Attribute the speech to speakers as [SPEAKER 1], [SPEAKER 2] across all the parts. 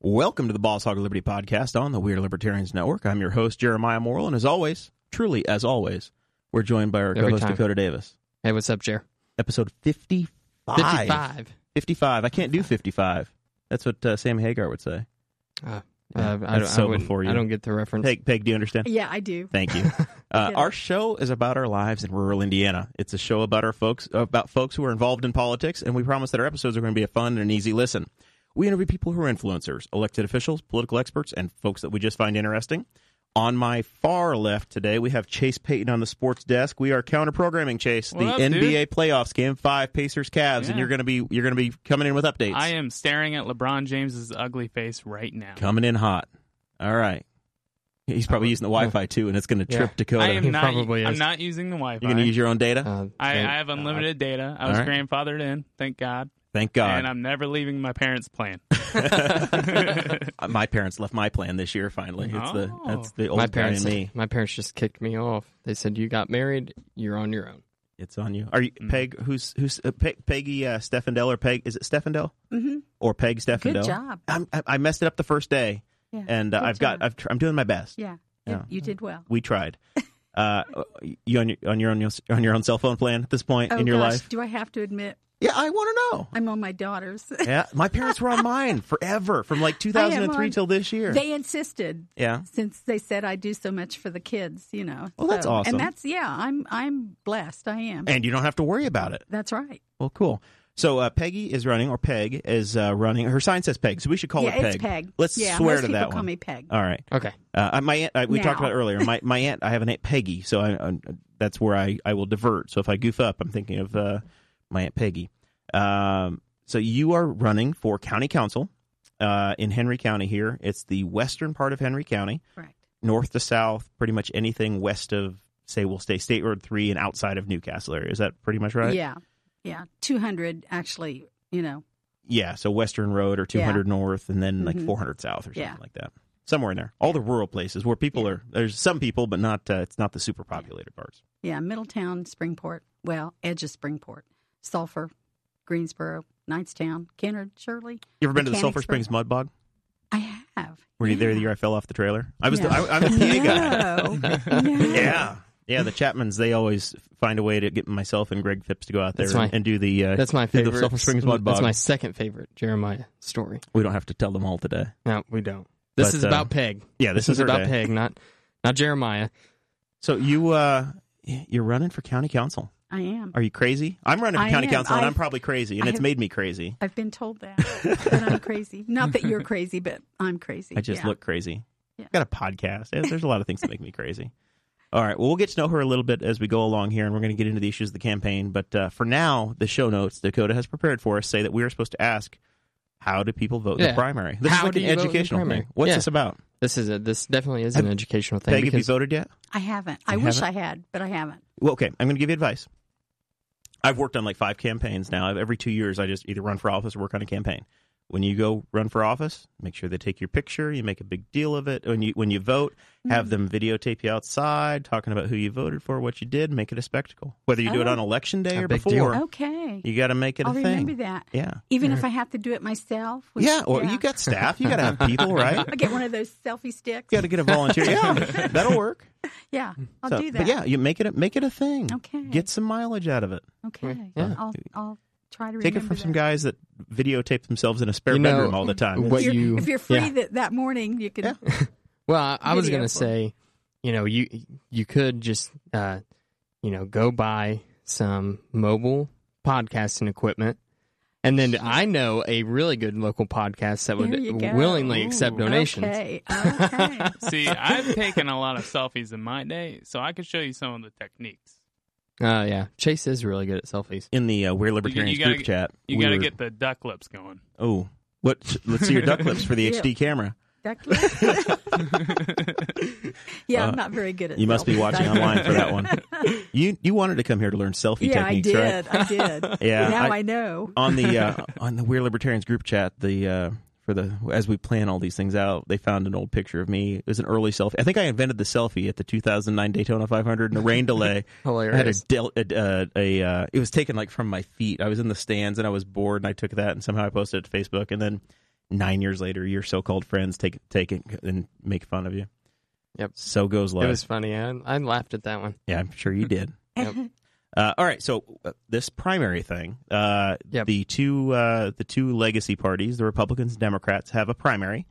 [SPEAKER 1] Welcome to the Boss Hog of Liberty podcast on the Weird Libertarians Network. I'm your host, Jeremiah Morrill, and as always, truly as always, we're joined by our
[SPEAKER 2] Every
[SPEAKER 1] co host,
[SPEAKER 2] time.
[SPEAKER 1] Dakota Davis.
[SPEAKER 2] Hey, what's up, Jer?
[SPEAKER 1] Episode 55.
[SPEAKER 2] 55.
[SPEAKER 1] 55. I can't do 55. That's what uh, Sam Hagar would say. Yeah,
[SPEAKER 2] Uh, I,
[SPEAKER 1] that's
[SPEAKER 2] don't- I
[SPEAKER 1] so
[SPEAKER 2] wouldn't-
[SPEAKER 1] before you.
[SPEAKER 2] I don't get the reference.
[SPEAKER 1] Peg, Peg, do you understand?
[SPEAKER 3] Yeah, I do.
[SPEAKER 1] Thank you. Uh,
[SPEAKER 3] Yeah.
[SPEAKER 1] our show is about our lives in rural Indiana. It's a show about our folks about folks who are involved in politics, and we promise that our episodes are going to be a fun and an easy listen. We interview people who are influencers, elected officials, political experts, and folks that we just find interesting. On my far left today, we have Chase Payton on the sports desk. We are counter programming Chase, the
[SPEAKER 4] What up, dude?
[SPEAKER 1] NBA playoffs game five, Pacers Cavs, and
[SPEAKER 4] Yeah.
[SPEAKER 1] you're gonna be you're gonna be coming in with updates.
[SPEAKER 4] I am staring at LeBron James's ugly face right now.
[SPEAKER 1] coming in hot. All right, he's probably using the Wi-Fi too, and it's gonna
[SPEAKER 2] Yeah.
[SPEAKER 1] trip Dakota.
[SPEAKER 4] Oh. I am
[SPEAKER 2] He
[SPEAKER 4] not.
[SPEAKER 2] probably
[SPEAKER 4] I'm
[SPEAKER 2] is.
[SPEAKER 4] not using the Wi-Fi.
[SPEAKER 1] you're gonna use your own data.
[SPEAKER 2] Uh,
[SPEAKER 4] I, I have unlimited data. I was
[SPEAKER 1] All right.
[SPEAKER 4] grandfathered in, thank God,
[SPEAKER 1] Thank God.
[SPEAKER 4] and I'm never leaving my parents' plan.
[SPEAKER 1] Uh, my parents left my plan this year. Finally, it's the
[SPEAKER 4] Oh.
[SPEAKER 1] that's the old
[SPEAKER 2] my parents,
[SPEAKER 1] guy in me.
[SPEAKER 2] my parents just kicked me off. They said, "You got married. You're on your own."
[SPEAKER 1] It's on you. Are you
[SPEAKER 4] Mm.
[SPEAKER 1] Peg? Who's who's uh, Pe- Peggy uh, Steffendell or Peg? Is it Steffendell
[SPEAKER 3] hmm
[SPEAKER 1] or Peg Steffendell?
[SPEAKER 3] Good job.
[SPEAKER 1] I'm, I, I messed it up the first day,
[SPEAKER 3] Yeah.
[SPEAKER 1] and uh,
[SPEAKER 3] Good
[SPEAKER 1] I've got
[SPEAKER 3] job.
[SPEAKER 1] I've tr- I'm doing my best.
[SPEAKER 3] yeah.
[SPEAKER 1] Yeah.
[SPEAKER 3] You did well.
[SPEAKER 1] We tried. Uh, you on your on your own on your own cell phone plan at this point
[SPEAKER 3] Oh,
[SPEAKER 1] in your
[SPEAKER 3] gosh,
[SPEAKER 1] life?
[SPEAKER 3] Do I have to admit
[SPEAKER 1] Yeah, I want to know.
[SPEAKER 3] I'm on my daughter's?
[SPEAKER 1] yeah, my parents were on mine forever, from like 2003
[SPEAKER 3] on-
[SPEAKER 1] till this year.
[SPEAKER 3] they insisted
[SPEAKER 1] yeah,
[SPEAKER 3] since they said I do so much for the kids, you know.
[SPEAKER 1] Well, that's
[SPEAKER 3] So-
[SPEAKER 1] awesome.
[SPEAKER 3] And that's yeah, I'm I'm blessed. I am.
[SPEAKER 1] and you don't have to worry about it.
[SPEAKER 3] that's right.
[SPEAKER 1] Well, cool. So uh, Peggy is running, or Peg is uh, running. Her sign says Peg, so we should call
[SPEAKER 3] yeah,
[SPEAKER 1] it Peg.
[SPEAKER 3] it's Peg.
[SPEAKER 1] Let's
[SPEAKER 3] yeah,
[SPEAKER 1] swear
[SPEAKER 3] most
[SPEAKER 1] to
[SPEAKER 3] people
[SPEAKER 1] that
[SPEAKER 3] call
[SPEAKER 1] one.
[SPEAKER 3] me Peg.
[SPEAKER 1] All right.
[SPEAKER 2] Okay,
[SPEAKER 1] Uh, I- my aunt. I, we
[SPEAKER 3] Now.
[SPEAKER 1] talked about it earlier. My my aunt. I have an aunt Peggy, so I, I, that's where I I will divert. So if I goof up, I'm thinking of uh, my aunt Peggy. Um, so you are running for county council uh, in Henry County. Here, it's the western part of Henry County
[SPEAKER 3] Correct.
[SPEAKER 1] north to south, pretty much anything west of say we'll stay State Road three and outside of Newcastle area. Is that pretty much right?
[SPEAKER 3] Yeah. Yeah. Two hundred actually, you know.
[SPEAKER 1] Yeah, so Western Road or 200 North, and then like
[SPEAKER 3] Mhm.
[SPEAKER 1] 400 South or something
[SPEAKER 3] Yeah.
[SPEAKER 1] like that. Somewhere in there, all the rural places where people are. There's some people, but not. Uh, it's not the super populated parts.
[SPEAKER 3] Yeah, Middletown, Springport. Well, edge of Springport. Sulphur, Greensboro, Knightstown, Kennard, Shirley.
[SPEAKER 1] You ever been to the Sulphur
[SPEAKER 3] Mechanicsburg.
[SPEAKER 1] Springs mud bog?
[SPEAKER 3] I have.
[SPEAKER 1] Were you there
[SPEAKER 3] Yeah.
[SPEAKER 1] the year I fell off the trailer? I was.
[SPEAKER 3] No.
[SPEAKER 1] The, I, I'm a PA guy.
[SPEAKER 3] No, no.
[SPEAKER 1] Yeah, yeah. The Chapmans they always find a way to get myself and Greg Phipps to go out there
[SPEAKER 2] That's my-
[SPEAKER 1] and, do the. Uh,
[SPEAKER 2] that's my
[SPEAKER 1] do
[SPEAKER 2] favorite.
[SPEAKER 1] The Sulphur Springs mud bog.
[SPEAKER 2] That's my second favorite Jeremiah story.
[SPEAKER 1] We don't have to tell them all today.
[SPEAKER 2] No, we don't. This
[SPEAKER 1] But,
[SPEAKER 2] is
[SPEAKER 1] uh,
[SPEAKER 2] about Peg.
[SPEAKER 1] Yeah, this,
[SPEAKER 2] This, is,
[SPEAKER 1] her
[SPEAKER 2] about
[SPEAKER 1] day.
[SPEAKER 2] Peg, not not Jeremiah.
[SPEAKER 1] So you. uh you're running for county council.
[SPEAKER 3] I am.
[SPEAKER 1] Are you crazy? I'm running for
[SPEAKER 3] I
[SPEAKER 1] county
[SPEAKER 3] am.
[SPEAKER 1] council, and
[SPEAKER 3] I-
[SPEAKER 1] I'm probably crazy, and
[SPEAKER 3] I
[SPEAKER 1] it's
[SPEAKER 3] have-
[SPEAKER 1] made me crazy.
[SPEAKER 3] I've been told that that I'm crazy. Not that you're crazy, but I'm crazy.
[SPEAKER 1] I just
[SPEAKER 3] Yeah.
[SPEAKER 1] look crazy.
[SPEAKER 3] Yeah.
[SPEAKER 1] Got a podcast. Yeah, There's a lot of things that make me crazy. All right. Well, we'll get to know her a little bit as we go along here, and we're going to get into the issues of the campaign. But uh, for now, the show notes Dakota has prepared for us say that we are supposed to ask, how do people vote in the
[SPEAKER 2] Yeah.
[SPEAKER 1] primary? This is
[SPEAKER 2] How
[SPEAKER 1] like
[SPEAKER 2] do
[SPEAKER 1] an
[SPEAKER 2] you vote in the
[SPEAKER 1] educational
[SPEAKER 2] primary?
[SPEAKER 1] thing. What's
[SPEAKER 2] Yeah.
[SPEAKER 1] this about?
[SPEAKER 2] This is a, this definitely is an
[SPEAKER 1] Have-
[SPEAKER 2] educational thing.
[SPEAKER 1] Peg, have you
[SPEAKER 2] because-
[SPEAKER 1] voted yet?
[SPEAKER 3] I haven't. I
[SPEAKER 1] You
[SPEAKER 3] wish
[SPEAKER 1] haven't?
[SPEAKER 3] I had, but I haven't.
[SPEAKER 1] Well, okay. I'm going to give you advice. I've worked on like five campaigns now. I've- Every two years, I just either run for office or work on a campaign. When you go run for office, make sure they take your picture. You make a big deal of it. When you when you vote, have
[SPEAKER 2] Mm-hmm.
[SPEAKER 1] them videotape you outside talking about who you voted for, what you did. Make it a spectacle. Whether you do it
[SPEAKER 3] Oh.
[SPEAKER 1] on election day
[SPEAKER 2] A
[SPEAKER 1] or
[SPEAKER 2] big deal.
[SPEAKER 1] before,
[SPEAKER 3] Okay,
[SPEAKER 1] you got to make it a
[SPEAKER 3] I'll
[SPEAKER 1] thing.
[SPEAKER 3] remember that.
[SPEAKER 1] Yeah,
[SPEAKER 3] Even if I have to do it myself. which-
[SPEAKER 1] yeah. Or you got staff. You got to have people, right?
[SPEAKER 3] I'll get one of those selfie sticks.
[SPEAKER 1] You got to get a volunteer. Yeah, that'll work.
[SPEAKER 3] Yeah, I'll
[SPEAKER 1] So-
[SPEAKER 3] do that.
[SPEAKER 1] But yeah, you make it a, make it a thing.
[SPEAKER 3] Okay.
[SPEAKER 1] Get some mileage out of it.
[SPEAKER 3] Okay.
[SPEAKER 2] Yeah.
[SPEAKER 3] I'll I'll try to
[SPEAKER 1] Take
[SPEAKER 3] remember
[SPEAKER 1] it from some
[SPEAKER 3] that.
[SPEAKER 1] guys that videotape themselves in a spare
[SPEAKER 2] You know,
[SPEAKER 1] bedroom all the time.
[SPEAKER 2] what
[SPEAKER 3] If you're,
[SPEAKER 2] you-
[SPEAKER 3] if you're free
[SPEAKER 2] yeah.
[SPEAKER 3] that, that morning, you can.
[SPEAKER 2] Well, I, I was
[SPEAKER 3] video
[SPEAKER 2] gonna
[SPEAKER 3] for.
[SPEAKER 2] say, you know, you you could just, uh, you know, go buy some mobile podcasting equipment And then I know a really good local podcast that
[SPEAKER 3] There you
[SPEAKER 2] would
[SPEAKER 3] go.
[SPEAKER 2] willingly accept
[SPEAKER 4] Ooh.
[SPEAKER 2] donations.
[SPEAKER 3] Okay. Okay.
[SPEAKER 4] See, I've taken a lot of selfies in my day, so I could show you some of the techniques.
[SPEAKER 2] Uh, yeah, Chase is really good at selfies.
[SPEAKER 1] in the uh, We're Libertarians
[SPEAKER 4] You- you gotta
[SPEAKER 1] group chat.
[SPEAKER 4] get- You
[SPEAKER 1] we
[SPEAKER 4] got to
[SPEAKER 1] were-
[SPEAKER 4] get the duck lips going.
[SPEAKER 1] Oh, what? Let's see your duck lips for the
[SPEAKER 3] Yeah.
[SPEAKER 1] HD camera.
[SPEAKER 3] Duck lips. yeah,
[SPEAKER 1] Uh,
[SPEAKER 3] I'm not very good at.
[SPEAKER 1] You must be
[SPEAKER 3] selfies.
[SPEAKER 1] watching
[SPEAKER 3] I-
[SPEAKER 1] online for that one. You you wanted to come here to learn selfie
[SPEAKER 3] yeah, I
[SPEAKER 1] techniques,
[SPEAKER 3] did.
[SPEAKER 1] right?
[SPEAKER 3] I did.
[SPEAKER 1] Yeah,
[SPEAKER 3] Now
[SPEAKER 1] I-
[SPEAKER 3] I, know.
[SPEAKER 1] on the uh, on the We're Libertarians group chat, the uh, for the as we plan all these things out, they found an old picture of me. It was an early selfie. I think I invented the selfie at the 2009 Daytona 500 in a rain delay.
[SPEAKER 2] Oh,
[SPEAKER 1] I had a,
[SPEAKER 2] Hilarious.
[SPEAKER 1] del- a, uh, a uh, it was taken like from my feet. I was in the stands and I was bored and I took that and somehow I posted it to Facebook and then nine years later, your so-called friends take take it and make fun of you.
[SPEAKER 2] Yep.
[SPEAKER 1] So goes
[SPEAKER 2] It
[SPEAKER 1] life.
[SPEAKER 2] was funny. I, I laughed at that one.
[SPEAKER 1] yeah, I'm sure you did.
[SPEAKER 2] Yep.
[SPEAKER 1] Uh, all right, so uh, this primary thing, uh,
[SPEAKER 2] Yep.
[SPEAKER 1] the two uh, the two legacy parties, the Republicans and Democrats, have a primary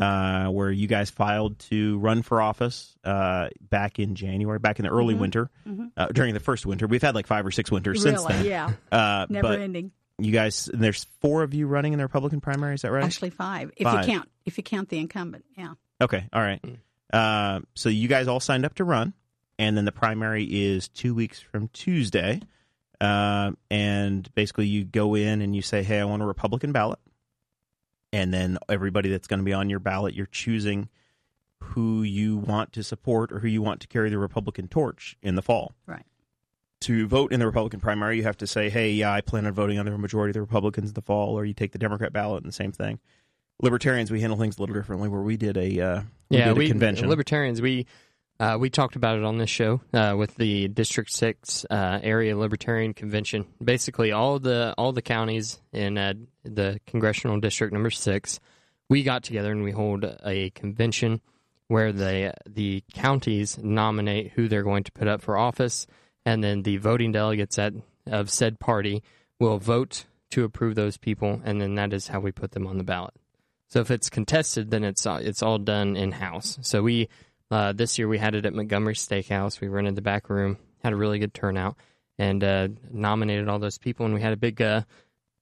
[SPEAKER 1] uh, where you guys filed to run for office uh, back in January, back in the early
[SPEAKER 3] Mhm.
[SPEAKER 1] winter,
[SPEAKER 3] Mhm.
[SPEAKER 1] uh, during the first winter. We've had like five or six winters since
[SPEAKER 3] really?
[SPEAKER 1] then.
[SPEAKER 3] Yeah.
[SPEAKER 1] Uh,
[SPEAKER 3] Never
[SPEAKER 1] but
[SPEAKER 3] ending.
[SPEAKER 1] you guys, and there's four of you running in the Republican primary. Is that right?
[SPEAKER 3] Actually, five. If
[SPEAKER 1] Five.
[SPEAKER 3] you count, if you count the incumbent. Yeah.
[SPEAKER 1] Okay, all right.
[SPEAKER 2] Mm.
[SPEAKER 1] Uh, so you guys all signed up to run, and then the primary is two weeks from Tuesday. Uh, and basically, you go in and you say, "Hey, I want a Republican ballot," and then everybody that's going to be on your ballot, you're choosing who you want to support or who you want to carry the Republican torch in the fall.
[SPEAKER 3] Right.
[SPEAKER 1] To vote in the Republican primary, you have to say, "Hey, yeah, I plan on voting on the majority of the Republicans in the fall," or you take the Democrat ballot, and the same thing libertarians we handle things a little differently where we did a uh, we
[SPEAKER 2] yeah,
[SPEAKER 1] did a
[SPEAKER 2] we
[SPEAKER 1] convention
[SPEAKER 2] libertarians. We uh, we talked about it on this show uh, with the District Six uh, Area Libertarian Convention. Basically, all the all the counties in uh, the congressional district number six, we got together and we hold a convention where the the counties nominate who they're going to put up for office, and then the voting delegates at of said party will vote to approve those people, and then that is how we put them on the ballot. So if it's contested, then it's all- it's all done in house. So we uh, this year we had it at Montgomery Steakhouse. We rented the back room, had a really good turnout, and uh, nominated all those people. And we had a big uh,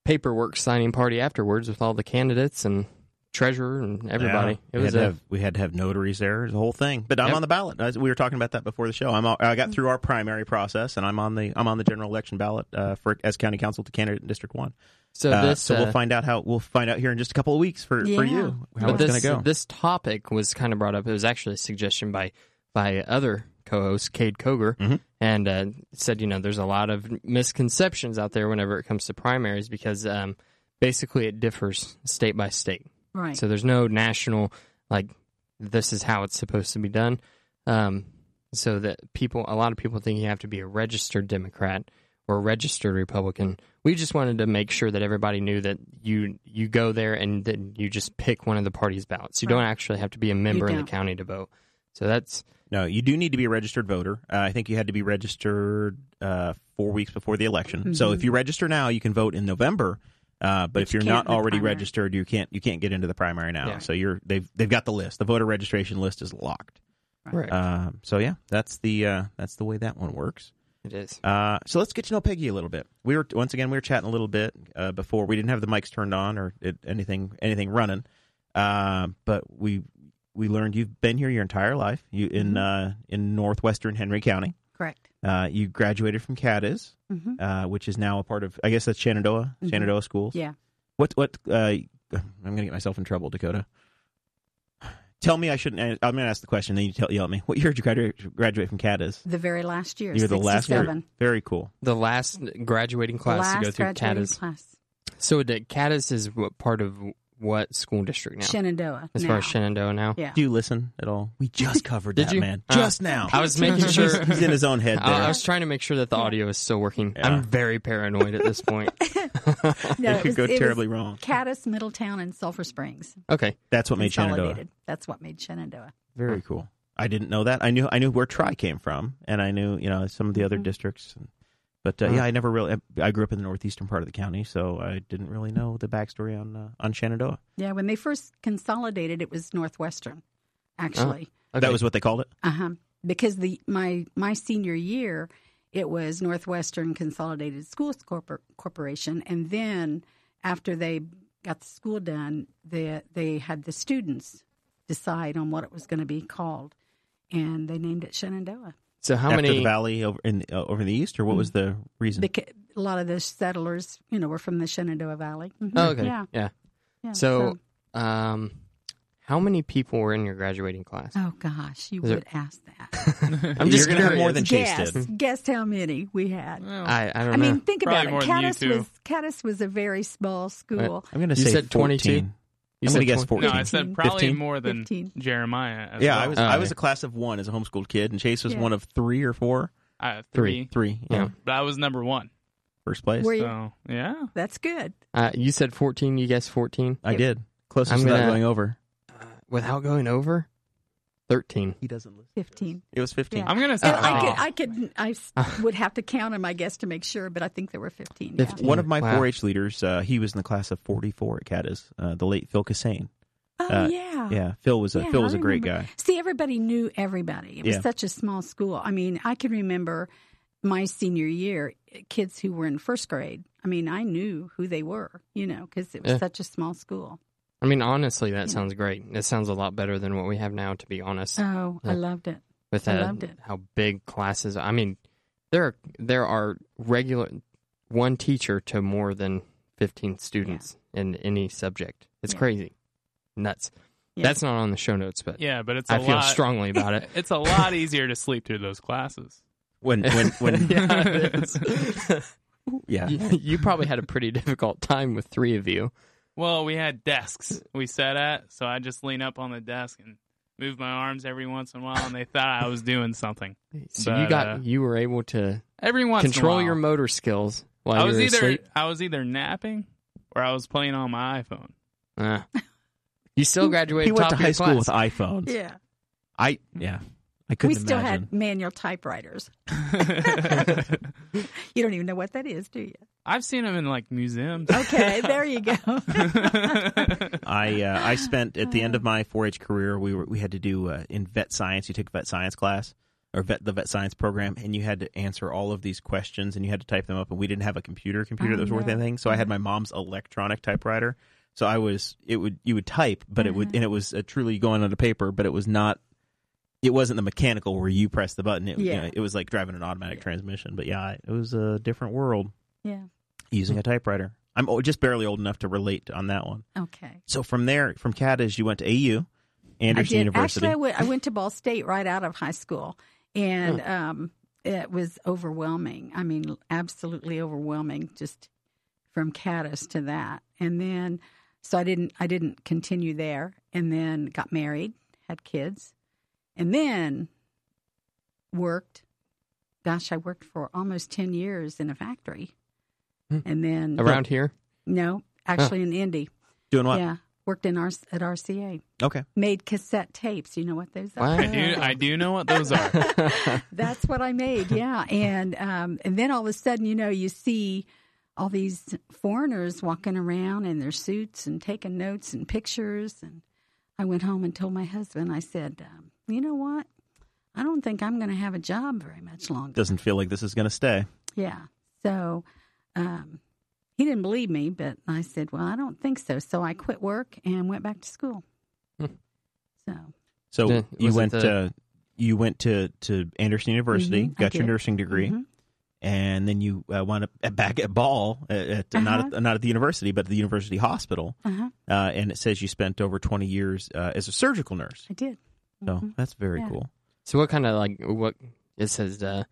[SPEAKER 2] paperwork signing party afterwards with all the candidates and treasurer and everybody.
[SPEAKER 1] Yeah.
[SPEAKER 2] it
[SPEAKER 1] we,
[SPEAKER 2] was
[SPEAKER 1] had
[SPEAKER 2] a,
[SPEAKER 1] to have, we had to have notaries there the whole thing but i'm
[SPEAKER 2] Yep.
[SPEAKER 1] on the ballot As we were talking about that before the show i'm all, i got through our primary process and i'm on the i'm on the general election ballot uh, for as county council to candidate in district one
[SPEAKER 2] so
[SPEAKER 1] Uh,
[SPEAKER 2] this
[SPEAKER 1] so
[SPEAKER 2] uh,
[SPEAKER 1] we'll find out how we'll find out here in just a couple of weeks for for
[SPEAKER 3] Yeah.
[SPEAKER 1] you how it's
[SPEAKER 2] but
[SPEAKER 1] going
[SPEAKER 2] this
[SPEAKER 1] to go
[SPEAKER 2] this topic was kind of brought up. It was actually a suggestion by by other co-host Cade Koger,
[SPEAKER 1] Mhm.
[SPEAKER 2] and uh, said you know there's a lot of misconceptions out there whenever it comes to primaries because um, basically it differs state by state.
[SPEAKER 3] Right.
[SPEAKER 2] So there's no national like this is how it's supposed to be done. Um, so that people, a lot of people think you have to be a registered Democrat or a registered Republican. We just wanted to make sure that everybody knew that you you go there and then you just pick one of the party's ballots. You don't
[SPEAKER 3] Right.
[SPEAKER 2] actually have to be a member in the
[SPEAKER 3] don't.
[SPEAKER 2] county to vote. So that's
[SPEAKER 1] no you do need to be a registered voter uh, i think you had to be registered uh, four weeks before the election so
[SPEAKER 3] Mhm.
[SPEAKER 1] if you register now you can vote in november uh, but
[SPEAKER 3] But
[SPEAKER 1] if
[SPEAKER 3] you
[SPEAKER 1] you're
[SPEAKER 3] can't
[SPEAKER 1] not
[SPEAKER 3] in the
[SPEAKER 1] already
[SPEAKER 3] primary.
[SPEAKER 1] registered, you can't you can't get into the primary now.
[SPEAKER 2] Yeah.
[SPEAKER 1] So you're they've they've got the list. The voter registration list is locked.
[SPEAKER 2] correct.
[SPEAKER 1] Um, so yeah, that's the uh, that's the way that one works.
[SPEAKER 2] it is.
[SPEAKER 1] Uh, so let's get to know Peggy a little bit. We were once again we were chatting a little bit uh, before we didn't have the mics turned on or it, anything anything running, uh, but we we learned you've been here your entire life. You in uh, in northwestern Henry County.
[SPEAKER 3] Correct.
[SPEAKER 1] Uh, you graduated from Cadiz,
[SPEAKER 3] hmm
[SPEAKER 1] uh, which is now a part of I guess that's Shenandoah
[SPEAKER 3] Mhm.
[SPEAKER 1] Shenandoah Schools.
[SPEAKER 3] Yeah.
[SPEAKER 1] What what uh, I'm gonna get myself in trouble, Dakota. Tell me I shouldn't. I'm gonna ask the question, then you tell yell at me. What year did you graduate graduate from CADIS?
[SPEAKER 3] The very last year.
[SPEAKER 1] You're the last year.
[SPEAKER 3] 67.
[SPEAKER 1] Very cool.
[SPEAKER 2] The last graduating class
[SPEAKER 3] last
[SPEAKER 2] to go through
[SPEAKER 3] graduating
[SPEAKER 2] Cadiz.
[SPEAKER 3] class.
[SPEAKER 2] So the Cadiz is what part of what school district now?
[SPEAKER 3] Shenandoah.
[SPEAKER 2] as
[SPEAKER 3] now.
[SPEAKER 2] far as Shenandoah now.
[SPEAKER 3] Yeah.
[SPEAKER 1] Do you listen at all? We just covered
[SPEAKER 2] Did
[SPEAKER 1] that
[SPEAKER 2] you?
[SPEAKER 1] man
[SPEAKER 2] Uh,
[SPEAKER 1] just now.
[SPEAKER 2] I was making
[SPEAKER 1] He's-
[SPEAKER 2] sure
[SPEAKER 1] he's in his own head there.
[SPEAKER 2] I, I was trying to make sure that the audio is still working.
[SPEAKER 1] Yeah.
[SPEAKER 2] I'm very paranoid at this point.
[SPEAKER 3] No,
[SPEAKER 1] it could
[SPEAKER 3] was-
[SPEAKER 1] go
[SPEAKER 3] was
[SPEAKER 1] terribly wrong.
[SPEAKER 3] Cadiz, Middletown, and Sulphur Springs.
[SPEAKER 2] Okay.
[SPEAKER 1] That's what made Shenandoah.
[SPEAKER 3] consolidated. That's what made Shenandoah.
[SPEAKER 1] Very cool. I didn't know that. I knew I knew where Tri came from, and I knew you know some of the other
[SPEAKER 3] Mm-hmm.
[SPEAKER 1] districts. And, but uh,
[SPEAKER 2] Huh.
[SPEAKER 3] Uh-huh.
[SPEAKER 1] yeah, I never really. I grew up in the northeastern part of the county, so I didn't really know the backstory on uh, on Shenandoah.
[SPEAKER 3] Yeah, when they first consolidated, it was Northwestern,
[SPEAKER 2] Uh-huh.
[SPEAKER 3] actually.
[SPEAKER 2] okay.
[SPEAKER 1] That was what they called it.
[SPEAKER 3] Uh huh. Because the my my senior year, it was Northwestern Consolidated Schools Corpor- Corporation, and then after they got the school done, they, they had the students decide on what it was going to be called, and they named it Shenandoah.
[SPEAKER 2] So how
[SPEAKER 1] After
[SPEAKER 2] many?
[SPEAKER 1] the valley over in uh, over in the east, or what was the reason?
[SPEAKER 3] Beca- a lot of the settlers, you know, were from the Shenandoah Valley. Mhm.
[SPEAKER 2] Oh, okay.
[SPEAKER 3] Yeah.
[SPEAKER 2] yeah.
[SPEAKER 3] yeah.
[SPEAKER 2] So, um, how many people were in your graduating class?
[SPEAKER 3] oh gosh, you
[SPEAKER 2] Is there-
[SPEAKER 3] would ask that.
[SPEAKER 2] I'm just
[SPEAKER 1] You're gonna have
[SPEAKER 2] curious.
[SPEAKER 1] more than Chase
[SPEAKER 3] guess,
[SPEAKER 1] did.
[SPEAKER 3] guess how many we had.
[SPEAKER 4] Well,
[SPEAKER 2] I, I don't know.
[SPEAKER 3] I mean, think
[SPEAKER 4] Probably
[SPEAKER 3] about it.
[SPEAKER 4] more than you
[SPEAKER 3] Caddis
[SPEAKER 4] two.
[SPEAKER 3] was Caddis was a very small school.
[SPEAKER 1] I'm going to
[SPEAKER 2] You
[SPEAKER 1] say
[SPEAKER 2] said 22?
[SPEAKER 1] 14.
[SPEAKER 2] you
[SPEAKER 1] I'm
[SPEAKER 2] said
[SPEAKER 1] going to guess
[SPEAKER 2] 20
[SPEAKER 4] no,
[SPEAKER 1] 14.
[SPEAKER 4] I said probably
[SPEAKER 1] 15?
[SPEAKER 4] more than
[SPEAKER 3] 15.
[SPEAKER 4] Jeremiah. As
[SPEAKER 1] yeah,
[SPEAKER 4] well.
[SPEAKER 1] I was
[SPEAKER 2] Oh,
[SPEAKER 1] I was
[SPEAKER 2] yeah.
[SPEAKER 1] a class of one as a homeschooled kid, and Chase was
[SPEAKER 3] Yeah.
[SPEAKER 1] one of three or four.
[SPEAKER 4] I have
[SPEAKER 2] Three.
[SPEAKER 4] three,
[SPEAKER 1] Three, yeah,
[SPEAKER 2] Yeah.
[SPEAKER 4] but I was number one.
[SPEAKER 1] first place.
[SPEAKER 3] Were you?
[SPEAKER 4] So yeah,
[SPEAKER 3] That's good.
[SPEAKER 2] Uh, you said 14. You guessed 14
[SPEAKER 1] I did closest
[SPEAKER 2] I'm
[SPEAKER 1] without
[SPEAKER 2] gonna-
[SPEAKER 1] going over.
[SPEAKER 2] without going over 13.
[SPEAKER 1] He doesn't listen.
[SPEAKER 3] Fifteen.
[SPEAKER 1] It was 15.
[SPEAKER 3] Yeah.
[SPEAKER 4] I'm gonna say
[SPEAKER 3] And
[SPEAKER 4] oh,
[SPEAKER 3] I could, I could, I s- would have to count them, I guess, to make sure. But I think there were fifteen. yeah.
[SPEAKER 2] 15.
[SPEAKER 1] One of my
[SPEAKER 2] Wow.
[SPEAKER 1] 4-H leaders, uh, he was in the class of 44 at Cadiz. Uh, the late Phil Cassane.
[SPEAKER 3] Oh
[SPEAKER 1] Uh,
[SPEAKER 3] yeah.
[SPEAKER 1] Yeah, Phil was a
[SPEAKER 3] Yeah,
[SPEAKER 1] Phil
[SPEAKER 3] I
[SPEAKER 1] was a great
[SPEAKER 3] remember.
[SPEAKER 1] guy.
[SPEAKER 3] See, everybody knew everybody. It was
[SPEAKER 1] Yeah.
[SPEAKER 3] such a small school. I mean, I can remember my senior year, kids who were in first grade. I mean, I knew who they were, you know, because it was
[SPEAKER 2] Yeah.
[SPEAKER 3] such a small school.
[SPEAKER 2] I mean, honestly, that sounds great. It sounds a lot better than what we have now, to be honest.
[SPEAKER 3] Oh,
[SPEAKER 2] Yeah.
[SPEAKER 3] I loved it.
[SPEAKER 2] with
[SPEAKER 3] I
[SPEAKER 2] uh,
[SPEAKER 3] loved it.
[SPEAKER 2] how big classes. I mean, there are, there are regular one teacher to more than 15 students in any subject. It's
[SPEAKER 3] Yeah.
[SPEAKER 2] crazy. Nuts.
[SPEAKER 3] Yeah.
[SPEAKER 2] That's not on the show notes, but
[SPEAKER 4] yeah, but it's a
[SPEAKER 2] I feel
[SPEAKER 4] lot.
[SPEAKER 2] strongly about it.
[SPEAKER 4] It's a lot easier to sleep through those classes.
[SPEAKER 1] When when when
[SPEAKER 2] yeah, it is.
[SPEAKER 1] yeah.
[SPEAKER 2] you, you probably had a pretty difficult time with three of you.
[SPEAKER 4] Well, we had desks we sat at, so I just lean up on the desk and move my arms every once in a while, and they thought I was doing something.
[SPEAKER 2] So you
[SPEAKER 4] But,
[SPEAKER 2] got
[SPEAKER 4] uh,
[SPEAKER 2] you were able to
[SPEAKER 4] Every once
[SPEAKER 2] control
[SPEAKER 4] in a
[SPEAKER 2] your
[SPEAKER 4] while.
[SPEAKER 2] motor skills while
[SPEAKER 4] I
[SPEAKER 2] you
[SPEAKER 4] was
[SPEAKER 2] were
[SPEAKER 4] either
[SPEAKER 2] asleep.
[SPEAKER 4] I was either napping or I was playing on my iPhone.
[SPEAKER 2] Ah. you still graduated.
[SPEAKER 1] he went
[SPEAKER 2] top
[SPEAKER 1] to
[SPEAKER 2] of your
[SPEAKER 1] high school
[SPEAKER 2] class.
[SPEAKER 1] with iPhones.
[SPEAKER 3] Yeah.
[SPEAKER 1] I yeah. I
[SPEAKER 3] We
[SPEAKER 1] couldn't
[SPEAKER 3] still
[SPEAKER 1] imagine.
[SPEAKER 3] had manual typewriters. You don't even know what that is, do you?
[SPEAKER 4] I've seen them in like museums.
[SPEAKER 3] Okay, there you go.
[SPEAKER 1] I uh, I spent at the end of my 4-H career, we were we had to do uh, in vet science. You took vet science class or vet the vet science program, and you had to answer all of these questions and you had to type them up. And we didn't have a computer computer
[SPEAKER 3] Oh,
[SPEAKER 1] that was worth
[SPEAKER 3] no.
[SPEAKER 1] anything, so I had my mom's electronic typewriter. So I was it would you would type, but it
[SPEAKER 3] Mm-hmm.
[SPEAKER 1] would and it was uh, truly going on the paper, but it was not. It wasn't the mechanical where you press the button. It, you
[SPEAKER 3] Yeah.
[SPEAKER 1] know, it was like driving an automatic transmission. But yeah, it was a different world
[SPEAKER 3] yeah. Mm-hmm.
[SPEAKER 1] using a typewriter. I'm o- just barely old enough to relate on that one.
[SPEAKER 3] Okay.
[SPEAKER 1] So from there, from Cadiz, you went to AU, Anderson
[SPEAKER 3] I did.
[SPEAKER 1] University.
[SPEAKER 3] Actually, I went, I went to Ball State right out of high school, and um, it was overwhelming. I mean, absolutely overwhelming. Just from Caddis to that, and then so I didn't. I didn't continue there, and then got married, had kids, and then worked. Gosh, I worked for almost ten years in a factory,
[SPEAKER 2] Hmm.
[SPEAKER 3] and then
[SPEAKER 2] around here.
[SPEAKER 3] no, actually in Indy,
[SPEAKER 1] Doing what?
[SPEAKER 3] yeah, worked in R- at RCA
[SPEAKER 1] Okay.
[SPEAKER 3] made cassette tapes. You know what those
[SPEAKER 2] Wow.
[SPEAKER 3] are?
[SPEAKER 4] I do I do know what those are.
[SPEAKER 3] That's what I made. Yeah, and um, and then all of a sudden, you know, you see all these foreigners walking around in their suits and taking notes and pictures. And I went home and told my husband. I said, um, you know what? I don't think I'm going to have a job very much longer.
[SPEAKER 1] Doesn't feel like this is going to stay.
[SPEAKER 3] Yeah. So um, he didn't believe me, but I said, well, I don't think so. So I quit work and went back to school.
[SPEAKER 2] Hmm.
[SPEAKER 3] So
[SPEAKER 1] So
[SPEAKER 2] Yeah,
[SPEAKER 1] you
[SPEAKER 2] was it
[SPEAKER 1] went
[SPEAKER 2] the-
[SPEAKER 1] to you went to to Anderson University,
[SPEAKER 3] Mhm, I
[SPEAKER 1] got your
[SPEAKER 3] did.
[SPEAKER 1] nursing degree,
[SPEAKER 3] mhm.
[SPEAKER 1] and then you uh, wound up at, back at Ball, at, at, not at, not at the university, but at the university hospital.
[SPEAKER 3] Uh-huh.
[SPEAKER 1] Uh, and it says you spent over twenty years uh, as a surgical nurse.
[SPEAKER 3] I did.
[SPEAKER 1] So
[SPEAKER 3] Mhm.
[SPEAKER 1] that's very
[SPEAKER 3] Yeah.
[SPEAKER 1] cool.
[SPEAKER 2] So what kind of like what it says? Uh,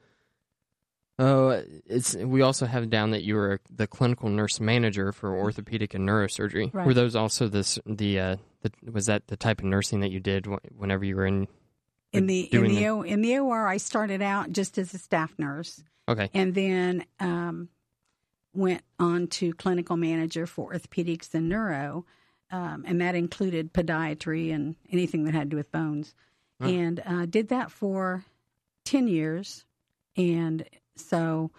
[SPEAKER 2] oh, it's we also have down that you were the clinical nurse manager for orthopedic and neurosurgery. Were
[SPEAKER 3] Right.
[SPEAKER 2] those also this the uh the, was that the type of nursing that you did wh- whenever you were in?
[SPEAKER 3] in
[SPEAKER 2] like,
[SPEAKER 3] the in
[SPEAKER 2] doing
[SPEAKER 3] the
[SPEAKER 2] the-
[SPEAKER 3] O in the OR, I started out just as a staff nurse,
[SPEAKER 2] Okay,
[SPEAKER 3] and then um, went on to clinical manager for orthopedics and neuro, um, and that included podiatry and anything that had to do with bones,
[SPEAKER 2] Hmm.
[SPEAKER 3] and uh, did that for ten years, and so.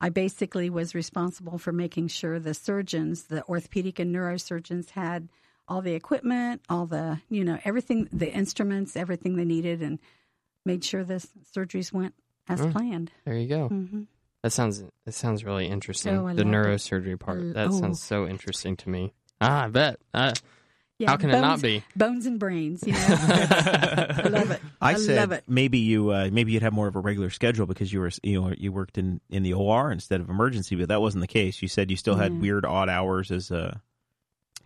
[SPEAKER 3] I basically was responsible for making sure the surgeons, the orthopedic and neurosurgeons, had all the equipment, all the, you know, everything, the instruments, everything they needed, and made sure the s- surgeries went as
[SPEAKER 2] Mm.
[SPEAKER 3] planned.
[SPEAKER 2] there you go.
[SPEAKER 3] hmm
[SPEAKER 2] That sounds that sounds really interesting.
[SPEAKER 3] Oh, I
[SPEAKER 2] the
[SPEAKER 3] love it.
[SPEAKER 2] neurosurgery part.
[SPEAKER 3] Mm,
[SPEAKER 2] That
[SPEAKER 3] oh.
[SPEAKER 2] sounds so interesting to me. Ah, I bet. Uh,
[SPEAKER 3] Yeah,
[SPEAKER 2] how can
[SPEAKER 3] bones,
[SPEAKER 2] it not be?
[SPEAKER 3] Bones and brains, you know. I love it.
[SPEAKER 1] I, said
[SPEAKER 3] love it.
[SPEAKER 1] maybe you uh, maybe you'd have more of a regular schedule because you were you know you worked in in the OR instead of emergency, but that wasn't the case. You said you still had
[SPEAKER 3] Yeah.
[SPEAKER 1] weird odd hours as a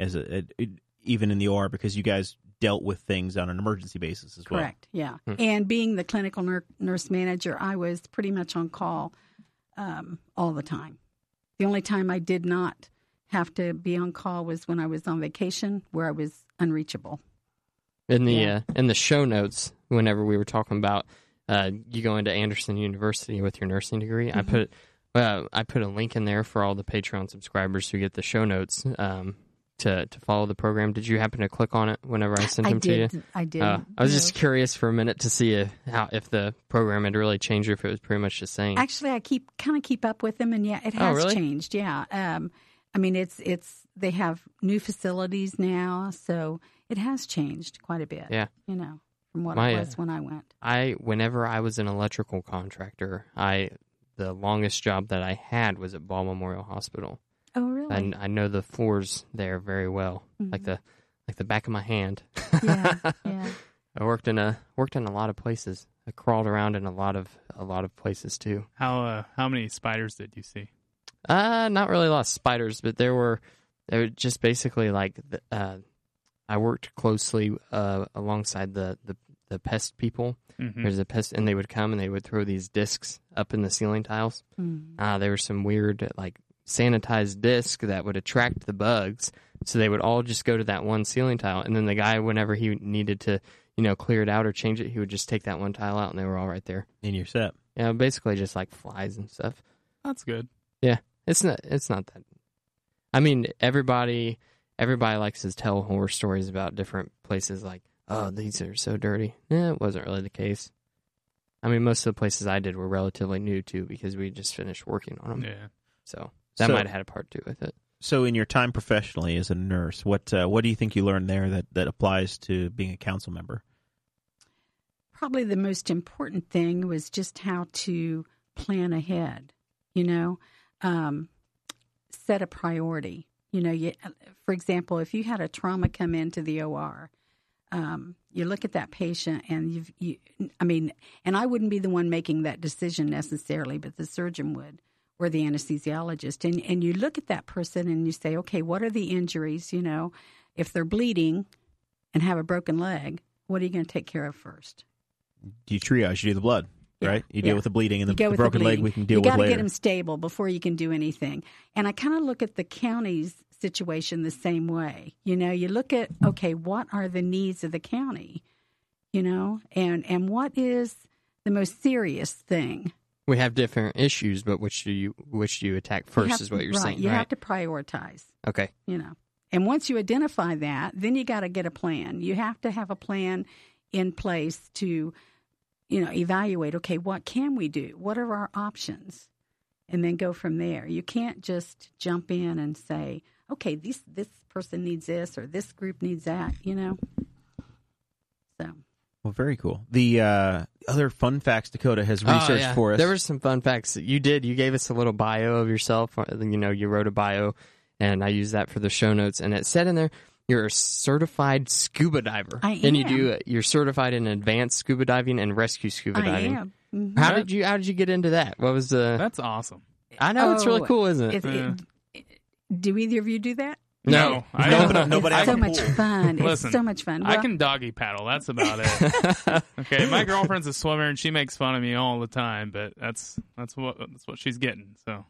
[SPEAKER 1] as a, it- it- even in the OR because you guys dealt with things on an emergency basis as well.
[SPEAKER 3] Correct. Yeah.
[SPEAKER 2] hmm.
[SPEAKER 3] And being the clinical nur- nurse manager, I was pretty much on call um, all the time. The only time I did not have to be on call was when I was on vacation, where I was unreachable.
[SPEAKER 2] In the
[SPEAKER 3] Yeah.
[SPEAKER 2] uh, in the show notes, whenever we were talking about uh, you going to Anderson University with your nursing degree,
[SPEAKER 3] Mm-hmm.
[SPEAKER 2] I put uh, I put a link in there for all the Patreon subscribers who get the show notes um, to to follow the program. Did you happen to click on it whenever I sent
[SPEAKER 3] I
[SPEAKER 2] them to you?
[SPEAKER 3] did. I did.
[SPEAKER 2] Uh, I was
[SPEAKER 3] Yeah.
[SPEAKER 2] just curious for a minute to see if how if the program had really changed or if it was pretty much the same.
[SPEAKER 3] Actually, I keep kind of keep up with them, and yeah, it has
[SPEAKER 2] Oh, really?
[SPEAKER 3] changed. Yeah, um, I mean, it's it's they have new facilities now, so it has changed quite a bit.
[SPEAKER 2] Yeah.
[SPEAKER 3] you know, from what
[SPEAKER 2] My,
[SPEAKER 3] it
[SPEAKER 2] uh,
[SPEAKER 3] was when I went.
[SPEAKER 2] I whenever I was an electrical contractor, I the longest job that I had was at Ball Memorial Hospital.
[SPEAKER 3] Oh, really?
[SPEAKER 2] And I know the floors there very well, like the like the back of my hand.
[SPEAKER 3] yeah, yeah.
[SPEAKER 2] I worked in a worked in a lot of places. I crawled around in a lot of a lot of places too.
[SPEAKER 4] How uh, how many spiders did you see?
[SPEAKER 2] Uh, not really a lot of spiders, but there were there were just basically like the, uh, I worked closely uh, alongside the, the the pest people.
[SPEAKER 4] Mhm.
[SPEAKER 2] There's a pest, and they would come and they would throw these discs up in the ceiling tiles.
[SPEAKER 3] Mm.
[SPEAKER 2] Ah, there were some weird like sanitized disc that would attract the bugs, so they would all just go to that one ceiling tile, and then the guy, whenever he needed to, you know, clear it out or change it, he would just take that one tile out, and they were all right there.
[SPEAKER 1] In your set,
[SPEAKER 2] Yeah, basically just like flies and stuff.
[SPEAKER 4] That's good.
[SPEAKER 2] It's not. It's not that. I mean, everybody, everybody likes to tell horror stories about different places. Like, oh, these are so dirty. Yeah, it wasn't really the case. I mean, most of the places I did were relatively new too, because we just finished working on them.
[SPEAKER 4] Yeah.
[SPEAKER 2] So that
[SPEAKER 1] So-
[SPEAKER 2] might have had a part to do with it.
[SPEAKER 1] so in your time professionally as a nurse, what uh, what do you think you learned there that that applies to being a council member?
[SPEAKER 3] Probably the most important thing was just how to plan ahead. You know, um, set a priority. You know, you, for example, if you had a trauma come into the OR, um, you look at that patient and you've, you, I mean, and I wouldn't be the one making that decision necessarily, but the surgeon would or the anesthesiologist. And, and you look at that person and you say, okay, what are the injuries? You know, if they're bleeding and have a broken leg, what are you going to take care of first?
[SPEAKER 1] Do you triage? You do the blood,
[SPEAKER 3] Yeah,
[SPEAKER 1] right? You deal
[SPEAKER 3] yeah.
[SPEAKER 1] with the bleeding and the,
[SPEAKER 3] You go
[SPEAKER 1] the
[SPEAKER 3] with
[SPEAKER 1] broken
[SPEAKER 3] the
[SPEAKER 1] leg.
[SPEAKER 3] bleeding.
[SPEAKER 1] We can deal
[SPEAKER 3] you
[SPEAKER 1] with
[SPEAKER 3] gotta
[SPEAKER 1] later.
[SPEAKER 3] get them stable before you can do anything. And I kind of look at the county's situation the same way. You know, you look at okay, what are the needs of the county? You know, and and what is the most serious thing?
[SPEAKER 2] We have different issues, but which do you which do you attack
[SPEAKER 3] You
[SPEAKER 2] first?
[SPEAKER 3] have-
[SPEAKER 2] is what you're
[SPEAKER 3] right,
[SPEAKER 2] saying,
[SPEAKER 3] You
[SPEAKER 2] right?
[SPEAKER 3] have to prioritize.
[SPEAKER 2] okay.
[SPEAKER 3] You know, and once you identify that, then you got to get a plan. You have to have a plan in place to, you know, evaluate. Okay, what can we do? What are our options? and then go from there. You can't just jump in and say, "Okay, this this person needs this or this group needs that," you know. So,
[SPEAKER 1] Well, very cool. The uh, other fun facts Dakota has
[SPEAKER 2] Oh,
[SPEAKER 1] researched
[SPEAKER 2] yeah.
[SPEAKER 1] for us.
[SPEAKER 2] There were some fun facts that you did. You gave us a little bio of yourself. uh, You know, you wrote a bio, and I used that for the show notes. And it said in there, you're a certified scuba diver.
[SPEAKER 3] I
[SPEAKER 2] And you
[SPEAKER 3] am.
[SPEAKER 2] do. uh, You're certified in advanced scuba diving and rescue scuba
[SPEAKER 3] I
[SPEAKER 2] diving.
[SPEAKER 3] am. Mhm.
[SPEAKER 2] How did you? How did you get into that? What was the?
[SPEAKER 4] That's awesome.
[SPEAKER 2] I know it's really
[SPEAKER 3] Oh,
[SPEAKER 2] cool, isn't it?
[SPEAKER 3] If it- do either of you do that?
[SPEAKER 4] No, I
[SPEAKER 1] Nobody-
[SPEAKER 4] don't.
[SPEAKER 1] nobody
[SPEAKER 3] it's
[SPEAKER 1] has
[SPEAKER 3] so
[SPEAKER 1] a
[SPEAKER 3] much
[SPEAKER 1] pool.
[SPEAKER 3] fun.
[SPEAKER 4] Listen,
[SPEAKER 3] it's so much fun.
[SPEAKER 4] I
[SPEAKER 3] Well,
[SPEAKER 4] can doggy paddle. That's about it. okay, my girlfriend's a swimmer and she makes fun of me all the time, but that's that's what that's what she's getting. So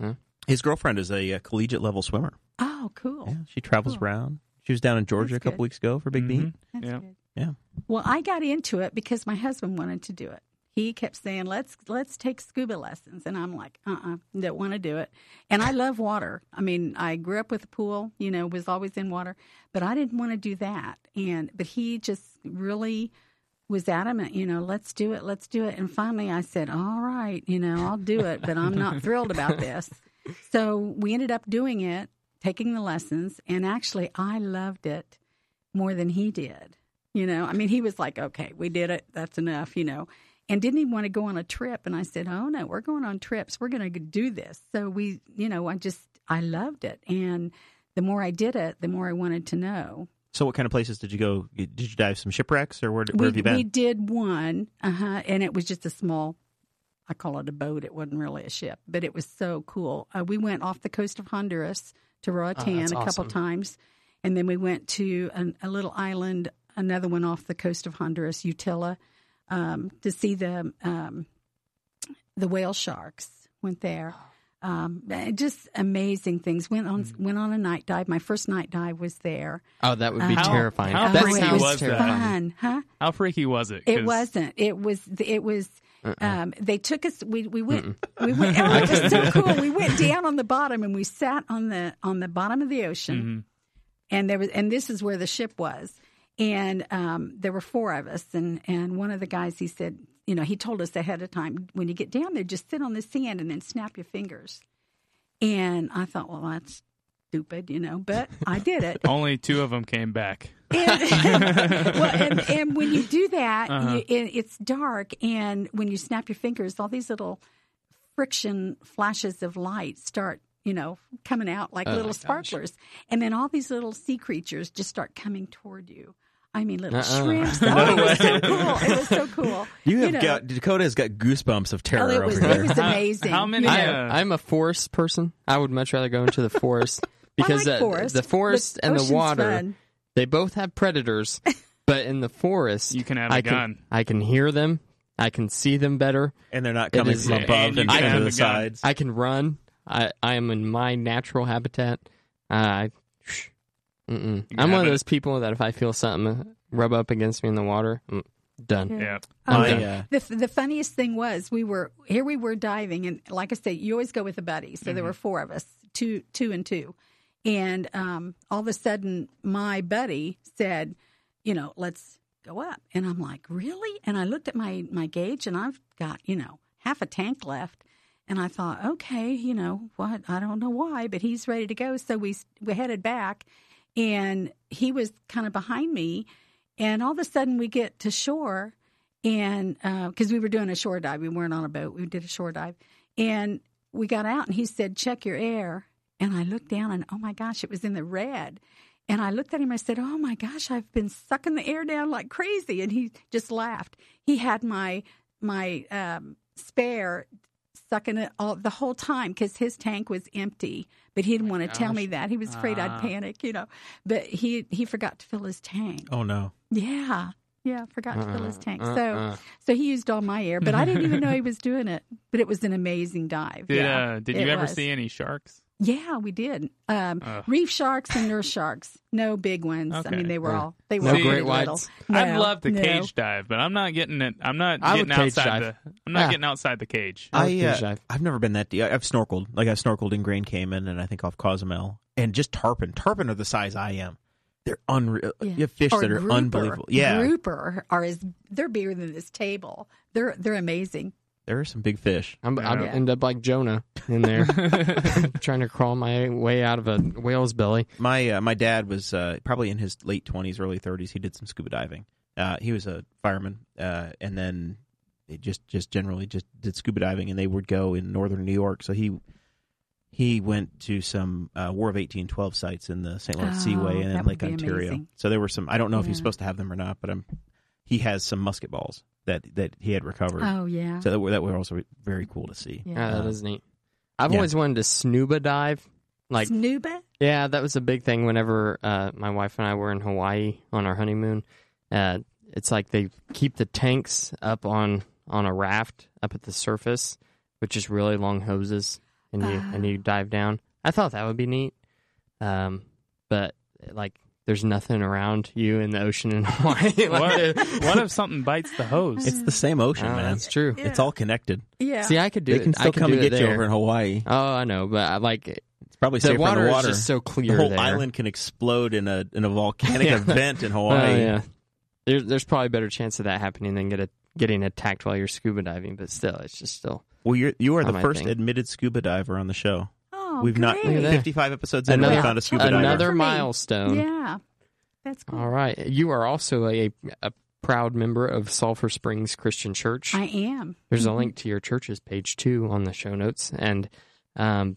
[SPEAKER 1] His girlfriend is a, uh collegiate level swimmer.
[SPEAKER 3] Oh, cool.
[SPEAKER 1] Yeah, she travels
[SPEAKER 3] Cool.
[SPEAKER 1] around. She was down in Georgia
[SPEAKER 3] Oh.
[SPEAKER 1] a
[SPEAKER 3] That's
[SPEAKER 1] couple
[SPEAKER 3] good.
[SPEAKER 1] weeks ago for Big
[SPEAKER 4] Mhm.
[SPEAKER 1] Bean.
[SPEAKER 3] That's
[SPEAKER 4] Yeah.
[SPEAKER 3] good.
[SPEAKER 1] Yeah.
[SPEAKER 3] Well, I got into it because my husband wanted to do it. He kept saying, "Let's let's take scuba lessons," and I'm like, "Uh, uh don't want to do it." And I love water. I mean, I grew up with a pool. You know, was always in water, but I didn't want to do that. And but he just really was adamant. You know, let's do it, let's do it. And finally, I said, "All right, you know, I'll do it," but I'm not thrilled about this. So we ended up doing it, taking the lessons, and actually, I loved it more than he did. You know, I mean, he was like, okay, we did it. That's enough, you know. and didn't even want to go on a trip. And I said, "Oh no, we're going on trips. We're going to do this." So we, you know, I just I loved it, and the more I did it, the more I wanted to know.
[SPEAKER 1] So, what kind of places did you go? Did you dive some shipwrecks, or where, where
[SPEAKER 3] we,
[SPEAKER 1] have you been?
[SPEAKER 3] we did one, uh-huh, and it was just a small. I call it a boat. It wasn't really a ship, but it was so cool. Uh, we went off the coast of Honduras to Roatan
[SPEAKER 2] that's
[SPEAKER 3] a couple
[SPEAKER 2] awesome.
[SPEAKER 3] times, and then we went to an, a little island, another one off the coast of Honduras, Utila, um, to see the um, the whale sharks. Went there. Um, just amazing things. Went on went on a night dive. My first night dive was there.
[SPEAKER 2] Oh, that would be
[SPEAKER 3] Uh-huh. How-
[SPEAKER 2] terrifying.
[SPEAKER 4] how
[SPEAKER 2] That
[SPEAKER 4] freaky
[SPEAKER 3] it
[SPEAKER 2] sounds
[SPEAKER 4] was that?
[SPEAKER 2] terrifying.
[SPEAKER 3] fun, huh?
[SPEAKER 4] How freaky was it?
[SPEAKER 3] It
[SPEAKER 4] 'Cause
[SPEAKER 3] wasn't. It was. It was. Um, they took us. We we went. We went. Oh, it was so cool. We went down on the bottom and we sat on the on the bottom of the ocean, and there was. And this is where the ship was. And um, there were four of us, and and one of the guys he said, you know, he told us ahead of time when you get down there, just sit on the sand and then snap your fingers. And I thought, well, that's stupid, you know, but I did it.
[SPEAKER 4] Only two of them came back.
[SPEAKER 3] And, well, and, and when you do that,
[SPEAKER 2] Uh-huh.
[SPEAKER 3] you, it, it's dark, and when you snap your fingers, all these little friction flashes of light start, you know, coming out
[SPEAKER 2] Oh,
[SPEAKER 3] like little sparklers, and then all these little sea creatures just start coming toward you. I mean, little
[SPEAKER 2] Uh-uh.
[SPEAKER 3] shrimps. Oh, it was so cool! It was so cool.
[SPEAKER 1] you have
[SPEAKER 3] know.
[SPEAKER 1] got Dakota has got goosebumps of
[SPEAKER 3] Oh,
[SPEAKER 1] terror
[SPEAKER 3] it
[SPEAKER 1] over
[SPEAKER 3] was
[SPEAKER 1] here.
[SPEAKER 3] it was amazing.
[SPEAKER 4] how many-
[SPEAKER 3] you know.
[SPEAKER 4] Yeah.
[SPEAKER 2] I, uh, I'm a forest person. I would much rather go into the forest because
[SPEAKER 3] like
[SPEAKER 2] uh,
[SPEAKER 3] forest,
[SPEAKER 2] the forest
[SPEAKER 3] but
[SPEAKER 2] and the
[SPEAKER 3] ocean's
[SPEAKER 2] water
[SPEAKER 3] fun.
[SPEAKER 2] they both have predators, but in the forest
[SPEAKER 4] You can have a
[SPEAKER 2] I
[SPEAKER 4] gun.
[SPEAKER 2] I can hear them. I can see them better.
[SPEAKER 1] and they're not
[SPEAKER 2] It
[SPEAKER 1] coming
[SPEAKER 2] is-
[SPEAKER 1] from
[SPEAKER 2] yeah,
[SPEAKER 1] above;
[SPEAKER 4] and
[SPEAKER 1] they're
[SPEAKER 4] you
[SPEAKER 1] coming
[SPEAKER 4] can
[SPEAKER 1] from
[SPEAKER 4] have
[SPEAKER 1] the
[SPEAKER 4] the gun.
[SPEAKER 1] sides.
[SPEAKER 2] I can run. I I am in my natural habitat. Uh, I, psh, mm-mm.
[SPEAKER 4] You
[SPEAKER 2] I'm one
[SPEAKER 4] have
[SPEAKER 2] of
[SPEAKER 4] it.
[SPEAKER 2] those people that if I feel something uh, rub up against me in the water, mm, done.
[SPEAKER 4] Yeah.
[SPEAKER 3] Oh,
[SPEAKER 1] I, uh,
[SPEAKER 3] yeah. The, the funniest thing was we were here we were diving and like I said you always go with a buddy so there were four of us two two and two and um, all of a sudden my buddy said you know let's go up and I'm like really and I looked at my my gauge and I've got you know half a tank left and I thought okay you know what I don't know why but he's ready to go so we we headed back and he was kind of behind me and all of a sudden we get to shore and because we were doing a shore dive, we weren't on a boat. We did a shore dive, and we got out, and he said, "Check your air." And I looked down, and oh my gosh, it was in the red. And I looked at him. I said, "Oh my gosh, I've been sucking the air down like crazy." And he just laughed. He had my my um, spare sucking it all the whole time because his tank was empty, but he didn't want to tell me that. He was afraid I'd panic, you know. But he he forgot to fill his tank.
[SPEAKER 1] oh no!
[SPEAKER 3] Yeah. Yeah, forgot to fill his
[SPEAKER 1] Uh-uh.
[SPEAKER 3] tank.
[SPEAKER 2] uh,
[SPEAKER 3] so
[SPEAKER 2] uh.
[SPEAKER 3] so he used all my air, but I didn't even know he was doing it. But it was an amazing dive.
[SPEAKER 4] Did
[SPEAKER 3] yeah,
[SPEAKER 4] uh, did
[SPEAKER 3] it
[SPEAKER 4] you ever
[SPEAKER 3] was.
[SPEAKER 4] see any sharks?
[SPEAKER 3] Yeah, we did. Um,
[SPEAKER 4] Ugh.
[SPEAKER 3] reef sharks and nurse sharks. No big ones. I mean,
[SPEAKER 4] Okay.
[SPEAKER 3] they were
[SPEAKER 2] Yeah.
[SPEAKER 3] all they were
[SPEAKER 2] No
[SPEAKER 3] all
[SPEAKER 4] great
[SPEAKER 3] pretty little.
[SPEAKER 2] whites.
[SPEAKER 4] I'd
[SPEAKER 3] No,
[SPEAKER 4] love to
[SPEAKER 3] no.
[SPEAKER 4] cage dive, but I'm not getting it. I'm not
[SPEAKER 2] I would
[SPEAKER 4] getting
[SPEAKER 2] cage
[SPEAKER 4] outside
[SPEAKER 2] dive.
[SPEAKER 4] the. I'm not
[SPEAKER 2] Yeah.
[SPEAKER 4] getting outside the cage.
[SPEAKER 2] I would
[SPEAKER 1] I,
[SPEAKER 2] cage
[SPEAKER 1] uh,
[SPEAKER 2] dive.
[SPEAKER 1] I've never been that deep. I've snorkeled. Like I snorkeled in Grand Cayman and I think off Cozumel and just tarpon. Tarpon are the size I am. They're unreal.
[SPEAKER 3] Yeah.
[SPEAKER 1] You have fish
[SPEAKER 3] Or
[SPEAKER 1] that are
[SPEAKER 3] grouper.
[SPEAKER 1] unbelievable. Yeah,
[SPEAKER 3] grouper are as they're bigger than this table. They're they're amazing.
[SPEAKER 1] there are some big fish.
[SPEAKER 2] I'm, I'd
[SPEAKER 3] Yeah.
[SPEAKER 2] end up like Jonah in there, trying to crawl my way out of a whale's belly.
[SPEAKER 1] My uh, my dad was uh, probably in his late twenties, early thirties. He did some scuba diving. Uh, he was a fireman, uh, and then he just just generally just did scuba diving. And they would go in northern New York. So he he went to some uh, War of eighteen twelve sites in the St. Lawrence
[SPEAKER 3] Oh,
[SPEAKER 1] Seaway and
[SPEAKER 3] that
[SPEAKER 1] in
[SPEAKER 3] would
[SPEAKER 1] Lake
[SPEAKER 3] be
[SPEAKER 1] Ontario.
[SPEAKER 3] amazing.
[SPEAKER 1] So there were some. I don't know if
[SPEAKER 3] Yeah.
[SPEAKER 1] he's supposed to have them or not, but i he has some musket balls that that he had recovered.
[SPEAKER 3] Oh yeah.
[SPEAKER 1] So that were that were also very cool to see.
[SPEAKER 3] yeah.
[SPEAKER 2] Yeah, that is neat. I've
[SPEAKER 1] Uh, yeah.
[SPEAKER 2] always wanted to snuba dive. Like,
[SPEAKER 3] Snuba?
[SPEAKER 2] yeah, that was a big thing whenever uh, my wife and I were in Hawaii on our honeymoon. Uh, it's like they keep the tanks up on on a raft up at the surface with just really long hoses, and you and you dive down. I thought that would be neat, um, but like there's nothing around you in the ocean in Hawaii.
[SPEAKER 4] what, what if something bites the hose?
[SPEAKER 1] It's the same ocean,
[SPEAKER 2] Oh,
[SPEAKER 1] man.
[SPEAKER 2] that's true.
[SPEAKER 1] It's all connected.
[SPEAKER 3] Yeah.
[SPEAKER 2] See, I could do
[SPEAKER 1] They
[SPEAKER 2] it.
[SPEAKER 1] can
[SPEAKER 2] I
[SPEAKER 1] still
[SPEAKER 2] could
[SPEAKER 1] come
[SPEAKER 2] do
[SPEAKER 1] and
[SPEAKER 2] it
[SPEAKER 1] get you
[SPEAKER 2] there.
[SPEAKER 1] over in Hawaii.
[SPEAKER 2] Oh, I know, but I like it.
[SPEAKER 1] It's probably
[SPEAKER 2] the
[SPEAKER 1] safer
[SPEAKER 2] water,
[SPEAKER 1] in the water.
[SPEAKER 2] is just so clear.
[SPEAKER 1] the whole
[SPEAKER 2] there.
[SPEAKER 1] island can explode in a in a volcanic
[SPEAKER 2] Yeah.
[SPEAKER 1] event in
[SPEAKER 2] Oh
[SPEAKER 1] Hawaii.
[SPEAKER 2] yeah, there, there's probably a better chance of that happening than get a, getting attacked while you're scuba diving. But still, it's just still
[SPEAKER 1] Well, you're you are
[SPEAKER 2] Not
[SPEAKER 1] the
[SPEAKER 2] my
[SPEAKER 1] first
[SPEAKER 2] thing.
[SPEAKER 1] admitted scuba diver on the show.
[SPEAKER 3] oh,
[SPEAKER 1] We've not
[SPEAKER 3] great.
[SPEAKER 2] Look at that.
[SPEAKER 1] 55 episodes in, and we
[SPEAKER 2] Another-
[SPEAKER 1] found a scuba
[SPEAKER 3] Good
[SPEAKER 2] another
[SPEAKER 1] diver.
[SPEAKER 3] For me.
[SPEAKER 2] milestone.
[SPEAKER 3] Yeah. That's cool.
[SPEAKER 2] All right, you are also a, a proud member of Sulphur Springs Christian Church.
[SPEAKER 3] I am.
[SPEAKER 2] There's a link to your church's page too on the show notes, and um,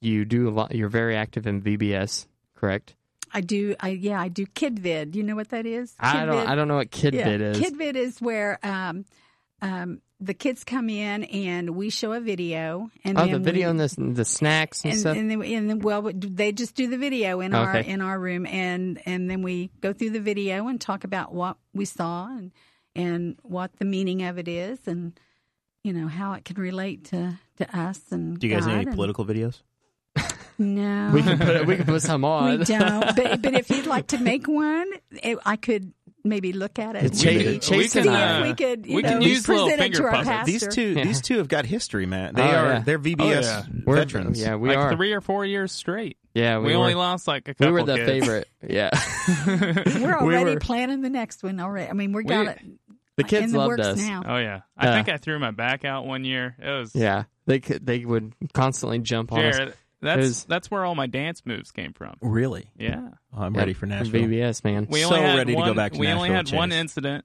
[SPEAKER 2] you do a lot. You're very active in VBS, correct?
[SPEAKER 3] I do. I yeah. I do KidVid. You know what that is?
[SPEAKER 2] I don't.
[SPEAKER 3] KidVid?
[SPEAKER 2] I don't know what KidVid
[SPEAKER 3] yeah.
[SPEAKER 2] is.
[SPEAKER 3] KidVid is where um, um, the kids come in and we show a video. And
[SPEAKER 2] oh,
[SPEAKER 3] then
[SPEAKER 2] the video and
[SPEAKER 3] we,
[SPEAKER 2] the the snacks and,
[SPEAKER 3] and,
[SPEAKER 2] stuff.
[SPEAKER 3] and, then, and then well they just do the video in our
[SPEAKER 2] Okay.
[SPEAKER 3] in our room and and then we go through the video and talk about what we saw and and what the meaning of it is and you know how it can relate to to us and
[SPEAKER 1] Do you guys
[SPEAKER 3] God
[SPEAKER 1] know any
[SPEAKER 3] and-
[SPEAKER 1] political videos?
[SPEAKER 3] no
[SPEAKER 2] we can put we can put some on.
[SPEAKER 3] we don't but, but if you'd like to make one it, i could maybe look at it
[SPEAKER 2] It's
[SPEAKER 3] and
[SPEAKER 2] cha-
[SPEAKER 3] maybe
[SPEAKER 2] cha- chasing
[SPEAKER 3] see
[SPEAKER 2] uh,
[SPEAKER 3] if we could you
[SPEAKER 4] we
[SPEAKER 3] know,
[SPEAKER 4] can use little
[SPEAKER 3] present it
[SPEAKER 4] finger
[SPEAKER 3] to our
[SPEAKER 4] puppets.
[SPEAKER 3] pastor
[SPEAKER 1] These two, these two have got history, man. They
[SPEAKER 2] Oh,
[SPEAKER 1] are
[SPEAKER 2] yeah.
[SPEAKER 1] they're VBS
[SPEAKER 4] yeah.
[SPEAKER 2] We're-
[SPEAKER 1] veterans.
[SPEAKER 2] Yeah, we
[SPEAKER 4] like
[SPEAKER 2] are.
[SPEAKER 4] three or four years straight.
[SPEAKER 2] yeah, we,
[SPEAKER 4] we only
[SPEAKER 2] were,
[SPEAKER 4] lost like a
[SPEAKER 2] we
[SPEAKER 4] couple.
[SPEAKER 2] were the
[SPEAKER 4] kids.
[SPEAKER 2] favorite. Yeah,
[SPEAKER 3] we're
[SPEAKER 2] We
[SPEAKER 3] already
[SPEAKER 2] were-
[SPEAKER 3] planning the next one already i mean we're
[SPEAKER 2] We-
[SPEAKER 3] got it
[SPEAKER 2] the kids
[SPEAKER 3] in the
[SPEAKER 2] loved
[SPEAKER 3] works
[SPEAKER 2] us.
[SPEAKER 3] now
[SPEAKER 4] Oh yeah, I
[SPEAKER 2] Uh,
[SPEAKER 4] think I threw my back out one year. It was
[SPEAKER 2] Yeah, they could, they would constantly jump on us.
[SPEAKER 4] Jared, that's
[SPEAKER 2] was-
[SPEAKER 4] that's where all my dance moves came from.
[SPEAKER 1] Really?
[SPEAKER 4] Yeah,
[SPEAKER 1] Oh, I'm
[SPEAKER 2] Yeah,
[SPEAKER 1] ready for Nashville.
[SPEAKER 2] VBS man.
[SPEAKER 4] we
[SPEAKER 1] So
[SPEAKER 4] only had
[SPEAKER 1] ready to go
[SPEAKER 4] one,
[SPEAKER 1] back to
[SPEAKER 4] We only
[SPEAKER 1] Nashville,
[SPEAKER 4] had one
[SPEAKER 1] Chase.
[SPEAKER 4] incident.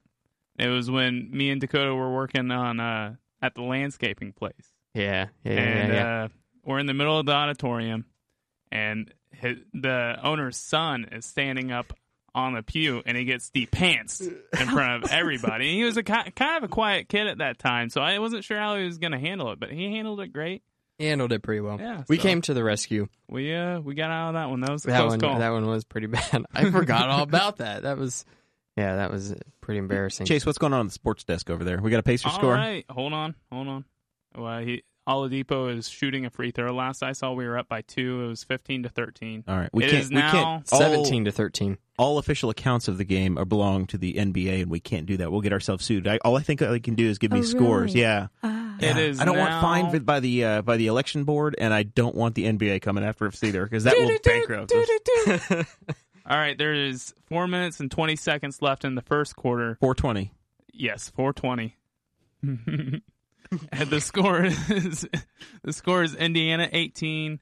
[SPEAKER 4] It was when me and Dakota were working on uh, at the landscaping place.
[SPEAKER 2] yeah, yeah, yeah,
[SPEAKER 4] and
[SPEAKER 2] yeah.
[SPEAKER 4] Uh, we're in the middle of the auditorium, and hi the owner's son is standing up on the pew, and he gets the pants in front of everybody. And he was a ki- kind of a quiet kid at that time, so I wasn't sure how he was going to handle it, but he handled it great.
[SPEAKER 2] He handled it pretty well.
[SPEAKER 4] Yeah,
[SPEAKER 2] we
[SPEAKER 4] so-
[SPEAKER 2] came to the rescue.
[SPEAKER 4] We uh we got out of that one. That was a
[SPEAKER 2] That
[SPEAKER 4] close
[SPEAKER 2] one,
[SPEAKER 4] call.
[SPEAKER 2] that one was pretty bad. I forgot all about that. That was, yeah, that was pretty embarrassing.
[SPEAKER 1] Chase, what's going on at the sports desk over there? We got a Pacers
[SPEAKER 4] All
[SPEAKER 1] score.
[SPEAKER 4] right, hold on, hold on. Well, he Oladipo is shooting a free throw. Last I saw, we were up by two. It was fifteen to thirteen.
[SPEAKER 1] All right. We
[SPEAKER 4] It
[SPEAKER 1] can't. Oh,
[SPEAKER 4] is
[SPEAKER 1] we
[SPEAKER 4] now
[SPEAKER 1] can't. all-
[SPEAKER 2] Seventeen to thirteen.
[SPEAKER 1] all official accounts of the game are belong to the NBA, and we can't do that. We'll get ourselves sued. I, all I think I can do is give me
[SPEAKER 3] Oh,
[SPEAKER 1] scores.
[SPEAKER 3] really?
[SPEAKER 1] Yeah,
[SPEAKER 3] Ah.
[SPEAKER 4] It
[SPEAKER 1] Yeah.
[SPEAKER 4] is
[SPEAKER 1] I don't
[SPEAKER 4] now-
[SPEAKER 1] want fined with- by the uh, by the election board, and I don't want the NBA coming after us either because that will bankrupt us.
[SPEAKER 4] All right, there is four minutes and twenty seconds left in the first quarter.
[SPEAKER 1] Four twenty.
[SPEAKER 4] Yes, four twenty. and the score is the score is Indiana eighteen,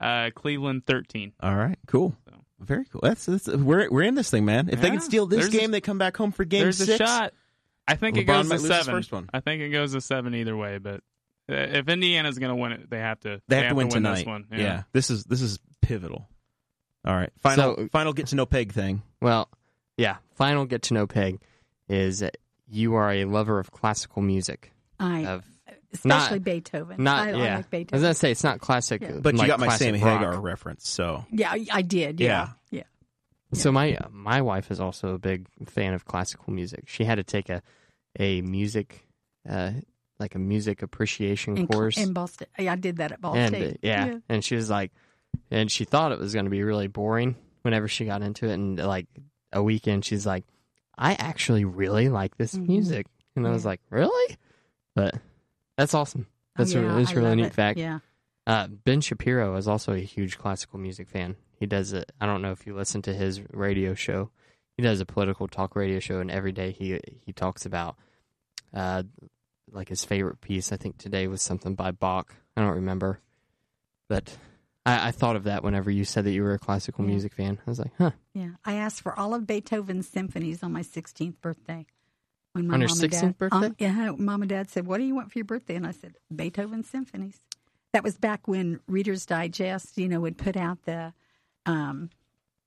[SPEAKER 4] uh, Cleveland thirteen.
[SPEAKER 1] All right. Cool. Very cool. That's, that's we're we're in this thing, man. If they can
[SPEAKER 4] Yeah.
[SPEAKER 1] steal this
[SPEAKER 4] There's a-
[SPEAKER 1] game, they come back home for game
[SPEAKER 4] There's
[SPEAKER 1] six.
[SPEAKER 4] a shot. I think
[SPEAKER 1] LeBron
[SPEAKER 4] it goes
[SPEAKER 1] might
[SPEAKER 4] to
[SPEAKER 1] lose his
[SPEAKER 4] seven.
[SPEAKER 1] first one.
[SPEAKER 4] I think it goes to seven either way. But uh, if Indiana's going to win it, they have to.
[SPEAKER 1] They have to win
[SPEAKER 4] win
[SPEAKER 1] tonight.
[SPEAKER 4] This one.
[SPEAKER 1] yeah. This is this is pivotal. All right. Final
[SPEAKER 2] So-
[SPEAKER 1] final get to know peg thing.
[SPEAKER 2] Well, yeah. Final get to know peg is that you are a lover of classical music.
[SPEAKER 3] I
[SPEAKER 2] Of
[SPEAKER 3] especially Beethoven.
[SPEAKER 2] not
[SPEAKER 3] I, I
[SPEAKER 2] yeah.
[SPEAKER 3] like
[SPEAKER 2] I was
[SPEAKER 3] Beethoven.
[SPEAKER 2] gonna say it's not classic,
[SPEAKER 3] Yeah.
[SPEAKER 1] But
[SPEAKER 2] like
[SPEAKER 1] you got my
[SPEAKER 2] classic
[SPEAKER 1] Sammy
[SPEAKER 2] rock.
[SPEAKER 1] Hagar reference, so
[SPEAKER 3] yeah, I, I did. Yeah, yeah.
[SPEAKER 2] So my my wife is also a big fan of classical music. She had to take a a music uh, like a music appreciation
[SPEAKER 3] In,
[SPEAKER 2] course,
[SPEAKER 3] in Ball State, yeah, I did that at Ball
[SPEAKER 2] and uh,
[SPEAKER 3] State.
[SPEAKER 2] yeah, and she was like, and she thought it was going to be really boring whenever she got into it, and like a weekend she's like, I actually really like this
[SPEAKER 3] Mhm.
[SPEAKER 2] music, and I was
[SPEAKER 3] Yeah.
[SPEAKER 2] like, really, but that's awesome. That's
[SPEAKER 3] oh,
[SPEAKER 2] a,
[SPEAKER 3] yeah,
[SPEAKER 2] that's
[SPEAKER 3] I
[SPEAKER 2] a really
[SPEAKER 3] love
[SPEAKER 2] neat
[SPEAKER 3] it.
[SPEAKER 2] fact.
[SPEAKER 3] Yeah,
[SPEAKER 2] Uh, ben Shapiro is also a huge classical music fan. He does it. I don't know if you listen to his radio show. He does a political talk radio show, and every day he he talks about uh, like his favorite piece. I think today was something by Bach. I don't remember, but I, I thought of that whenever you said that you were a classical
[SPEAKER 3] Yeah.
[SPEAKER 2] music fan. I was like, huh.
[SPEAKER 3] yeah. I asked for all of Beethoven's symphonies on my 16th birthday. When my
[SPEAKER 2] On your
[SPEAKER 3] mom and dad-
[SPEAKER 2] 16th birthday?
[SPEAKER 3] Um, yeah, mom and dad said, "What do you want for your birthday?" And I said, "Beethoven symphonies." That was back when Reader's Digest, you know, would put out the um,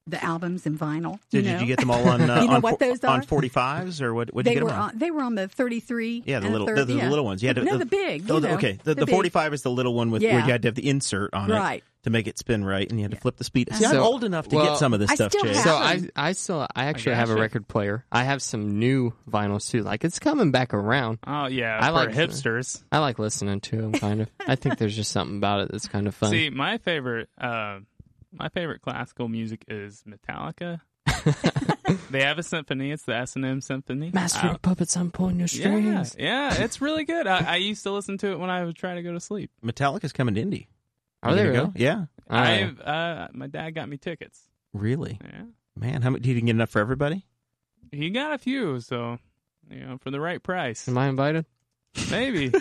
[SPEAKER 3] the albums in vinyl.
[SPEAKER 1] Did you,
[SPEAKER 3] you, know?
[SPEAKER 1] did you get them all on uh,
[SPEAKER 3] You know
[SPEAKER 1] on,
[SPEAKER 3] what
[SPEAKER 1] fo-
[SPEAKER 3] those
[SPEAKER 1] on
[SPEAKER 3] are?
[SPEAKER 1] 45s or what what did
[SPEAKER 3] they
[SPEAKER 1] you get
[SPEAKER 3] were
[SPEAKER 1] them on?
[SPEAKER 3] on, they were on the 33.
[SPEAKER 1] Yeah, the
[SPEAKER 3] and
[SPEAKER 1] little
[SPEAKER 3] third-
[SPEAKER 1] the, the
[SPEAKER 3] yeah.
[SPEAKER 1] little ones. You had to,
[SPEAKER 3] no, the big.
[SPEAKER 1] the- Oh,
[SPEAKER 3] you know,
[SPEAKER 1] okay, the, the,
[SPEAKER 3] big.
[SPEAKER 1] 45 is the little one with where
[SPEAKER 3] Yeah.
[SPEAKER 1] you had to have the insert on
[SPEAKER 3] Right.
[SPEAKER 1] it to make it spin right, and you had to flip the speed.
[SPEAKER 3] Uh-huh.
[SPEAKER 1] See, I'm
[SPEAKER 2] So-
[SPEAKER 1] old enough to
[SPEAKER 2] well,
[SPEAKER 1] get some of this
[SPEAKER 3] I
[SPEAKER 1] stuff,
[SPEAKER 3] still
[SPEAKER 1] Chase.
[SPEAKER 3] have-
[SPEAKER 2] So I
[SPEAKER 3] Awesome.
[SPEAKER 2] I still I actually have a
[SPEAKER 4] gotcha.
[SPEAKER 2] record player. I have some new vinyls too. Like it's coming back around.
[SPEAKER 4] Oh yeah.
[SPEAKER 2] I
[SPEAKER 4] for
[SPEAKER 2] like-
[SPEAKER 4] hipsters.
[SPEAKER 2] I like listening to them. Kind of. I think there's just something about it that's kind of fun.
[SPEAKER 4] See, my favorite, uh, my favorite classical music is Metallica. they have a symphony. It's the S and M symphony.
[SPEAKER 2] Master
[SPEAKER 4] I-
[SPEAKER 2] of Puppets, I'm pulling your
[SPEAKER 4] yeah,
[SPEAKER 2] strings.
[SPEAKER 4] yeah, it's really good. I, I used to listen to it when I would try to go to sleep.
[SPEAKER 1] Metallica's coming to Indy.
[SPEAKER 2] Are they
[SPEAKER 1] you gonna
[SPEAKER 2] really?
[SPEAKER 1] go? Yeah,
[SPEAKER 4] I've uh, my dad got me tickets.
[SPEAKER 1] really,
[SPEAKER 4] Yeah,
[SPEAKER 1] man. How much? You didn't get enough for everybody?
[SPEAKER 4] he got a few, so you know, for the right price,
[SPEAKER 2] Am I invited?
[SPEAKER 4] maybe.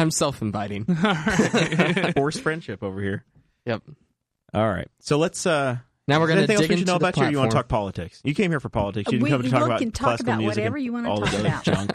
[SPEAKER 2] I'm self-inviting.
[SPEAKER 4] All right.
[SPEAKER 1] Forced friendship over here.
[SPEAKER 2] Yep.
[SPEAKER 1] All right, so let's uh
[SPEAKER 2] Now we're going to
[SPEAKER 1] Anything
[SPEAKER 2] dig
[SPEAKER 1] else we
[SPEAKER 2] into
[SPEAKER 1] should know
[SPEAKER 2] the
[SPEAKER 1] about you?
[SPEAKER 2] platform.
[SPEAKER 1] You want to talk politics? You came here for politics. You didn't
[SPEAKER 3] We-
[SPEAKER 1] come to
[SPEAKER 3] you
[SPEAKER 1] talk
[SPEAKER 3] all
[SPEAKER 1] about
[SPEAKER 3] can talk
[SPEAKER 1] classical
[SPEAKER 3] about
[SPEAKER 1] music
[SPEAKER 3] whatever
[SPEAKER 1] and
[SPEAKER 3] you wanna
[SPEAKER 1] all this
[SPEAKER 3] talk
[SPEAKER 1] other
[SPEAKER 3] about.
[SPEAKER 1] junk.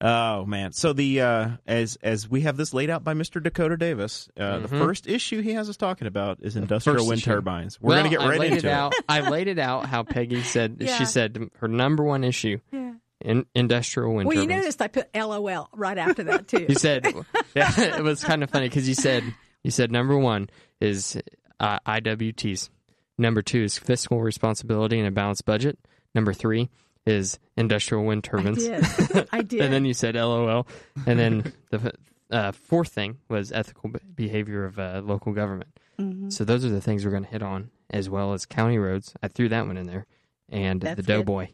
[SPEAKER 1] oh man! So the uh, as as we have this laid out by Mr. Dakota Davis, uh, the
[SPEAKER 2] Mhm.
[SPEAKER 1] first issue he has us talking about is industrial
[SPEAKER 2] first
[SPEAKER 1] wind
[SPEAKER 2] issue.
[SPEAKER 1] turbines. We're
[SPEAKER 2] Well,
[SPEAKER 1] going to get
[SPEAKER 2] I
[SPEAKER 1] right
[SPEAKER 2] laid
[SPEAKER 1] into
[SPEAKER 2] it out. I laid it out how Peggy said
[SPEAKER 3] Yeah.
[SPEAKER 2] she said her number one issue
[SPEAKER 3] Yeah.
[SPEAKER 2] in industrial wind
[SPEAKER 3] Well, you
[SPEAKER 2] turbines.
[SPEAKER 3] noticed I put LOL right after that too.
[SPEAKER 2] You said yeah, it was kind of funny because you said you said number one is uh, IWTs, number two is fiscal responsibility and a balanced budget, number three is industrial wind
[SPEAKER 3] I
[SPEAKER 2] turbines,
[SPEAKER 3] did. I did.
[SPEAKER 2] and then you said LOL, and then the uh, fourth thing was ethical be- behavior of uh, local government.
[SPEAKER 3] Mhm.
[SPEAKER 2] So those are the things we're going to hit on, as well as county roads. I threw that one in there, and
[SPEAKER 3] That's
[SPEAKER 2] the
[SPEAKER 3] good.
[SPEAKER 2] doughboy.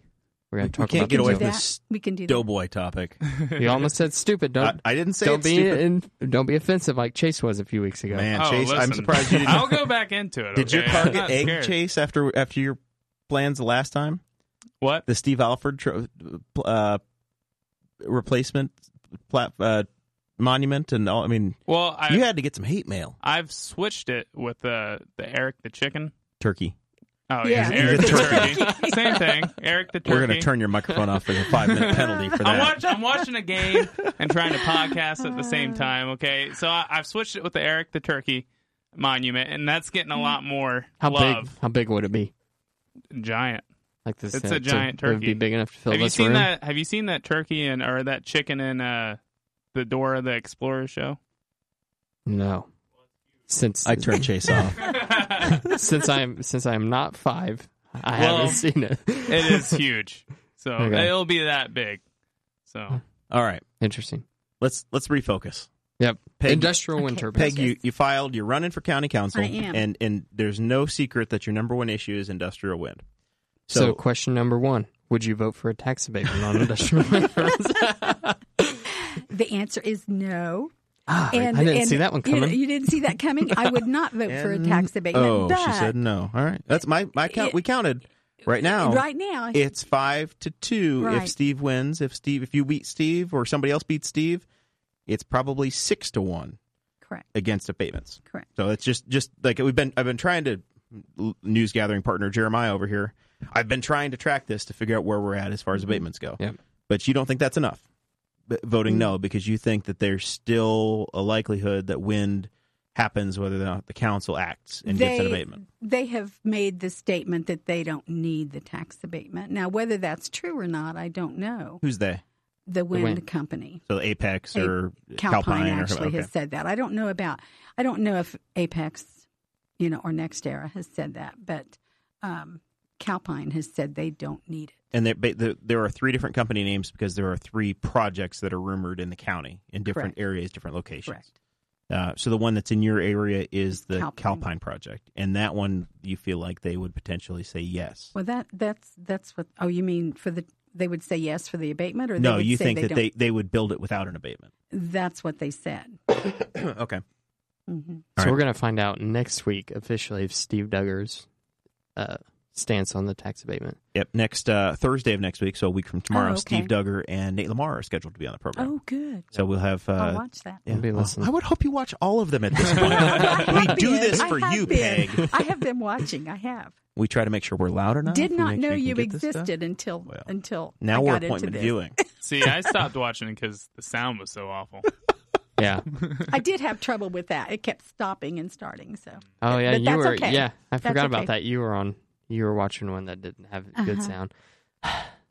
[SPEAKER 2] We're going to
[SPEAKER 1] We
[SPEAKER 2] talk
[SPEAKER 1] can't
[SPEAKER 2] about
[SPEAKER 1] get
[SPEAKER 2] the
[SPEAKER 1] away
[SPEAKER 3] Do
[SPEAKER 1] from
[SPEAKER 2] doughboy.
[SPEAKER 3] that.
[SPEAKER 1] this
[SPEAKER 3] We can do that.
[SPEAKER 1] doughboy topic.
[SPEAKER 2] You almost said stupid. Don't
[SPEAKER 1] I, I didn't say
[SPEAKER 2] don't
[SPEAKER 1] it's
[SPEAKER 2] be
[SPEAKER 1] stupid.
[SPEAKER 2] in- don't be offensive like Chase was a few weeks ago.
[SPEAKER 1] Man,
[SPEAKER 4] Oh,
[SPEAKER 1] Chase, I'm
[SPEAKER 4] listen.
[SPEAKER 1] surprised you didn't.
[SPEAKER 4] I'll go back into it.
[SPEAKER 1] Did your
[SPEAKER 4] okay? I'm
[SPEAKER 1] car
[SPEAKER 4] not
[SPEAKER 1] get egg
[SPEAKER 4] scared.
[SPEAKER 1] chase after after your plans the last time?
[SPEAKER 4] What?
[SPEAKER 1] The Steve Alford tro- uh, replacement plat- uh, monument and all. I mean,
[SPEAKER 4] Well, I,
[SPEAKER 1] you had to get some hate mail.
[SPEAKER 4] I've switched it with the the Eric the chicken.
[SPEAKER 1] Turkey.
[SPEAKER 4] Oh
[SPEAKER 3] Yeah.
[SPEAKER 4] yeah, Eric
[SPEAKER 1] The
[SPEAKER 4] the
[SPEAKER 1] turkey.
[SPEAKER 4] turkey. Same thing. Eric the turkey.
[SPEAKER 1] We're gonna turn your microphone off. There's a five minute penalty for
[SPEAKER 4] I'm,
[SPEAKER 1] that.
[SPEAKER 4] watch, I'm watching a game and trying to podcast at the same time. Okay, so I, I've switched it with the Eric the Turkey monument, and that's getting a lot more
[SPEAKER 2] How big?
[SPEAKER 4] love.
[SPEAKER 2] How big would it be?
[SPEAKER 4] Giant.
[SPEAKER 2] Like this?
[SPEAKER 4] It's
[SPEAKER 2] uh, to-
[SPEAKER 4] a giant
[SPEAKER 2] It would be
[SPEAKER 4] turkey.
[SPEAKER 2] big enough to fill
[SPEAKER 4] have you
[SPEAKER 2] this
[SPEAKER 4] seen
[SPEAKER 2] room.
[SPEAKER 4] that? Have you seen that turkey and or that chicken in uh, the Dora the Explorer show?
[SPEAKER 2] No. Since
[SPEAKER 1] I turned Chase off.
[SPEAKER 4] it
[SPEAKER 2] since I'm since I'm not five, I
[SPEAKER 4] Well,
[SPEAKER 2] haven't seen it.
[SPEAKER 4] is huge, so
[SPEAKER 2] Okay.
[SPEAKER 4] it'll be that big. So
[SPEAKER 1] All right,
[SPEAKER 2] interesting.
[SPEAKER 1] let's let's refocus.
[SPEAKER 2] Yep.
[SPEAKER 1] Peg-
[SPEAKER 2] Industrial wind
[SPEAKER 3] Okay.
[SPEAKER 2] turbines.
[SPEAKER 1] Peg, you, you filed. You're running for county council,
[SPEAKER 3] I am.
[SPEAKER 1] and and there's no secret that your number one issue is industrial wind.
[SPEAKER 2] So, question number one: Would you vote for a tax abatement on industrial wind turbines?
[SPEAKER 3] The answer is no.
[SPEAKER 2] Ah,
[SPEAKER 3] And
[SPEAKER 2] I didn't
[SPEAKER 3] and
[SPEAKER 2] see that one
[SPEAKER 3] you-
[SPEAKER 2] coming.
[SPEAKER 3] You, didn't see that coming. I would not vote for a tax abatement.
[SPEAKER 1] Oh,
[SPEAKER 3] but
[SPEAKER 1] she said no. All right, that's my my count. we counted right now.
[SPEAKER 3] Right now,
[SPEAKER 1] It's five to two. If
[SPEAKER 3] Right.
[SPEAKER 1] Steve wins, if Steve, if you beat Steve or somebody else beats Steve, it's probably six to one
[SPEAKER 3] correct,
[SPEAKER 1] against abatements.
[SPEAKER 3] correct.
[SPEAKER 1] So it's just just like we've been. I've been trying to l- news gathering partner Jeremiah over here. I've been trying to track this to figure out where we're at as far as
[SPEAKER 3] Mm-hmm.
[SPEAKER 1] abatements go.
[SPEAKER 2] Yep.
[SPEAKER 1] But you don't think that's enough? B- voting
[SPEAKER 3] Mm-hmm.
[SPEAKER 1] no because you think that there's still a likelihood that wind happens whether or not the council acts and gives an abatement.
[SPEAKER 3] They have made the statement that they don't need the tax abatement. Now, whether that's true or not, I don't know.
[SPEAKER 1] Who's they?
[SPEAKER 3] The wind,
[SPEAKER 2] wind.
[SPEAKER 3] company,
[SPEAKER 1] So Apex
[SPEAKER 3] A-
[SPEAKER 1] or
[SPEAKER 3] Calpine,
[SPEAKER 1] Calpine or
[SPEAKER 3] actually
[SPEAKER 1] something.
[SPEAKER 3] has said that. I don't know about. I don't know if Apex, you know, or Next Era has said that, but um, Calpine has said they don't need it.
[SPEAKER 1] and there, ba- there there are three different company names because there are three projects that are rumored in the county in different
[SPEAKER 3] Correct.
[SPEAKER 1] areas, different locations.
[SPEAKER 3] Correct.
[SPEAKER 1] Uh, so the one that's in your area is the Calpine.
[SPEAKER 3] Calpine.
[SPEAKER 1] project, and that one you feel like they would potentially say yes.
[SPEAKER 3] Well, that that's that's what. Oh, you mean for the they would say yes for the abatement, or they
[SPEAKER 1] no,
[SPEAKER 3] would
[SPEAKER 1] you
[SPEAKER 3] say
[SPEAKER 1] think
[SPEAKER 3] they
[SPEAKER 1] that
[SPEAKER 3] don't?
[SPEAKER 1] they, they would build it without an abatement.
[SPEAKER 3] That's what they said.
[SPEAKER 1] okay,
[SPEAKER 3] hmm
[SPEAKER 2] so
[SPEAKER 1] All
[SPEAKER 2] we're going to find out next week officially if Steve Duggar's uh, stance on the tax abatement.
[SPEAKER 1] yep. Next uh, Thursday of next week, so a week from tomorrow,
[SPEAKER 3] Oh, okay.
[SPEAKER 1] Steve Duggar and Nate Lamar are scheduled to be on the program.
[SPEAKER 3] Oh, good.
[SPEAKER 1] So we'll have. Uh,
[SPEAKER 3] I'll watch that.
[SPEAKER 1] yeah.
[SPEAKER 2] We'll be
[SPEAKER 1] Oh,
[SPEAKER 2] listening.
[SPEAKER 1] I would hope you watch all of them at this point.
[SPEAKER 3] I
[SPEAKER 1] we
[SPEAKER 3] have
[SPEAKER 1] do
[SPEAKER 3] been.
[SPEAKER 1] this
[SPEAKER 3] I
[SPEAKER 1] for
[SPEAKER 3] have
[SPEAKER 1] you,
[SPEAKER 3] been.
[SPEAKER 1] Peg.
[SPEAKER 3] I have been watching. I have.
[SPEAKER 1] We try to make sure we're loud enough.
[SPEAKER 3] Did
[SPEAKER 1] We
[SPEAKER 3] not
[SPEAKER 1] make
[SPEAKER 3] know
[SPEAKER 1] sure
[SPEAKER 3] you
[SPEAKER 1] can get this stuff.
[SPEAKER 3] existed until
[SPEAKER 1] Well,
[SPEAKER 3] until
[SPEAKER 1] Now
[SPEAKER 3] I
[SPEAKER 1] we're
[SPEAKER 3] got
[SPEAKER 1] appointment
[SPEAKER 3] into this.
[SPEAKER 1] viewing.
[SPEAKER 4] see, I stopped watching because the sound was so awful.
[SPEAKER 2] Yeah.
[SPEAKER 3] I did have trouble with that. It kept stopping and starting. So
[SPEAKER 2] Oh
[SPEAKER 3] But-
[SPEAKER 2] yeah,
[SPEAKER 3] but
[SPEAKER 2] you
[SPEAKER 3] that's
[SPEAKER 2] were.
[SPEAKER 3] okay.
[SPEAKER 2] Yeah, I
[SPEAKER 3] That's
[SPEAKER 2] forgot
[SPEAKER 3] okay.
[SPEAKER 2] about that. You were on. You were watching one that didn't have good
[SPEAKER 3] Uh-huh.
[SPEAKER 2] sound.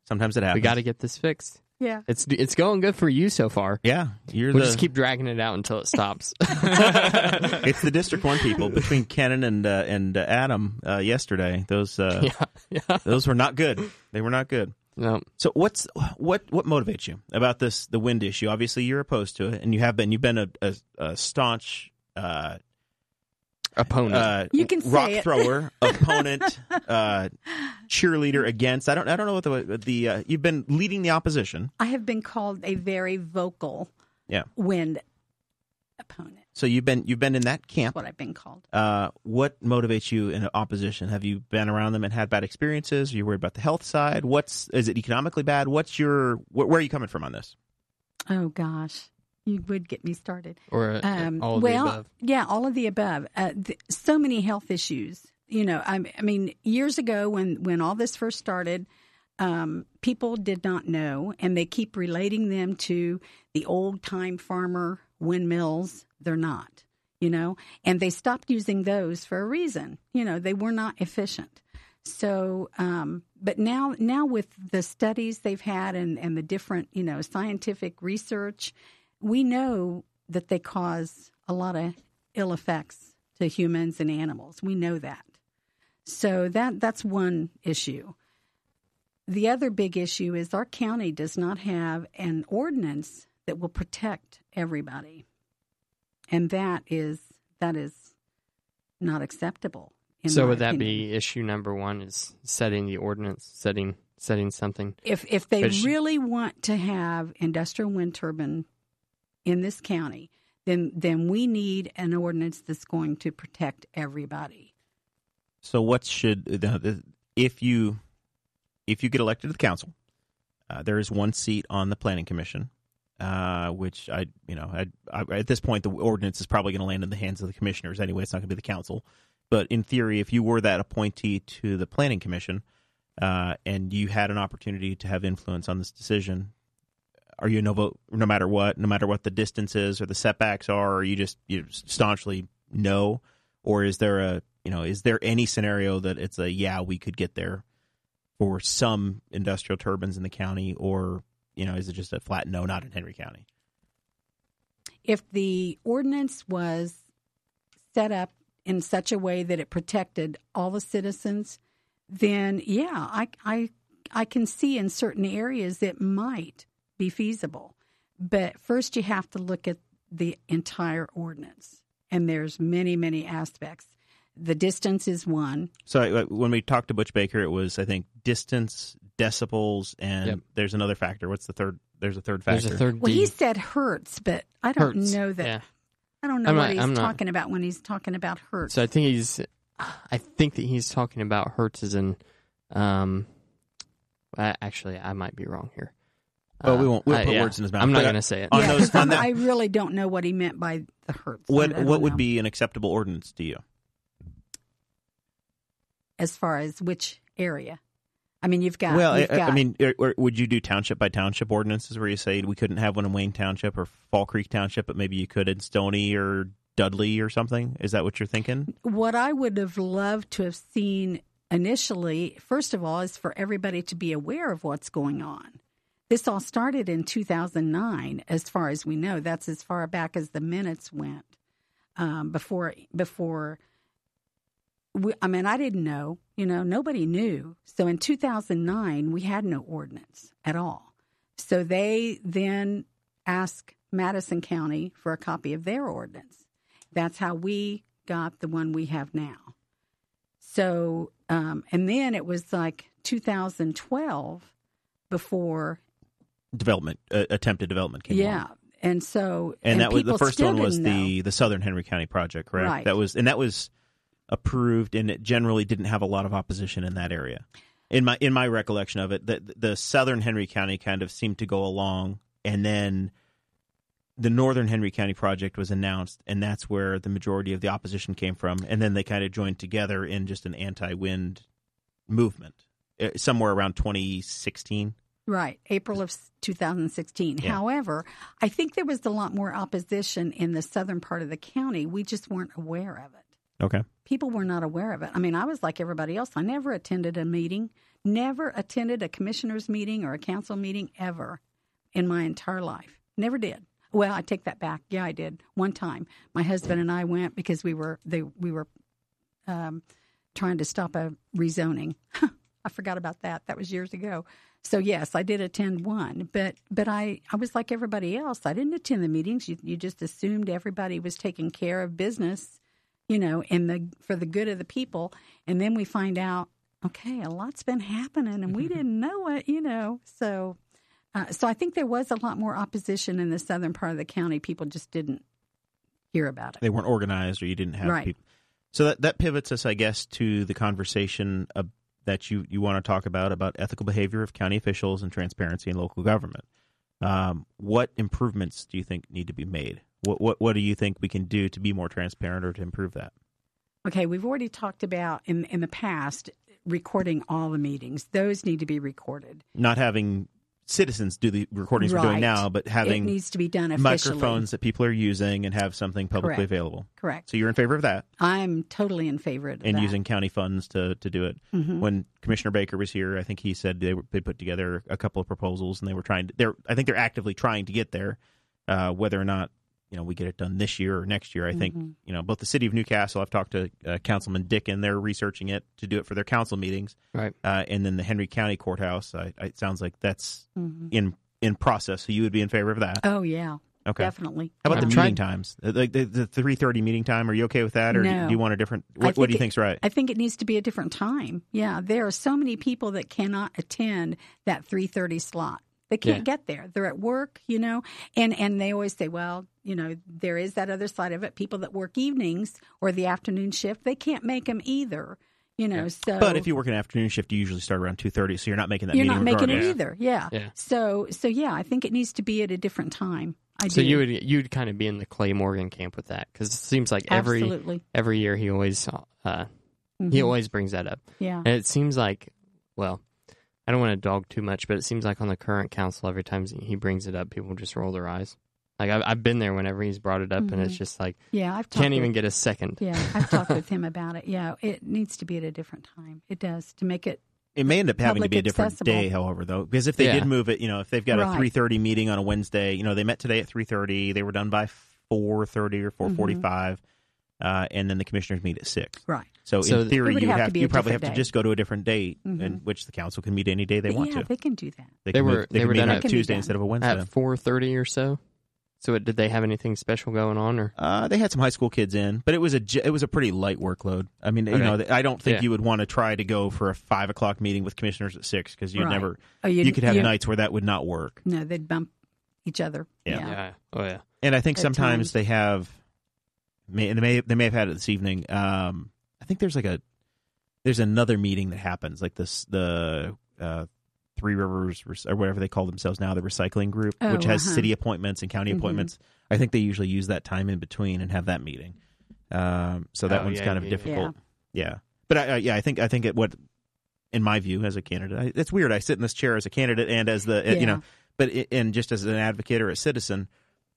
[SPEAKER 1] Sometimes it happens.
[SPEAKER 2] We got to get this fixed.
[SPEAKER 3] yeah,
[SPEAKER 2] It's it's going good for you so far.
[SPEAKER 1] Yeah, you're
[SPEAKER 2] We'll
[SPEAKER 1] the.
[SPEAKER 2] just keep dragging it out until it stops.
[SPEAKER 1] it's the District One people between Kennan and uh, and uh, Adam uh, yesterday. Those uh,
[SPEAKER 2] yeah, yeah.
[SPEAKER 1] those were not good. They were not good.
[SPEAKER 2] No,
[SPEAKER 1] So what's what what motivates you about this the wind issue? Obviously, you're opposed to it, and you have been. You've been a, a, a staunch. Uh,
[SPEAKER 2] opponent.
[SPEAKER 1] uh,
[SPEAKER 3] You can say
[SPEAKER 1] rock
[SPEAKER 3] it.
[SPEAKER 1] thrower, opponent, uh, cheerleader against. I don't. I don't know what the the. Uh, you've been leading the opposition.
[SPEAKER 3] I have been called a very vocal
[SPEAKER 1] Yeah.
[SPEAKER 3] wind opponent.
[SPEAKER 1] So you've been you've been in that camp.
[SPEAKER 3] That's what I've been called.
[SPEAKER 1] Uh, what motivates you in opposition? Have you been around them and had bad experiences? Are you worried about the health side? What's is it economically bad? What's your wh- where are you coming from on this?
[SPEAKER 3] Oh gosh, you would get me started.
[SPEAKER 2] or uh,
[SPEAKER 3] Um,
[SPEAKER 2] all of
[SPEAKER 3] well,
[SPEAKER 2] the above.
[SPEAKER 3] yeah, all of the above. Uh, th- so many health issues you know, I, I mean, years ago when when all this first started, um, people did not know, and they keep relating them to the old time farmer windmills. They're not, you know, and they stopped using those for a reason. You know, they were not efficient. So, um, but now, now with the studies they've had and, and the different, you know, scientific research, we know that they cause a lot of ill effects to humans and animals. We know that. So that that's one issue. The other big issue is our county does not have an ordinance that will protect everybody. And that is that is not acceptable. in
[SPEAKER 2] so
[SPEAKER 3] my
[SPEAKER 2] would that
[SPEAKER 3] opinion.
[SPEAKER 2] be issue number one? Is setting the ordinance, setting setting something.
[SPEAKER 3] if if they
[SPEAKER 2] But she-
[SPEAKER 3] really want to have industrial wind turbine in this county, then then we need an ordinance that's going to protect everybody.
[SPEAKER 1] So what should uh, the- if you if you get elected to the council? Uh, there is one seat on the planning commission, uh, which I you know I, I, at this point the ordinance is probably going to land in the hands of the commissioners anyway. It's not going to be the council, but in theory, if you were that appointee to the planning commission uh, and you had an opportunity to have influence on this decision, are you a no vote no matter what, no matter what the distances or the setbacks are? Or are you just you staunchly no, or is there a you know is there any scenario that it's a yeah we could get there for some industrial turbines in the county, or you know is it just a flat no not in Henry County?
[SPEAKER 3] if the ordinance was set up in such a way that it protected all the citizens, then yeah, I, I, I can see in certain areas it might be feasible. But first, you have to look at the entire ordinance, and there's many, many aspects. The distance is one.
[SPEAKER 1] So uh, when we talked to Butch Baker, it was I think distance, decibels, and
[SPEAKER 2] Yep.
[SPEAKER 1] there's another factor. What's the third? There's a third factor.
[SPEAKER 2] There's a third.
[SPEAKER 3] Well,
[SPEAKER 2] D.
[SPEAKER 3] he said hertz, but I don't
[SPEAKER 2] Hertz.
[SPEAKER 3] know that.
[SPEAKER 2] Yeah.
[SPEAKER 3] I don't know
[SPEAKER 2] I'm
[SPEAKER 3] what
[SPEAKER 2] not-
[SPEAKER 3] he's
[SPEAKER 2] I'm not-
[SPEAKER 3] talking about when he's talking about hertz.
[SPEAKER 2] So I think he's, I think that he's talking about Hertz as in, um, I, actually I might be wrong here.
[SPEAKER 1] Well, we won't- we'll
[SPEAKER 2] I-
[SPEAKER 1] put words in his mouth.
[SPEAKER 2] I'm not
[SPEAKER 1] But, uh,
[SPEAKER 2] going to say it.
[SPEAKER 1] on
[SPEAKER 3] yeah,
[SPEAKER 1] those-
[SPEAKER 3] 'cause
[SPEAKER 1] on
[SPEAKER 3] I'm-
[SPEAKER 1] the-
[SPEAKER 3] I really don't know what he meant by the hertz. I
[SPEAKER 1] What
[SPEAKER 3] don't
[SPEAKER 1] what would
[SPEAKER 3] know.
[SPEAKER 1] be an acceptable ordinance to you?
[SPEAKER 3] as far as which area? I mean, you've got.
[SPEAKER 1] well, I,
[SPEAKER 3] you've got,
[SPEAKER 1] I mean, or- or would you do township by township ordinances where you say we couldn't have one in Wayne Township or Fall Creek Township, but maybe you could in Stony or Dudley or something? Is that what you're thinking?
[SPEAKER 3] what I would have loved to have seen initially, first of all, is for everybody to be aware of what's going on. This all started in 2009, as far as we know. That's as far back as the minutes went. Um, before, before, we, I mean, I didn't know. You know, nobody knew. So in 2009, we had no ordinance at all. So they then asked Madison County for a copy of their ordinance. That's how we got the one we have now. So, um, and then it was like 2012 before,
[SPEAKER 1] Development, uh, attempted development came along.
[SPEAKER 3] yeah. And so,
[SPEAKER 1] and, that was the
[SPEAKER 3] people
[SPEAKER 1] first
[SPEAKER 3] still
[SPEAKER 1] one was
[SPEAKER 3] didn't know.
[SPEAKER 1] the the Southern Henry County project, correct?
[SPEAKER 3] Right.
[SPEAKER 1] That was and that was approved, and it generally didn't have a lot of opposition in that area. In my in my recollection of it, the the Southern Henry County kind of seemed to go along, and then the Northern Henry County project was announced, and that's where the majority of the opposition came from, and then they kind of joined together in just an anti-wind movement eh, somewhere around 2016.
[SPEAKER 3] Right, April of s- 2016.
[SPEAKER 1] Yeah.
[SPEAKER 3] However, I think there was a lot more opposition in the southern part of the county. We just weren't aware of it.
[SPEAKER 1] Okay.
[SPEAKER 3] People were not aware of it. I mean, I was like everybody else. I never attended a meeting, never attended a commissioner's meeting or a council meeting ever in my entire life. Never did. Well, I take that back. Yeah, I did one time. My husband and I went because we were they we were um, trying to stop a rezoning. I forgot about that. That was years ago. So yes, I did attend one, but but I, I was like everybody else. I didn't attend the meetings. You you just assumed everybody was taking care of business, you know, and the for the good of the people. And then we find out, okay, a lot's been happening, and we didn't know it, you know. So uh, so I think there was a lot more opposition in the southern part of the county. People just didn't hear about it.
[SPEAKER 1] they weren't organized or you didn't have
[SPEAKER 3] Right.
[SPEAKER 1] people. So that, that pivots us, I guess, to the conversation of, that you, you want to talk about about ethical behavior of county officials and transparency in local government. Um, what improvements do you think need to be made? What, what what do you think we can do to be more transparent or to improve that?
[SPEAKER 3] Okay, we've already talked about in in the past recording all the meetings. Those need to be recorded.
[SPEAKER 1] Not having citizens do the recordings we're doing
[SPEAKER 3] Right.
[SPEAKER 1] now, but
[SPEAKER 3] it
[SPEAKER 1] having
[SPEAKER 3] needs to be done officially.
[SPEAKER 1] microphones that people are using and have something publicly
[SPEAKER 3] Correct.
[SPEAKER 1] available.
[SPEAKER 3] Correct.
[SPEAKER 1] So you're in favor of that
[SPEAKER 3] I'm totally in favor of
[SPEAKER 1] and
[SPEAKER 3] that.
[SPEAKER 1] using county funds to, to do it.
[SPEAKER 3] Mhm.
[SPEAKER 1] When Commissioner Baker was here, I think he said they were, they put together a couple of proposals and they were trying to. They're I think they're actively trying to get there. Uh, whether or not you know we get it done this year or next year, I think
[SPEAKER 3] Mhm.
[SPEAKER 1] you know both the city of Newcastle. I've talked to uh, Councilman Dick and they're researching it to do it for their council meetings.
[SPEAKER 2] Right.
[SPEAKER 1] Uh, and then the Henry County Courthouse. I, I, it sounds like that's
[SPEAKER 3] Mhm.
[SPEAKER 1] in in process. So you would be in favor of that?
[SPEAKER 3] Oh yeah,
[SPEAKER 1] Okay.
[SPEAKER 3] definitely.
[SPEAKER 1] How about
[SPEAKER 2] I'm
[SPEAKER 1] the
[SPEAKER 2] trying-
[SPEAKER 1] meeting times? Uh, Like the, the three thirty meeting time? Are you okay with that, or do-
[SPEAKER 3] No.
[SPEAKER 1] do you want a different?
[SPEAKER 3] I
[SPEAKER 1] What, what do you
[SPEAKER 3] think it-
[SPEAKER 1] think's right?
[SPEAKER 3] I think it needs to be a different time. Yeah, there are so many people that cannot attend that 3:30 slot. They can't
[SPEAKER 2] Yeah.
[SPEAKER 3] get there. They're at work, you know. And and they always say, well, you know, there is that other side of it. People that work evenings or the afternoon shift, they can't make them either, you know. So
[SPEAKER 1] But if you work an afternoon shift, you usually start around two thirty, so you're not making that
[SPEAKER 3] you're
[SPEAKER 1] meeting.
[SPEAKER 3] not making it
[SPEAKER 1] regardless.
[SPEAKER 3] either. Yeah.
[SPEAKER 2] Yeah.
[SPEAKER 3] So so yeah, I think it needs to be at a different time. I
[SPEAKER 2] So
[SPEAKER 3] do.
[SPEAKER 2] you would you'd kind of be in the Clay Morgan camp with that because it seems like every
[SPEAKER 3] Absolutely.
[SPEAKER 2] every year he always uh, he
[SPEAKER 3] Mhm.
[SPEAKER 2] always brings that up,
[SPEAKER 3] Yeah.
[SPEAKER 2] and it seems like well, I don't want to dog too much, but it seems like on the current council, every time he brings it up, people just roll their eyes. Like I've, I've been there whenever he's brought it up, and it's just like
[SPEAKER 3] Yeah, I've Mm-hmm. talked
[SPEAKER 2] can't
[SPEAKER 3] with-
[SPEAKER 2] even get a second.
[SPEAKER 3] Yeah, I've talked with him about it. Yeah, it needs to be at a different time. It does to make it
[SPEAKER 1] It may end up having to
[SPEAKER 3] Public
[SPEAKER 1] be a different
[SPEAKER 3] accessible.
[SPEAKER 1] day, however, though, because if they
[SPEAKER 2] Yeah.
[SPEAKER 1] did move it, you know, if they've got
[SPEAKER 3] Right.
[SPEAKER 1] a three thirty meeting on a Wednesday, you know, they met today at three thirty, they were done by four thirty
[SPEAKER 3] Mm-hmm.
[SPEAKER 1] or four uh, and then the commissioners meet at six.
[SPEAKER 3] right.
[SPEAKER 1] So,
[SPEAKER 2] So
[SPEAKER 1] in
[SPEAKER 2] th-
[SPEAKER 1] theory,
[SPEAKER 3] It would
[SPEAKER 1] you
[SPEAKER 3] have to
[SPEAKER 1] have
[SPEAKER 3] be
[SPEAKER 1] you
[SPEAKER 3] a
[SPEAKER 1] probably have
[SPEAKER 3] different
[SPEAKER 1] to
[SPEAKER 3] day.
[SPEAKER 1] just go to a different date, in
[SPEAKER 3] Mhm.
[SPEAKER 1] which the council can meet any day they
[SPEAKER 3] But
[SPEAKER 1] want
[SPEAKER 3] yeah,
[SPEAKER 1] to.
[SPEAKER 3] they can do that.
[SPEAKER 1] They,
[SPEAKER 2] They
[SPEAKER 1] can
[SPEAKER 2] were-
[SPEAKER 1] move- they
[SPEAKER 2] they
[SPEAKER 1] can
[SPEAKER 2] were
[SPEAKER 1] meet
[SPEAKER 2] done
[SPEAKER 1] on
[SPEAKER 2] at-
[SPEAKER 1] a Tuesday instead of a Wednesday.
[SPEAKER 2] at four thirty or so. So it, did they have anything special going on, or
[SPEAKER 1] Uh, they had some high school kids in, but it was a j- it was a pretty light workload. I mean, you
[SPEAKER 2] Okay.
[SPEAKER 1] know, I don't think
[SPEAKER 2] Yeah.
[SPEAKER 1] you would want to try to go for a five o'clock meeting with commissioners at six because you'd
[SPEAKER 3] Right.
[SPEAKER 1] never
[SPEAKER 3] Oh,
[SPEAKER 1] you could have nights where that would not work.
[SPEAKER 3] No, they'd bump each other.
[SPEAKER 1] Yeah.
[SPEAKER 3] Yeah.
[SPEAKER 2] oh yeah,
[SPEAKER 1] And I think
[SPEAKER 3] At
[SPEAKER 1] sometimes
[SPEAKER 3] times.
[SPEAKER 1] they have, may, and they may they may have had it this evening. Um, I think there's like a there's another meeting that happens like this the uh, Three Rivers Rec- or whatever they call themselves now the recycling group,
[SPEAKER 3] Oh,
[SPEAKER 1] which has
[SPEAKER 3] uh-huh.
[SPEAKER 1] city appointments and county
[SPEAKER 3] Mhm.
[SPEAKER 1] appointments. I think they usually use that time in between and have that meeting. Um, so that
[SPEAKER 2] Oh,
[SPEAKER 1] one's
[SPEAKER 2] yeah,
[SPEAKER 1] kind of
[SPEAKER 2] yeah, yeah.
[SPEAKER 1] difficult. Yeah, but I, I, yeah, I think I think it what in my view as a candidate, I, it's weird. I sit in this chair as a candidate and as the you
[SPEAKER 3] Yeah.
[SPEAKER 1] know, but i and just as an advocate or a citizen,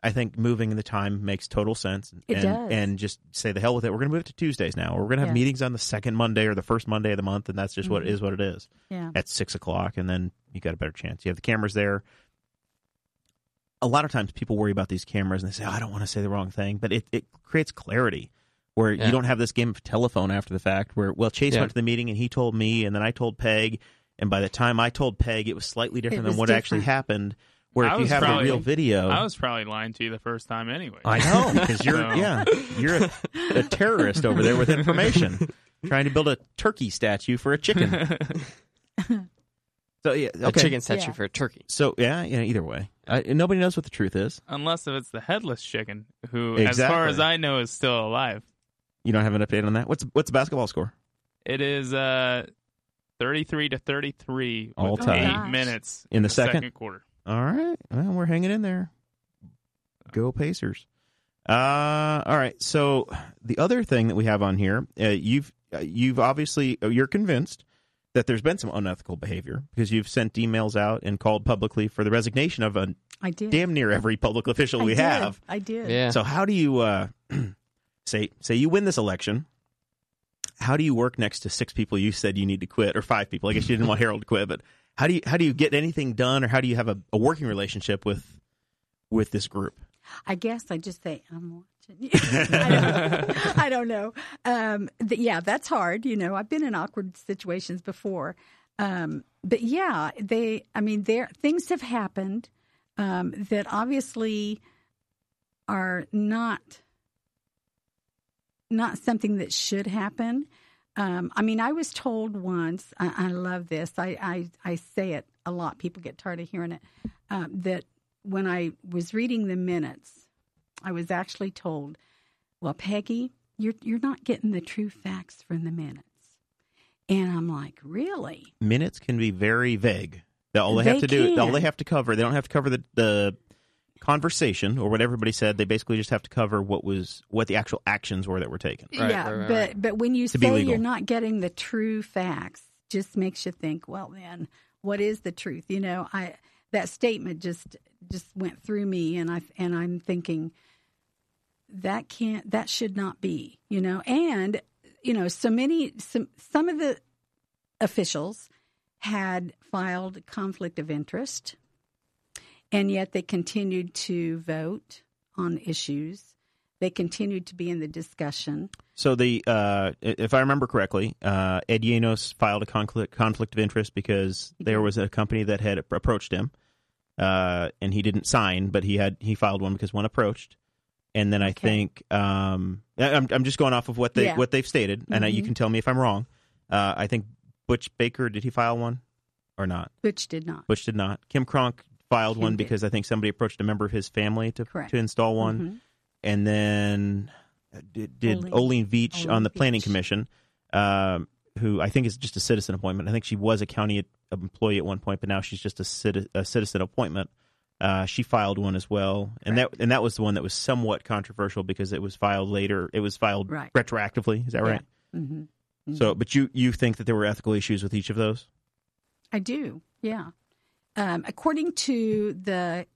[SPEAKER 1] I think moving the time makes total sense.
[SPEAKER 3] It
[SPEAKER 1] and,
[SPEAKER 3] does.
[SPEAKER 1] and just say the hell with it. We're going to move it to Tuesdays now. Or we're going to have
[SPEAKER 3] Yeah.
[SPEAKER 1] meetings on the second Monday or the first Monday of the month, and that's just what it
[SPEAKER 3] Mhm.
[SPEAKER 1] is. What it is
[SPEAKER 3] Yeah.
[SPEAKER 1] at six o'clock, and then you got a better chance. You have the cameras there. A lot of times, people worry about these cameras, and they say, oh, "I don't want to say the wrong thing," but it, it creates clarity where
[SPEAKER 2] Yeah.
[SPEAKER 1] you don't have this game of telephone after the fact. Where well, Chase
[SPEAKER 2] Yeah.
[SPEAKER 1] went to the meeting and he told me, and then I told Peg, and by the time I told Peg, it was slightly different
[SPEAKER 3] was
[SPEAKER 1] than what actually
[SPEAKER 3] different.
[SPEAKER 1] happened. Where
[SPEAKER 4] I
[SPEAKER 1] if you
[SPEAKER 4] was
[SPEAKER 1] have the
[SPEAKER 4] probably-
[SPEAKER 1] real video,
[SPEAKER 4] I was probably lying to you the first time anyway.
[SPEAKER 1] Oh. I know because you're
[SPEAKER 4] No.
[SPEAKER 1] yeah you're a, a terrorist over there with information, trying to build a turkey statue for a chicken. So yeah,
[SPEAKER 2] a
[SPEAKER 1] okay.
[SPEAKER 2] chicken statue
[SPEAKER 3] Yeah.
[SPEAKER 2] for a turkey.
[SPEAKER 1] So yeah, yeah. Either way, I, nobody knows what the truth is.
[SPEAKER 4] Unless if it's the headless chicken, who, as far
[SPEAKER 1] Exactly.
[SPEAKER 4] as I know, is still alive.
[SPEAKER 1] You don't have an update on that. What's what's the basketball score?
[SPEAKER 4] It is uh, 33 to 33
[SPEAKER 1] All
[SPEAKER 4] with
[SPEAKER 1] time.
[SPEAKER 4] eight
[SPEAKER 3] Oh, gosh.
[SPEAKER 4] minutes
[SPEAKER 1] In the second?
[SPEAKER 4] quarter.
[SPEAKER 1] All right, well, we're hanging in there. Go Pacers! Uh, all right. So the other thing that we have on here, uh, you've uh, you've obviously uh, you're convinced that there's been some unethical behavior because you've sent emails out and called publicly for the resignation of a
[SPEAKER 3] I did.
[SPEAKER 1] damn near every public official
[SPEAKER 3] I
[SPEAKER 1] we
[SPEAKER 3] did.
[SPEAKER 1] have.
[SPEAKER 3] I did.
[SPEAKER 2] Yeah,
[SPEAKER 1] So how do you uh, say say you win this election? How do you work next to six people you said you need to quit, or five people? I guess you didn't want Harold to quit, but how do you how do you get anything done, or how do you have a, a working relationship with with this group?
[SPEAKER 3] I guess I just say I'm watching. you." I don't, I don't know. Um, th- yeah, that's hard. You know, I've been in awkward situations before, um, but yeah, they. I mean, there things have happened um, that obviously are not not something that should happen. Um, I mean, I was told once. I, I love this. I, I I say it a lot. People get tired of hearing it. Um, that when I was reading the minutes, I was actually told, "Well, Peggy, you're you're not getting the true facts from the minutes." And I'm like, "Really?
[SPEAKER 1] Minutes can be very vague. That all they, have to
[SPEAKER 3] They
[SPEAKER 1] do, all
[SPEAKER 3] can.
[SPEAKER 1] they have to cover, they don't have to cover the the conversation or what everybody said. They basically just have to cover what was what the actual actions were that were taken.
[SPEAKER 2] Right,
[SPEAKER 3] yeah,
[SPEAKER 2] right, right,
[SPEAKER 3] but
[SPEAKER 2] right.
[SPEAKER 3] but when you
[SPEAKER 1] To be
[SPEAKER 3] say
[SPEAKER 1] legal.
[SPEAKER 3] you're not getting the true facts, just makes you think. Well, then, what is the truth? You know, I that statement just just went through me, and I and I'm thinking that can't that should not be. You know, and you know, so many some some of the officials had filed conflict of interest, and yet they continued to vote on issues. They continued to be in the discussion.
[SPEAKER 1] So the uh, i- if I remember correctly, uh, Ed Yanos filed a conflict conflict of interest because
[SPEAKER 3] Mm-hmm.
[SPEAKER 1] there was a company that had approached him, uh, and he didn't sign, but he had he filed one because one approached, and then I
[SPEAKER 3] Okay.
[SPEAKER 1] think um, I- I'm I'm just going off of what they
[SPEAKER 3] Yeah.
[SPEAKER 1] what they've stated, and I, you
[SPEAKER 3] Mhm.
[SPEAKER 1] can tell me if I'm wrong. Uh, I think Butch Baker did he file one or not?
[SPEAKER 3] Butch did not.
[SPEAKER 1] Butch did not. Kim Kronk filed
[SPEAKER 3] Kim
[SPEAKER 1] one
[SPEAKER 3] did.
[SPEAKER 1] because I think somebody approached a member of his family to
[SPEAKER 3] Correct.
[SPEAKER 1] to install one
[SPEAKER 3] Mhm.
[SPEAKER 1] and then uh, did, did Olin
[SPEAKER 3] Olin.
[SPEAKER 1] Veach
[SPEAKER 3] Olin
[SPEAKER 1] on the Planning
[SPEAKER 3] Veach.
[SPEAKER 1] Commission, um, who I think is just a citizen appointment. I think she was a county employee at one point, but now she's just a, citi- a citizen appointment. Uh, she filed one as well, and that and that was the one that was somewhat controversial because it was filed later. It was filed
[SPEAKER 3] Right.
[SPEAKER 1] retroactively. Is that
[SPEAKER 3] Yeah.
[SPEAKER 1] right?
[SPEAKER 3] Mhm. Mhm.
[SPEAKER 1] So, but you you think that there were ethical issues with each of those?
[SPEAKER 3] I do, yeah. Um, according to the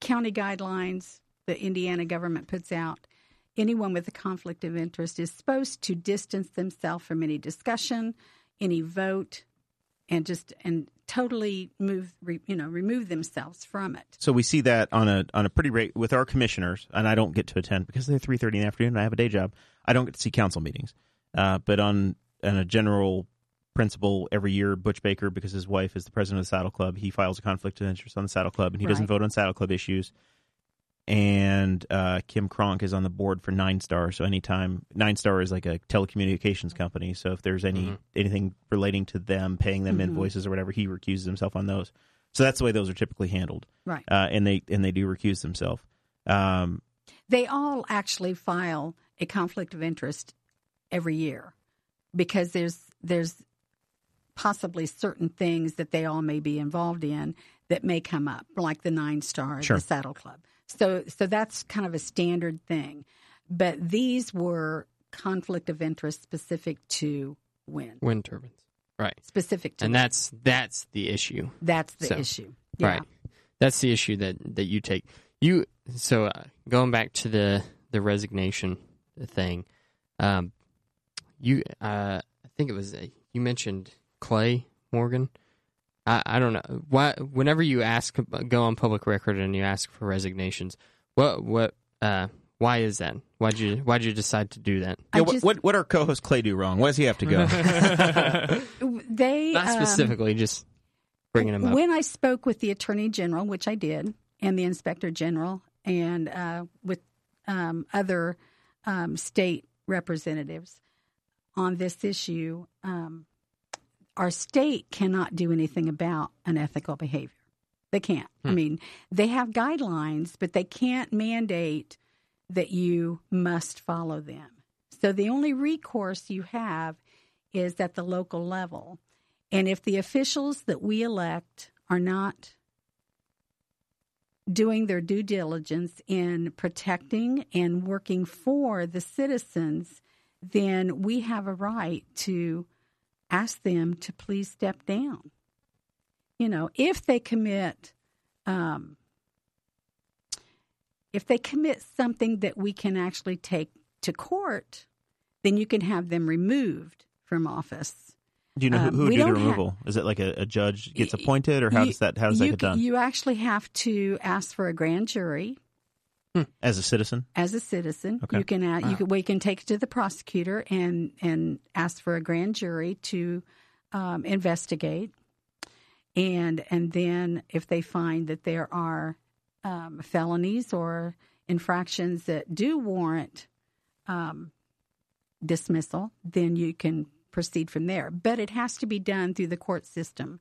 [SPEAKER 3] county guidelines the Indiana government puts out, anyone with a conflict of interest is supposed to distance themselves from any discussion, any vote, and just and totally move, re, you know, remove themselves from it.
[SPEAKER 1] So we see that on a on a pretty rate with our commissioners, and I don't get to attend because they're three thirty in the afternoon. and I have a day job. I don't get to see council meetings, uh, but on on a general principle, every year Butch Baker, because his wife is the president of the Saddle Club, he files a conflict of interest on the Saddle Club, and he doesn't
[SPEAKER 3] Right.
[SPEAKER 1] vote on Saddle Club issues. And uh, Kim Kronk is on the board for Nine Star, so anytime Nine Star is like a telecommunications company, so if there's any
[SPEAKER 2] Mhm.
[SPEAKER 1] anything relating to them, paying them
[SPEAKER 3] Mhm.
[SPEAKER 1] invoices or whatever, he recuses himself on those. So that's the way those are typically handled
[SPEAKER 3] Right.
[SPEAKER 1] uh, and they and they do recuse themselves. Um,
[SPEAKER 3] They all actually file a conflict of interest every year because there's there's possibly certain things that they all may be involved in that may come up, like the nine star,
[SPEAKER 1] Sure.
[SPEAKER 3] the saddle club. So so that's kind of a standard thing. But these were conflict of interest specific to when.
[SPEAKER 2] Wind turbines. Right.
[SPEAKER 3] Specific to
[SPEAKER 2] And
[SPEAKER 3] wind.
[SPEAKER 2] that's that's the issue.
[SPEAKER 3] that's the
[SPEAKER 2] so,
[SPEAKER 3] issue. Yeah.
[SPEAKER 2] Right. That's the issue that that you take. You so uh, going back to the the resignation thing. Um, you uh, I think it was uh, you mentioned Clay Morgan. I, I don't know why. Whenever you ask go on public record and you ask for resignations, what what uh, why is that? Why'd you why'd you decide to do that?
[SPEAKER 3] I
[SPEAKER 1] yeah, what-
[SPEAKER 3] just-
[SPEAKER 1] what what our co-host Clay do wrong? Why does he have to go?
[SPEAKER 3] They
[SPEAKER 2] Not
[SPEAKER 3] um,
[SPEAKER 2] specifically, just bringing him up.
[SPEAKER 3] When I spoke with the attorney general, which I did, and the inspector general, and uh, with um, other um, state representatives on this issue, um, our state cannot do anything about unethical behavior. They can't.
[SPEAKER 2] Hmm.
[SPEAKER 3] I mean, they have guidelines, but they can't mandate that you must follow them. So the only recourse you have is at the local level. And if the officials that we elect are not doing their due diligence in protecting and working for the citizens, then we have a right to ask them to please step down. You know, if they commit, um, if they commit something that we can actually take to court, then you can have them removed from office.
[SPEAKER 1] Do you know who,
[SPEAKER 3] Um,
[SPEAKER 1] who would
[SPEAKER 3] we
[SPEAKER 1] do the
[SPEAKER 3] don't have-
[SPEAKER 1] removal? Is it like a, a judge gets
[SPEAKER 3] Y-
[SPEAKER 1] appointed, or how does that how does that
[SPEAKER 3] you
[SPEAKER 1] get
[SPEAKER 3] c-
[SPEAKER 1] done?
[SPEAKER 3] You actually have to ask for a grand jury
[SPEAKER 1] As a citizen,
[SPEAKER 3] as a citizen.
[SPEAKER 1] Okay.
[SPEAKER 3] You can a- you can, we can take it to the prosecutor and and ask for a grand jury to um, investigate, and and then if they find that there are um, felonies or infractions that do warrant um, dismissal, then you can proceed from there. But it has to be done through the court system.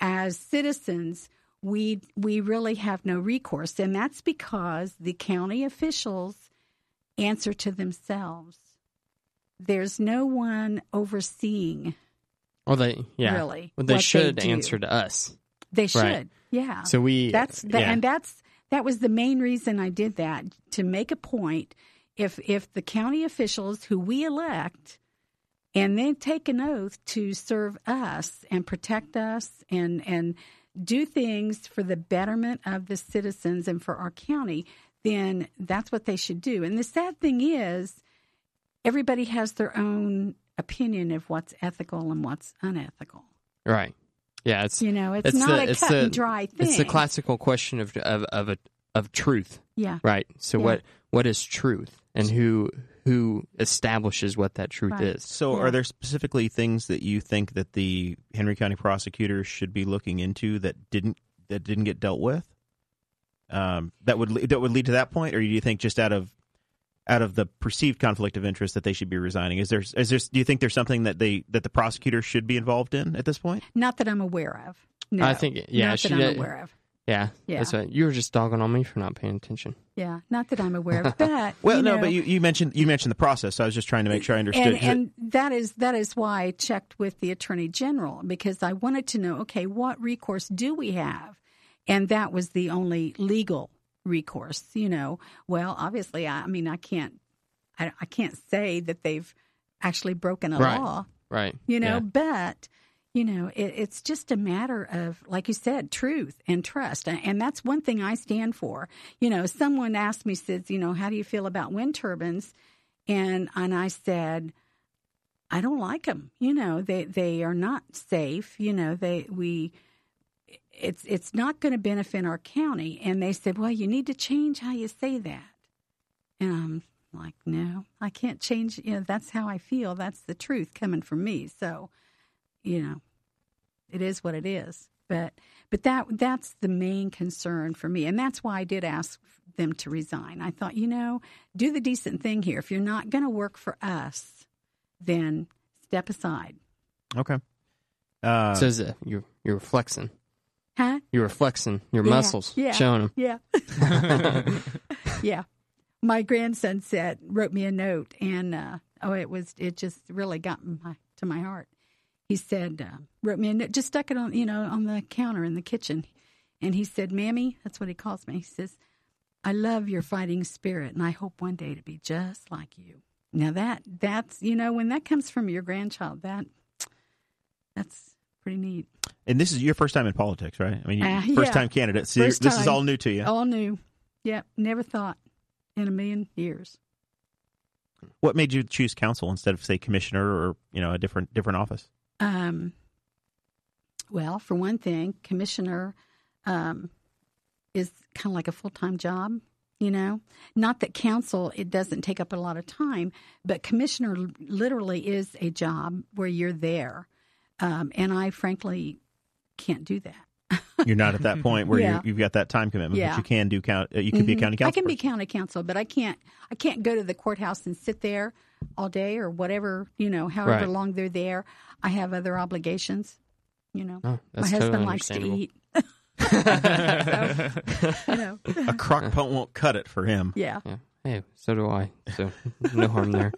[SPEAKER 3] As citizens, we we really have no recourse, and that's because the county officials answer to themselves. There's no one overseeing.
[SPEAKER 2] well, they yeah.
[SPEAKER 3] really,
[SPEAKER 2] well, they
[SPEAKER 3] what they
[SPEAKER 2] should
[SPEAKER 3] do.
[SPEAKER 2] answer to us.
[SPEAKER 3] They should,
[SPEAKER 2] Right.
[SPEAKER 3] yeah.
[SPEAKER 2] So we
[SPEAKER 3] that's the,
[SPEAKER 1] yeah.
[SPEAKER 3] and that's that was the main reason I did that to make a point. If if the county officials who we elect and then take an oath to serve us and protect us and and do things for the betterment of the citizens and for our county, then that's what they should do. And the sad thing is, everybody has their own opinion of what's ethical and what's unethical.
[SPEAKER 2] Right. Yeah, it's
[SPEAKER 3] You know, it's,
[SPEAKER 2] It's
[SPEAKER 3] not
[SPEAKER 2] the-
[SPEAKER 3] a
[SPEAKER 2] it's
[SPEAKER 3] cut
[SPEAKER 2] the-
[SPEAKER 3] and dry thing.
[SPEAKER 2] it's the classical question of of of, a, of truth,
[SPEAKER 3] Yeah.
[SPEAKER 2] right? So
[SPEAKER 3] Yeah.
[SPEAKER 2] what what is truth, and who who establishes what that truth
[SPEAKER 3] Right.
[SPEAKER 2] is?
[SPEAKER 1] So,
[SPEAKER 3] Yeah.
[SPEAKER 1] are there specifically things that you think that the Henry County prosecutors should be looking into that didn't that didn't get dealt with? Um, that would le- that would lead to that point, or do you think just out of out of the perceived conflict of interest that they should be resigning? Is there is there do you think there's something that they that the prosecutor should be involved in at this point?
[SPEAKER 3] Not that I'm aware of. No,
[SPEAKER 2] I think- yeah,
[SPEAKER 3] not
[SPEAKER 2] she
[SPEAKER 3] that I'm
[SPEAKER 2] did-
[SPEAKER 3] aware of.
[SPEAKER 2] Yeah,
[SPEAKER 3] Yeah.
[SPEAKER 2] That's what, you were just dogging on me for not paying attention.
[SPEAKER 3] Yeah, not that I'm aware of. But
[SPEAKER 1] Well,
[SPEAKER 3] you
[SPEAKER 1] no,
[SPEAKER 3] know,
[SPEAKER 1] but you, you mentioned you mentioned the process. So I was just trying to make sure I understood.
[SPEAKER 3] and and that is that is why I checked with the attorney general because I wanted to know okay what recourse do we have, and that was the only legal recourse. You know, well obviously I, I mean I can't I, I can't say that they've actually broken a
[SPEAKER 2] Right.
[SPEAKER 3] law.
[SPEAKER 2] Right.
[SPEAKER 3] you know
[SPEAKER 2] Yeah.
[SPEAKER 3] but you know it, it's just a matter of like you said truth and trust and, and that's one thing i stand for you know someone asked me says you know how do you feel about wind turbines and and i said i don't like them you know they they are not safe you know they we it's it's not going to benefit our county and they said well you need to change how you say that and I'm like, no, I can't change. You know, that's how I feel. That's the truth coming from me. So, you know, it is what it is. But but that that's the main concern for me, and that's why I did ask them to resign. I thought, you know, do the decent thing here. If you're not going to work for us, then step aside.
[SPEAKER 1] okay. Uh,
[SPEAKER 2] so is it, you're you're flexing.
[SPEAKER 3] Huh?
[SPEAKER 2] You're flexing your
[SPEAKER 3] Yeah,
[SPEAKER 2] muscles,
[SPEAKER 3] yeah.
[SPEAKER 2] showing them.
[SPEAKER 3] Yeah. yeah. My grandson said, wrote me a note, and uh, oh, it was, it just really got my, to my heart. He said, uh, wrote me a note, just stuck it on, you know, on the counter in the kitchen. And he said, Mammy, that's what he calls me. He says, I love your fighting spirit, and I hope one day to be just like you. Now that, that's, you know, when that comes from your grandchild, that, that's pretty neat.
[SPEAKER 1] and this is your first time in politics, right? I mean, you-
[SPEAKER 3] Uh, yeah.
[SPEAKER 1] first time candidate. So you're-
[SPEAKER 3] First
[SPEAKER 1] this is
[SPEAKER 3] time. Oh.
[SPEAKER 1] all new to you.
[SPEAKER 3] All new. Yep. Never thought in a million years.
[SPEAKER 1] What made you choose council instead of say commissioner or you know a different different office?
[SPEAKER 3] Um, well, for one thing, commissioner um, is kind of like a full time job. You know, not that council it doesn't take up a lot of time, but commissioner l- literally is a job where you're there, um, and I frankly can't do that.
[SPEAKER 1] You're not at that point where
[SPEAKER 3] Yeah.
[SPEAKER 1] you, you've got that time commitment,
[SPEAKER 3] Yeah.
[SPEAKER 1] but you can do count. uh, You can be a
[SPEAKER 3] Mhm.
[SPEAKER 1] county council.
[SPEAKER 3] I can be
[SPEAKER 1] person.
[SPEAKER 3] county council, but I can't. I can't go to the courthouse and sit there all day or whatever. You know, however
[SPEAKER 2] Right.
[SPEAKER 3] long they're there, I have other obligations. You know,
[SPEAKER 2] Oh,
[SPEAKER 3] my
[SPEAKER 2] that's
[SPEAKER 3] husband
[SPEAKER 2] totally
[SPEAKER 3] likes to
[SPEAKER 2] understandable.
[SPEAKER 3] eat. So, you know,
[SPEAKER 1] a crock pot won't cut it for him.
[SPEAKER 3] yeah.
[SPEAKER 2] Yeah. Hey, so do I. So no harm there.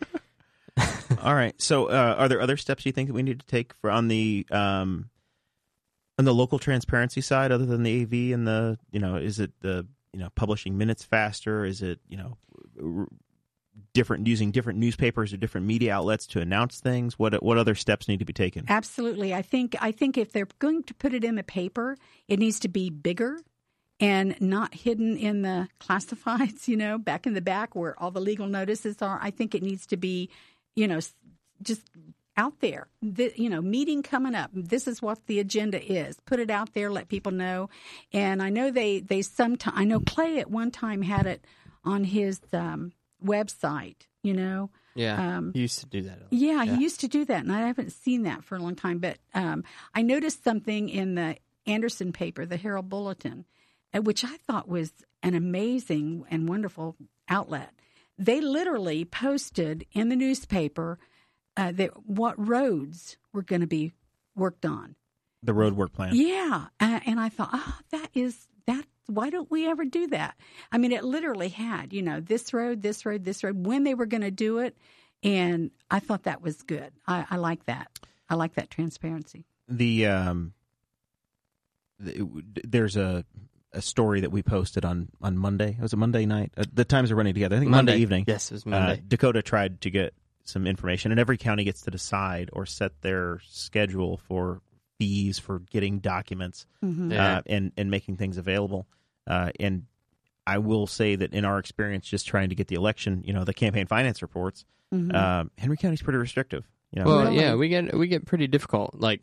[SPEAKER 1] All right. So, uh, are there other steps you think that we need to take for on the um, on the local transparency side, other than the AV and the you know, is it the you know publishing minutes faster? Is it you know r- different using different newspapers or different media outlets to announce things? What what other steps need to be taken?
[SPEAKER 3] Absolutely. I think I think if they're going to put it in the paper, it needs to be bigger and not hidden in the classifieds, you know, back in the back where all the legal notices are. I think it needs to be, you know, s- just out there. The, you know, meeting coming up. This is what the agenda is. Put it out there, let people know. And I know they they sometimes I know Clay at one time had it on his um, website, you know.
[SPEAKER 2] Yeah.
[SPEAKER 3] Um,
[SPEAKER 2] you used to do that. a lot.
[SPEAKER 3] Yeah, he used to do that, and I haven't seen that for a long time. But um, I noticed something in the Anderson paper, the Herald Bulletin, uh, which I thought was an amazing and wonderful outlet. They literally posted in the newspaper uh, that what roads were going to be worked on.
[SPEAKER 1] The road work plan.
[SPEAKER 3] Yeah, uh, and I thought, oh, that is that. Why don't we ever do that? I mean, it literally had you know this road, this road, this road. When they were going to do it, and I thought that was good. I, I like that. I like that transparency.
[SPEAKER 1] the um the, there's a a story that we posted on on Monday. It was a Monday night. Uh, the times are running together. I think Monday, evening.
[SPEAKER 2] Yes, it was
[SPEAKER 1] Uh,
[SPEAKER 2] Monday.
[SPEAKER 1] Dakota tried to get some information, and every county gets to decide or set their schedule for fees for getting documents
[SPEAKER 3] Mhm.
[SPEAKER 2] Yeah.
[SPEAKER 1] uh, and and making things available. Uh, and I will say that in our experience, just trying to get the election, you know, the campaign finance reports,
[SPEAKER 3] Mhm.
[SPEAKER 1] um, Henry County's pretty restrictive. You know,
[SPEAKER 2] well,
[SPEAKER 3] Really?
[SPEAKER 2] yeah, we get we get pretty difficult. Like,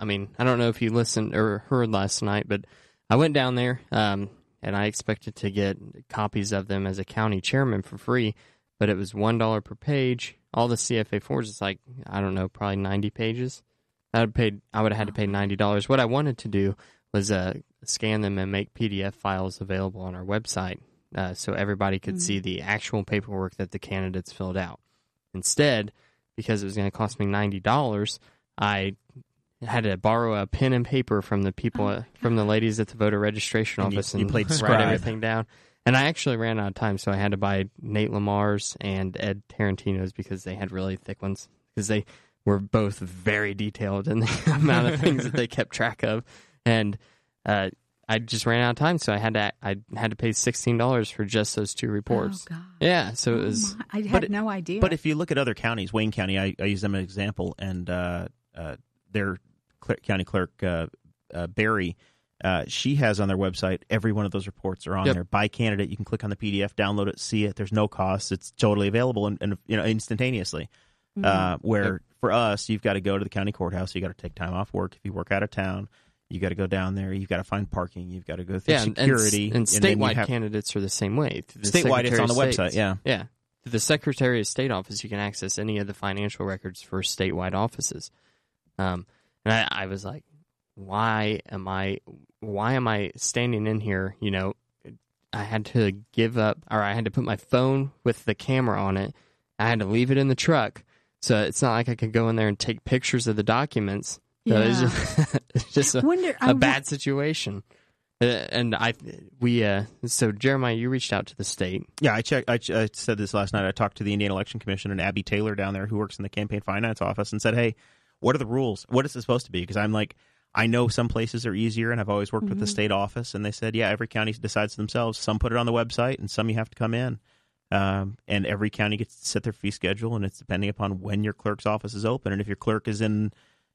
[SPEAKER 2] I mean, I don't know if you listened or heard last night, but I went down there, um, and I expected to get copies of them as a county chairman for free, but it was one dollar per page. All the CFA fours is like I don't know, probably ninety pages. I would paid. I would have had to pay ninety dollars. What I wanted to do was uh, scan them and make PDF files available on our website, uh, so everybody could see the actual paperwork that the candidates filled out. Instead, because it was going to cost me ninety dollars, I had to borrow a pen and paper from the people, uh, from the ladies at the voter registration
[SPEAKER 1] And you-
[SPEAKER 2] office,
[SPEAKER 1] you
[SPEAKER 2] and
[SPEAKER 1] played
[SPEAKER 2] write
[SPEAKER 1] scribe.
[SPEAKER 2] everything down. And I actually ran out of time, so I had to buy Nate Lamar's and Ed Tarantino's because they had really thick ones because they were both very detailed in the amount of things that they kept track of, and uh, I just ran out of time, so I had to I had to pay sixteen dollars for just those two reports.
[SPEAKER 3] Oh, God.
[SPEAKER 2] yeah, so it
[SPEAKER 3] Oh,
[SPEAKER 2] was.
[SPEAKER 3] my. I had
[SPEAKER 1] but it-
[SPEAKER 3] no idea.
[SPEAKER 1] But if you look at other counties, Wayne County, I, I use them as an example, and uh, uh, their cl- county clerk uh, uh, Barry, uh, she has on their website every one of those reports are on
[SPEAKER 2] Yep.
[SPEAKER 1] there by candidate. You can click on the PDF, download it, see it. There's no cost; it's totally available and, and you know instantaneously.
[SPEAKER 2] Mm-hmm.
[SPEAKER 1] Uh, where for us, you've got to go to the county courthouse. You got to take time off work if you work out of town. You got to go down there. You've got to find parking. You've got to go through
[SPEAKER 2] Yeah, and- and s-
[SPEAKER 1] security.
[SPEAKER 2] and,
[SPEAKER 1] then you
[SPEAKER 2] statewide
[SPEAKER 1] have-
[SPEAKER 2] candidates are the same way. Through the
[SPEAKER 1] Statewide, it's
[SPEAKER 2] Secretary
[SPEAKER 1] on
[SPEAKER 2] of
[SPEAKER 1] the website,
[SPEAKER 2] States-
[SPEAKER 1] yeah.
[SPEAKER 2] yeah. Through the Secretary of State office, you can access any of the financial records for statewide offices. Um, and I, I was like, why am I, why am I standing in here? You know, I had to give up, or I had to put my phone with the camera on it. I had to leave it in the truck, so it's not like I could go in there and take pictures of the documents. So it was
[SPEAKER 3] Yeah.
[SPEAKER 2] just, it's just a-
[SPEAKER 3] Wonder, I
[SPEAKER 2] a
[SPEAKER 3] wo-
[SPEAKER 2] bad situation. Uh, and I, we, uh, so Jeremiah, you reached out to the state.
[SPEAKER 1] Yeah, I checked. I, ch- I said this last night. I talked to the Indiana Election Commission and Abby Taylor down there, who works in the campaign finance office, and said, "Hey, what are the rules? What is it supposed to be?" Because I'm like, I know some places are easier, and I've always worked with the state office, and they said, "Yeah, every county decides themselves. Some put it on the website, and some you have to come in." Um, and every county gets to set their fee schedule, and it's depending upon when your clerk's office is open, and if your clerk is in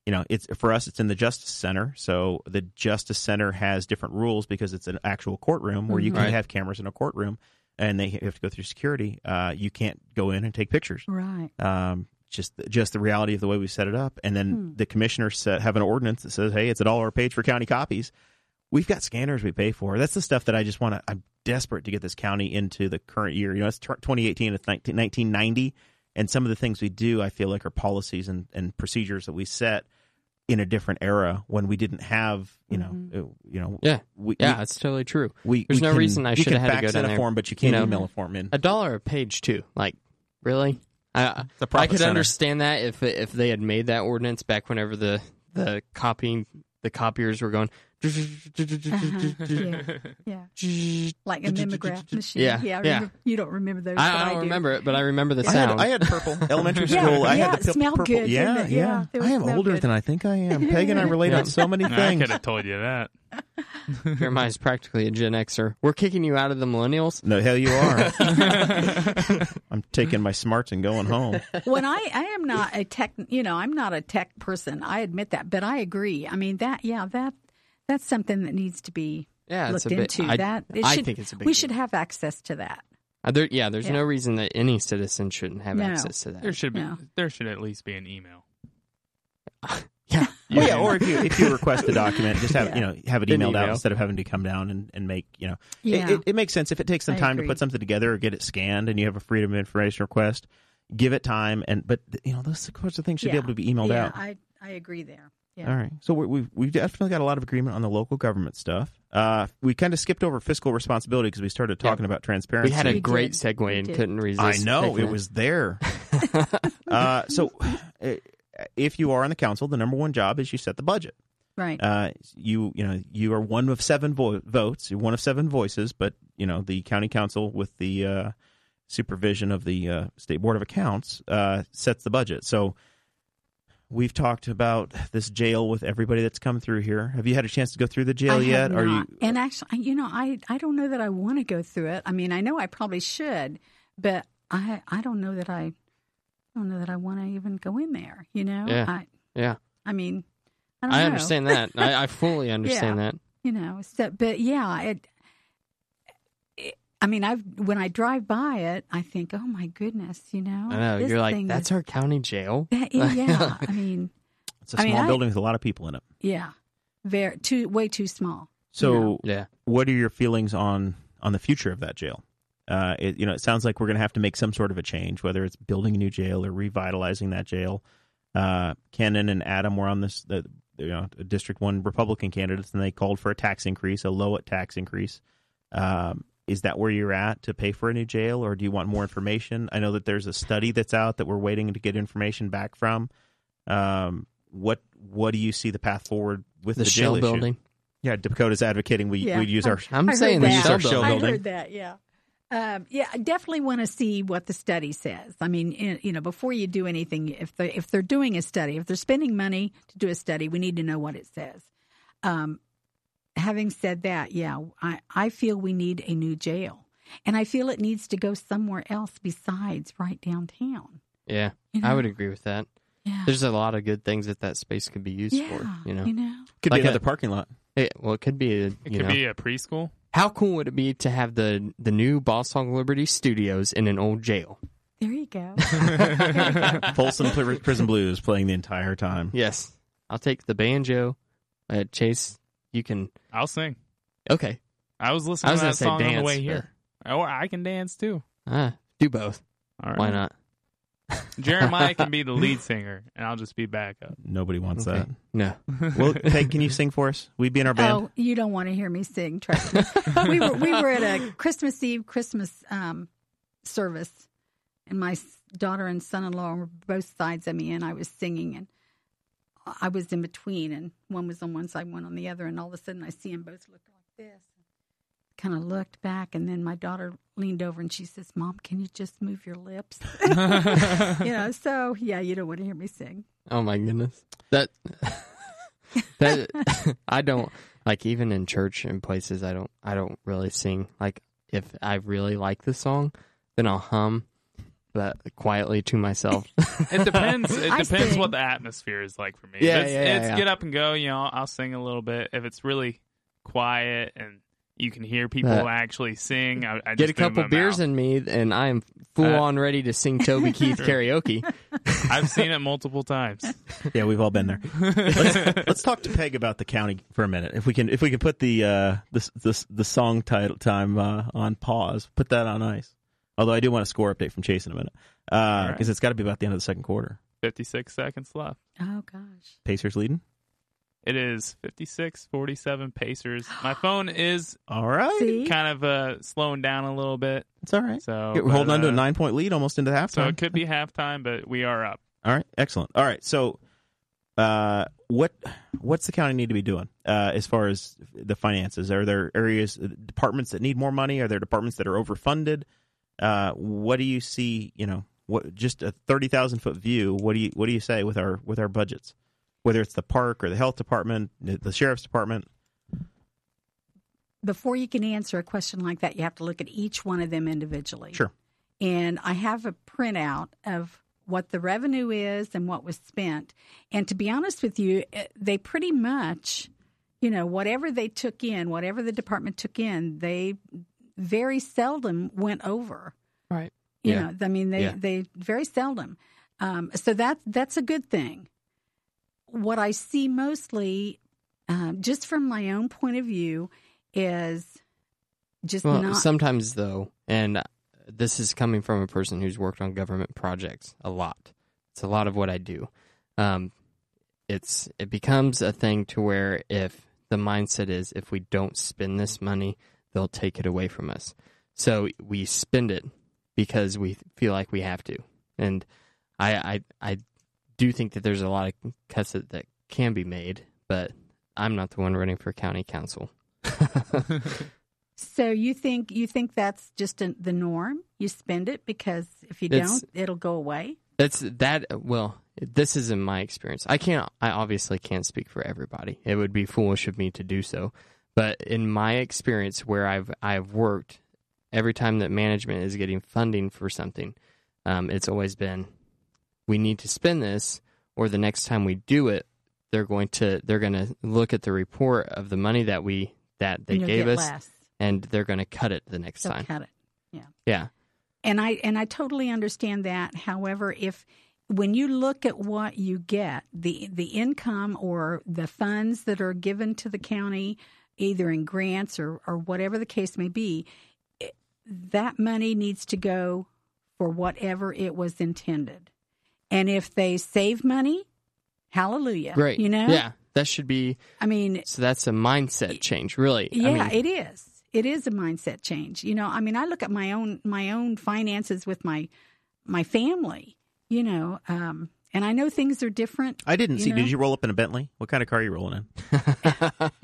[SPEAKER 1] you know, it's for us. It's in the Justice Center, so the Justice Center has different rules because it's an actual courtroom where you can
[SPEAKER 2] Right.
[SPEAKER 1] have cameras in a courtroom, and they have to go through security. Uh, you can't go in and take pictures.
[SPEAKER 3] Right.
[SPEAKER 1] Um, just just the reality of the way we set it up, and then the commissioners set, have an ordinance that says, "Hey, it's a dollar a page for county copies." We've got scanners we pay for. That's the stuff that I just want to. I'm desperate to get this county into the current year. You know, it's tw 2018. It's 19, 1990, and some of the things we do, I feel like, are policies and, and procedures that we set in a different era when we didn't have, you know, uh, you know,
[SPEAKER 2] Yeah.
[SPEAKER 1] we,
[SPEAKER 2] Yeah, that's totally true.
[SPEAKER 1] we, we,
[SPEAKER 2] There's
[SPEAKER 1] we
[SPEAKER 2] no
[SPEAKER 1] can-
[SPEAKER 2] reason I
[SPEAKER 1] we
[SPEAKER 2] should
[SPEAKER 1] can
[SPEAKER 2] have had to go
[SPEAKER 1] fax
[SPEAKER 2] down
[SPEAKER 1] in a
[SPEAKER 2] there.
[SPEAKER 1] form, but you can't
[SPEAKER 2] You know.
[SPEAKER 1] email a form in.
[SPEAKER 2] A dollar a page, too. Like, really? I,
[SPEAKER 1] a
[SPEAKER 2] I
[SPEAKER 1] profit
[SPEAKER 2] could
[SPEAKER 1] center.
[SPEAKER 2] understand that if if they had made that ordinance back whenever the the copying the copiers were going.
[SPEAKER 3] Uh-huh. yeah. Yeah. Like a mimeograph machine.
[SPEAKER 2] Yeah,
[SPEAKER 3] Yeah. I
[SPEAKER 2] yeah.
[SPEAKER 3] remember- You don't remember those. but
[SPEAKER 2] I, I don't
[SPEAKER 3] do.
[SPEAKER 2] remember it, but I remember the
[SPEAKER 1] I had,
[SPEAKER 2] sound.
[SPEAKER 1] I had purple elementary
[SPEAKER 3] Yeah,
[SPEAKER 1] school. I
[SPEAKER 3] yeah,
[SPEAKER 1] had the
[SPEAKER 3] it
[SPEAKER 1] pil-
[SPEAKER 3] smelled
[SPEAKER 1] purple.
[SPEAKER 3] good,
[SPEAKER 1] yeah,
[SPEAKER 3] didn't it?
[SPEAKER 1] yeah.
[SPEAKER 3] Yeah, it
[SPEAKER 1] I am
[SPEAKER 3] smelled
[SPEAKER 1] older
[SPEAKER 3] good.
[SPEAKER 1] than I think I am. Peg and I relate
[SPEAKER 2] Yeah.
[SPEAKER 1] on so many
[SPEAKER 4] I
[SPEAKER 1] things.
[SPEAKER 4] could have told you that.
[SPEAKER 2] Jeremiah's practically a Gen Xer. We're kicking you out of the millennials.
[SPEAKER 1] No, hell, you are. I'm taking my smarts and going home.
[SPEAKER 3] when I, I am not a tech, you know, I'm not a tech person. I admit that, but I agree. I mean that, yeah, that that's something that needs to be
[SPEAKER 2] Yeah, it's
[SPEAKER 3] looked
[SPEAKER 2] a big.
[SPEAKER 3] into.
[SPEAKER 2] I,
[SPEAKER 3] that it
[SPEAKER 2] I
[SPEAKER 3] should-
[SPEAKER 2] think it's a big.
[SPEAKER 3] we
[SPEAKER 2] deal.
[SPEAKER 3] should have access to that.
[SPEAKER 2] Uh, there, yeah, there's
[SPEAKER 3] Yeah.
[SPEAKER 2] no reason that any citizen shouldn't have
[SPEAKER 3] No.
[SPEAKER 2] access to that.
[SPEAKER 4] There should be.
[SPEAKER 3] No.
[SPEAKER 4] There should at least be an email.
[SPEAKER 2] yeah,
[SPEAKER 1] Well, yeah, or if you if you request a document, just have
[SPEAKER 3] Yeah.
[SPEAKER 1] you know have it
[SPEAKER 2] An
[SPEAKER 1] emailed out
[SPEAKER 2] email.
[SPEAKER 1] instead of having to come down and, and make you know. It-
[SPEAKER 3] Yeah.
[SPEAKER 1] It, it, makes sense if it takes some
[SPEAKER 3] I
[SPEAKER 1] time to
[SPEAKER 3] agree.
[SPEAKER 1] put something together or get it scanned, and you have a freedom of information request. Give it time, and but you know those sorts of things should be
[SPEAKER 3] Yeah.
[SPEAKER 1] able to be emailed
[SPEAKER 3] yeah,
[SPEAKER 1] out.
[SPEAKER 3] I I agree there. Yeah.
[SPEAKER 1] All right. So we- we've we've definitely got a lot of agreement on the local government stuff. Uh, we kind of skipped over fiscal responsibility because we started talking about transparency.
[SPEAKER 2] we had a
[SPEAKER 3] We
[SPEAKER 2] great
[SPEAKER 3] did.
[SPEAKER 2] segue
[SPEAKER 3] We
[SPEAKER 2] and
[SPEAKER 3] did.
[SPEAKER 2] couldn't resist.
[SPEAKER 1] I know
[SPEAKER 2] taking
[SPEAKER 1] it was there. uh, so, uh, if you are on the council, the number one job is you set the budget.
[SPEAKER 3] Right.
[SPEAKER 1] Uh, you you know you are one of seven vo- votes. You're one of seven voices, but you know the county council with the uh, supervision of the uh, state board of accounts uh, sets the budget. So We've talked about this jail with everybody that's come through here. Have you had a chance to go through the jail
[SPEAKER 3] I
[SPEAKER 1] yet?
[SPEAKER 3] Have
[SPEAKER 1] Are you
[SPEAKER 3] not. And actually, you know, I I don't know that I want to go through it. I mean, I know I probably should, but I I don't know that I, I don't know that I want to even go in there. You know,
[SPEAKER 2] Yeah.
[SPEAKER 3] I
[SPEAKER 2] Yeah,
[SPEAKER 3] I mean, I don't
[SPEAKER 2] I,
[SPEAKER 3] know.
[SPEAKER 2] understand that. I, I fully understand that.
[SPEAKER 3] You know, so but yeah, it. it- I mean, I've when I drive by it, I think, oh my goodness, you know,
[SPEAKER 2] I know
[SPEAKER 3] this
[SPEAKER 2] you're like
[SPEAKER 3] thing
[SPEAKER 2] that's
[SPEAKER 3] is,
[SPEAKER 2] our county jail.
[SPEAKER 3] that, yeah. I mean,
[SPEAKER 1] it's a
[SPEAKER 3] I mean,
[SPEAKER 1] small
[SPEAKER 3] I-
[SPEAKER 1] building with a lot of people in it.
[SPEAKER 3] yeah, very too way too small.
[SPEAKER 1] So
[SPEAKER 2] Yeah,
[SPEAKER 1] what are your feelings on on the future of that jail? Uh, it, you know, it sounds like we're going to have to make some sort of a change, whether it's building a new jail or revitalizing that jail. Uh, Kennan and Adam were on this, the, you know, District One Republican candidates, and they called for a tax increase, a low tax increase. Um, is that where you're at to pay for a new jail, or do you want more information? I know that there's a study that's out that we're waiting to get information back from. Um, what what do you see the path forward with
[SPEAKER 2] the,
[SPEAKER 1] the, jail
[SPEAKER 2] shell
[SPEAKER 1] issue?
[SPEAKER 2] building.
[SPEAKER 1] Yeah, Dakota's advocating we
[SPEAKER 3] Yeah. oh.
[SPEAKER 1] we use our
[SPEAKER 2] I'm
[SPEAKER 3] I heard
[SPEAKER 2] saying the
[SPEAKER 3] that.
[SPEAKER 2] shell
[SPEAKER 1] Use our shell
[SPEAKER 2] building.
[SPEAKER 1] building.
[SPEAKER 3] I heard that. Yeah. Um, yeah, I definitely want to see what the study says. I mean, in- you know, before you do anything, if they if they're doing a study, if they're spending money to do a study, we need to know what it says. Um, having said that, yeah, I, I feel we need a new jail, and I feel it needs to go somewhere else besides right downtown.
[SPEAKER 2] Yeah,
[SPEAKER 3] You
[SPEAKER 2] I
[SPEAKER 3] know?
[SPEAKER 2] would agree with that.
[SPEAKER 3] Yeah,
[SPEAKER 2] There's a lot of good things that that space could be used
[SPEAKER 3] yeah,
[SPEAKER 2] for. You know,
[SPEAKER 1] Could
[SPEAKER 2] Like
[SPEAKER 1] be
[SPEAKER 2] a-
[SPEAKER 1] another parking lot.
[SPEAKER 2] It- well, it could be. A, you
[SPEAKER 4] It could
[SPEAKER 2] know,
[SPEAKER 4] be a preschool.
[SPEAKER 2] how cool would it be to have the the new Boss Hog Liberty Studios in an old jail?
[SPEAKER 3] there you go.
[SPEAKER 1] Folsom Pri- Prison Blues playing the entire time.
[SPEAKER 2] Yes, I'll take the banjo. Uh, Chase, you can.
[SPEAKER 4] I'll sing.
[SPEAKER 2] Okay,
[SPEAKER 4] I was listening
[SPEAKER 2] I was
[SPEAKER 4] to
[SPEAKER 2] gonna
[SPEAKER 4] that
[SPEAKER 2] say
[SPEAKER 4] song
[SPEAKER 2] dance.
[SPEAKER 4] on the way here. Or I can dance too.
[SPEAKER 2] but, ah, do both.
[SPEAKER 4] All right.
[SPEAKER 2] Why not?
[SPEAKER 4] Jeremiah can be the lead singer, and I'll just be backup.
[SPEAKER 1] Nobody wants
[SPEAKER 2] Okay. No.
[SPEAKER 1] that. Well, Peg, can you sing for us? We'd be in our band.
[SPEAKER 3] Oh, you don't want to hear me sing. Trust me. we were we were at a Christmas Eve Christmas um, service, and my s- daughter and son-in-law were both sides of me, and I was singing, and I was in between, and one was on one side, one on the other, and all of a sudden I see them both look like this. Kind of looked back, and then my daughter leaned over and she says, "Mom, can you just move your lips?" you know, so yeah, you don't want to hear me sing.
[SPEAKER 2] Oh my goodness. That that I don't like even in church and places I don't I don't really sing. Like if I really like the song, then I'll hum but quietly to myself.
[SPEAKER 4] It depends. It
[SPEAKER 3] I
[SPEAKER 4] depends
[SPEAKER 3] sing.
[SPEAKER 4] what the atmosphere is like for me.
[SPEAKER 2] Yeah,
[SPEAKER 4] if it's,
[SPEAKER 2] yeah, yeah,
[SPEAKER 4] it's
[SPEAKER 2] yeah.
[SPEAKER 4] get up and go. You know, I'll sing a little bit. If it's really quiet and you can hear people
[SPEAKER 2] Uh,
[SPEAKER 4] actually sing, I, I
[SPEAKER 2] Get a
[SPEAKER 4] just move
[SPEAKER 2] couple
[SPEAKER 4] my
[SPEAKER 2] beers
[SPEAKER 4] mouth.
[SPEAKER 2] in me and I am full
[SPEAKER 4] Uh,
[SPEAKER 2] on ready to sing Toby Keith karaoke.
[SPEAKER 4] I've seen it multiple times.
[SPEAKER 1] Yeah, we've all been there. Let's, let's talk to Peg about the county for a minute, if we can. If we can put the uh, this this the song title time uh, on pause, put that on ice. Although I do want a score update from Chase in a minute, because
[SPEAKER 4] right.
[SPEAKER 1] it's got to be about the end of the second quarter.
[SPEAKER 4] Fifty-six seconds left.
[SPEAKER 3] Oh gosh.
[SPEAKER 1] Pacers leading.
[SPEAKER 4] It is 56 47 Pacers. My phone is
[SPEAKER 1] All right,
[SPEAKER 3] See?
[SPEAKER 4] kind of uh, slowing down a little bit.
[SPEAKER 1] it's all right.
[SPEAKER 4] So
[SPEAKER 1] We're holding
[SPEAKER 4] but,
[SPEAKER 1] on to a
[SPEAKER 4] uh,
[SPEAKER 1] nine point lead almost into halftime.
[SPEAKER 4] So it could be halftime, but we are up.
[SPEAKER 1] All right, excellent. All right, so uh, what what's the county need to be doing uh, as far as the finances? Are there areas departments that need more money? Are there departments that are overfunded? Uh, what do you see? You know, what just a thirty thousand foot view? What do you what do you say with our with our budgets? Whether it's the park or the health department, the sheriff's department.
[SPEAKER 3] before you can answer a question like that, you have to look at each one of them individually.
[SPEAKER 1] Sure.
[SPEAKER 3] And I have a printout of what the revenue is and what was spent. And to be honest with you, eh, they pretty much, you know, whatever they took in, whatever the department took in, they very seldom went over.
[SPEAKER 2] Right.
[SPEAKER 3] You
[SPEAKER 2] Yeah.
[SPEAKER 3] know, I mean, they,
[SPEAKER 2] Yeah.
[SPEAKER 3] they very seldom. Um, so that that's a good thing. What I see mostly, um, just from my own point of view, is just
[SPEAKER 2] Well,
[SPEAKER 3] not.
[SPEAKER 2] sometimes though, and this is coming from a person who's worked on government projects a lot. It's a lot of what I do. Um, it's it becomes a thing to where if the mindset is if we don't spend this money, they'll take it away from us. So we spend it because we feel like we have to. And I I, I do think that there's a lot of cuts that, that can be made, but I'm not the one running for county council.
[SPEAKER 3] so you think you think that's just an, the norm? You spend it because if you
[SPEAKER 2] It's-
[SPEAKER 3] don't, it'll go away.
[SPEAKER 2] That's that. Well, this is in my experience. I can't. I obviously can't speak for everybody. It would be foolish of me to do so. But in my experience, where I've I've worked, every time that management is getting funding for something, um, it's always been, we need to spend this, or the next time we do it, they're going to they're going to look at the report of the money that we that they
[SPEAKER 3] And you'll
[SPEAKER 2] gave
[SPEAKER 3] get
[SPEAKER 2] us,
[SPEAKER 3] less.
[SPEAKER 2] and they're going to cut it the next
[SPEAKER 3] They'll
[SPEAKER 2] time.
[SPEAKER 3] cut it.
[SPEAKER 2] Yeah.
[SPEAKER 3] And I and I totally understand that. However, if when you look at what you get, the the income or the funds that are given to the county, either in grants or, or whatever the case may be, it, that money needs to go for whatever it was intended. And if they save money, hallelujah.
[SPEAKER 2] Great.
[SPEAKER 3] You know?
[SPEAKER 2] Yeah. That should be.
[SPEAKER 3] I mean,
[SPEAKER 2] So that's a mindset change, really.
[SPEAKER 3] yeah,
[SPEAKER 2] I mean,
[SPEAKER 3] it is. It is a mindset change. You know, I mean, I look at my own my own finances with my my family. You know, um, and I know things are different.
[SPEAKER 1] I didn't
[SPEAKER 3] You
[SPEAKER 1] see.
[SPEAKER 3] know?
[SPEAKER 1] Did you roll up in a Bentley? What kind of car are you rolling in?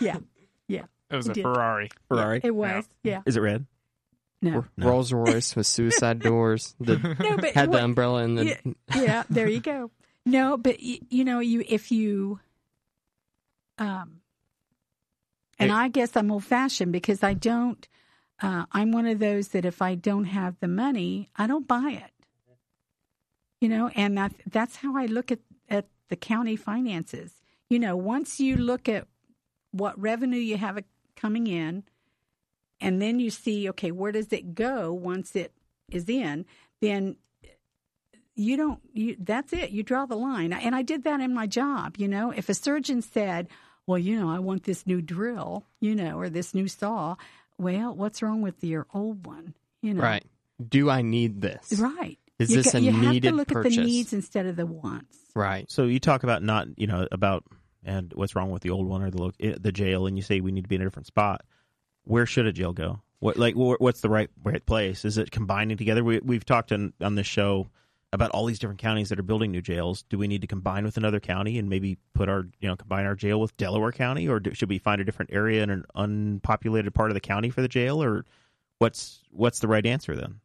[SPEAKER 3] Yeah,
[SPEAKER 4] It was a
[SPEAKER 3] Yeah.
[SPEAKER 4] Ferrari.
[SPEAKER 1] Ferrari.
[SPEAKER 3] it was. Yeah,
[SPEAKER 1] Is it red?
[SPEAKER 3] no,
[SPEAKER 1] No.
[SPEAKER 2] Rolls Royce with suicide doors. The,
[SPEAKER 3] no, but
[SPEAKER 2] had
[SPEAKER 3] what-
[SPEAKER 2] the umbrella and the.
[SPEAKER 3] yeah, yeah, there you go. No, but y- you know, you if you, um, and
[SPEAKER 2] Hey.
[SPEAKER 3] I guess I'm old fashioned because I don't. Uh, I'm one of those that if I don't have the money, I don't buy it. You know, and that that's how I look at at the county finances. You know, once you look at what revenue you have uh, coming in, and then you see, okay, where does it go once it is in? Then you don't you that's it you draw the line and i did that in my job you know if a surgeon said well you know i want this new drill you know or this new saw well what's wrong with your old one you know
[SPEAKER 2] Right. Do I need this?
[SPEAKER 3] right
[SPEAKER 2] Is
[SPEAKER 3] you
[SPEAKER 2] this
[SPEAKER 3] ca-
[SPEAKER 2] a
[SPEAKER 3] you have to
[SPEAKER 2] needed
[SPEAKER 3] look at
[SPEAKER 2] purchase?
[SPEAKER 3] the needs instead of the wants
[SPEAKER 2] Right.
[SPEAKER 1] So you talk about not, you know, about and what's wrong with the old one or the lo- eh, the jail, and you say we need to be in a different spot. Where should a jail go? What like wh- what's the right right place? Is it combining together? We we've talked on on this show about all these different counties that are building new jails. Do we need to combine with another county and maybe put our you know combine our jail with Delaware County, or do, should we find a different area in an unpopulated part of the county for the jail, or what's what's the right answer then?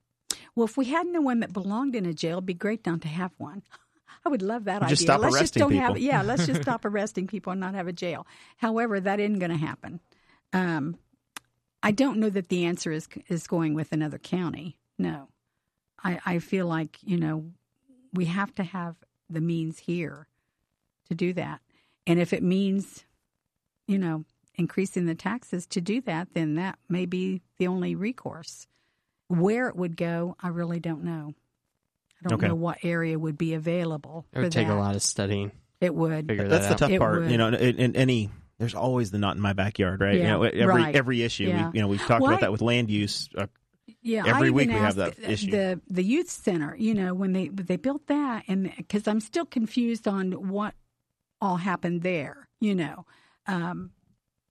[SPEAKER 3] well if we had no one that belonged in a jail it'd be great not to have one i would love that
[SPEAKER 1] Just
[SPEAKER 3] idea
[SPEAKER 1] stop
[SPEAKER 3] let's just
[SPEAKER 1] arresting
[SPEAKER 3] don't have
[SPEAKER 1] people.
[SPEAKER 3] yeah let's just stop arresting people and not have a jail however that isn't going to happen um, I don't know that the answer is is going with another county. No, I I feel like you know we have to have the means here to do that, and if it means you know increasing the taxes to do that, then that may be the only recourse. Where it would go, I really don't know. I don't
[SPEAKER 1] Okay.
[SPEAKER 3] know what area would be available.
[SPEAKER 2] It would
[SPEAKER 3] for
[SPEAKER 2] take
[SPEAKER 3] that.
[SPEAKER 2] a lot of studying.
[SPEAKER 3] It would.
[SPEAKER 2] Figure
[SPEAKER 1] That's
[SPEAKER 2] that
[SPEAKER 1] the
[SPEAKER 2] out.
[SPEAKER 1] tough
[SPEAKER 3] It
[SPEAKER 1] part,
[SPEAKER 3] would.
[SPEAKER 1] you know. In, in any, there's always the not in my backyard, right? You
[SPEAKER 3] Yeah,
[SPEAKER 1] know, e, every
[SPEAKER 3] right.
[SPEAKER 1] every issue,
[SPEAKER 3] Yeah.
[SPEAKER 1] we, you know, we've talked
[SPEAKER 3] Well,
[SPEAKER 1] about
[SPEAKER 3] I-
[SPEAKER 1] that with land use. Uh,
[SPEAKER 3] Yeah,
[SPEAKER 1] Every
[SPEAKER 3] I
[SPEAKER 1] week
[SPEAKER 3] even
[SPEAKER 1] we have that
[SPEAKER 3] asked the,
[SPEAKER 1] issue.
[SPEAKER 3] The the youth center, you know, when they when they built that, and because I'm still confused on what all happened there, you know, um,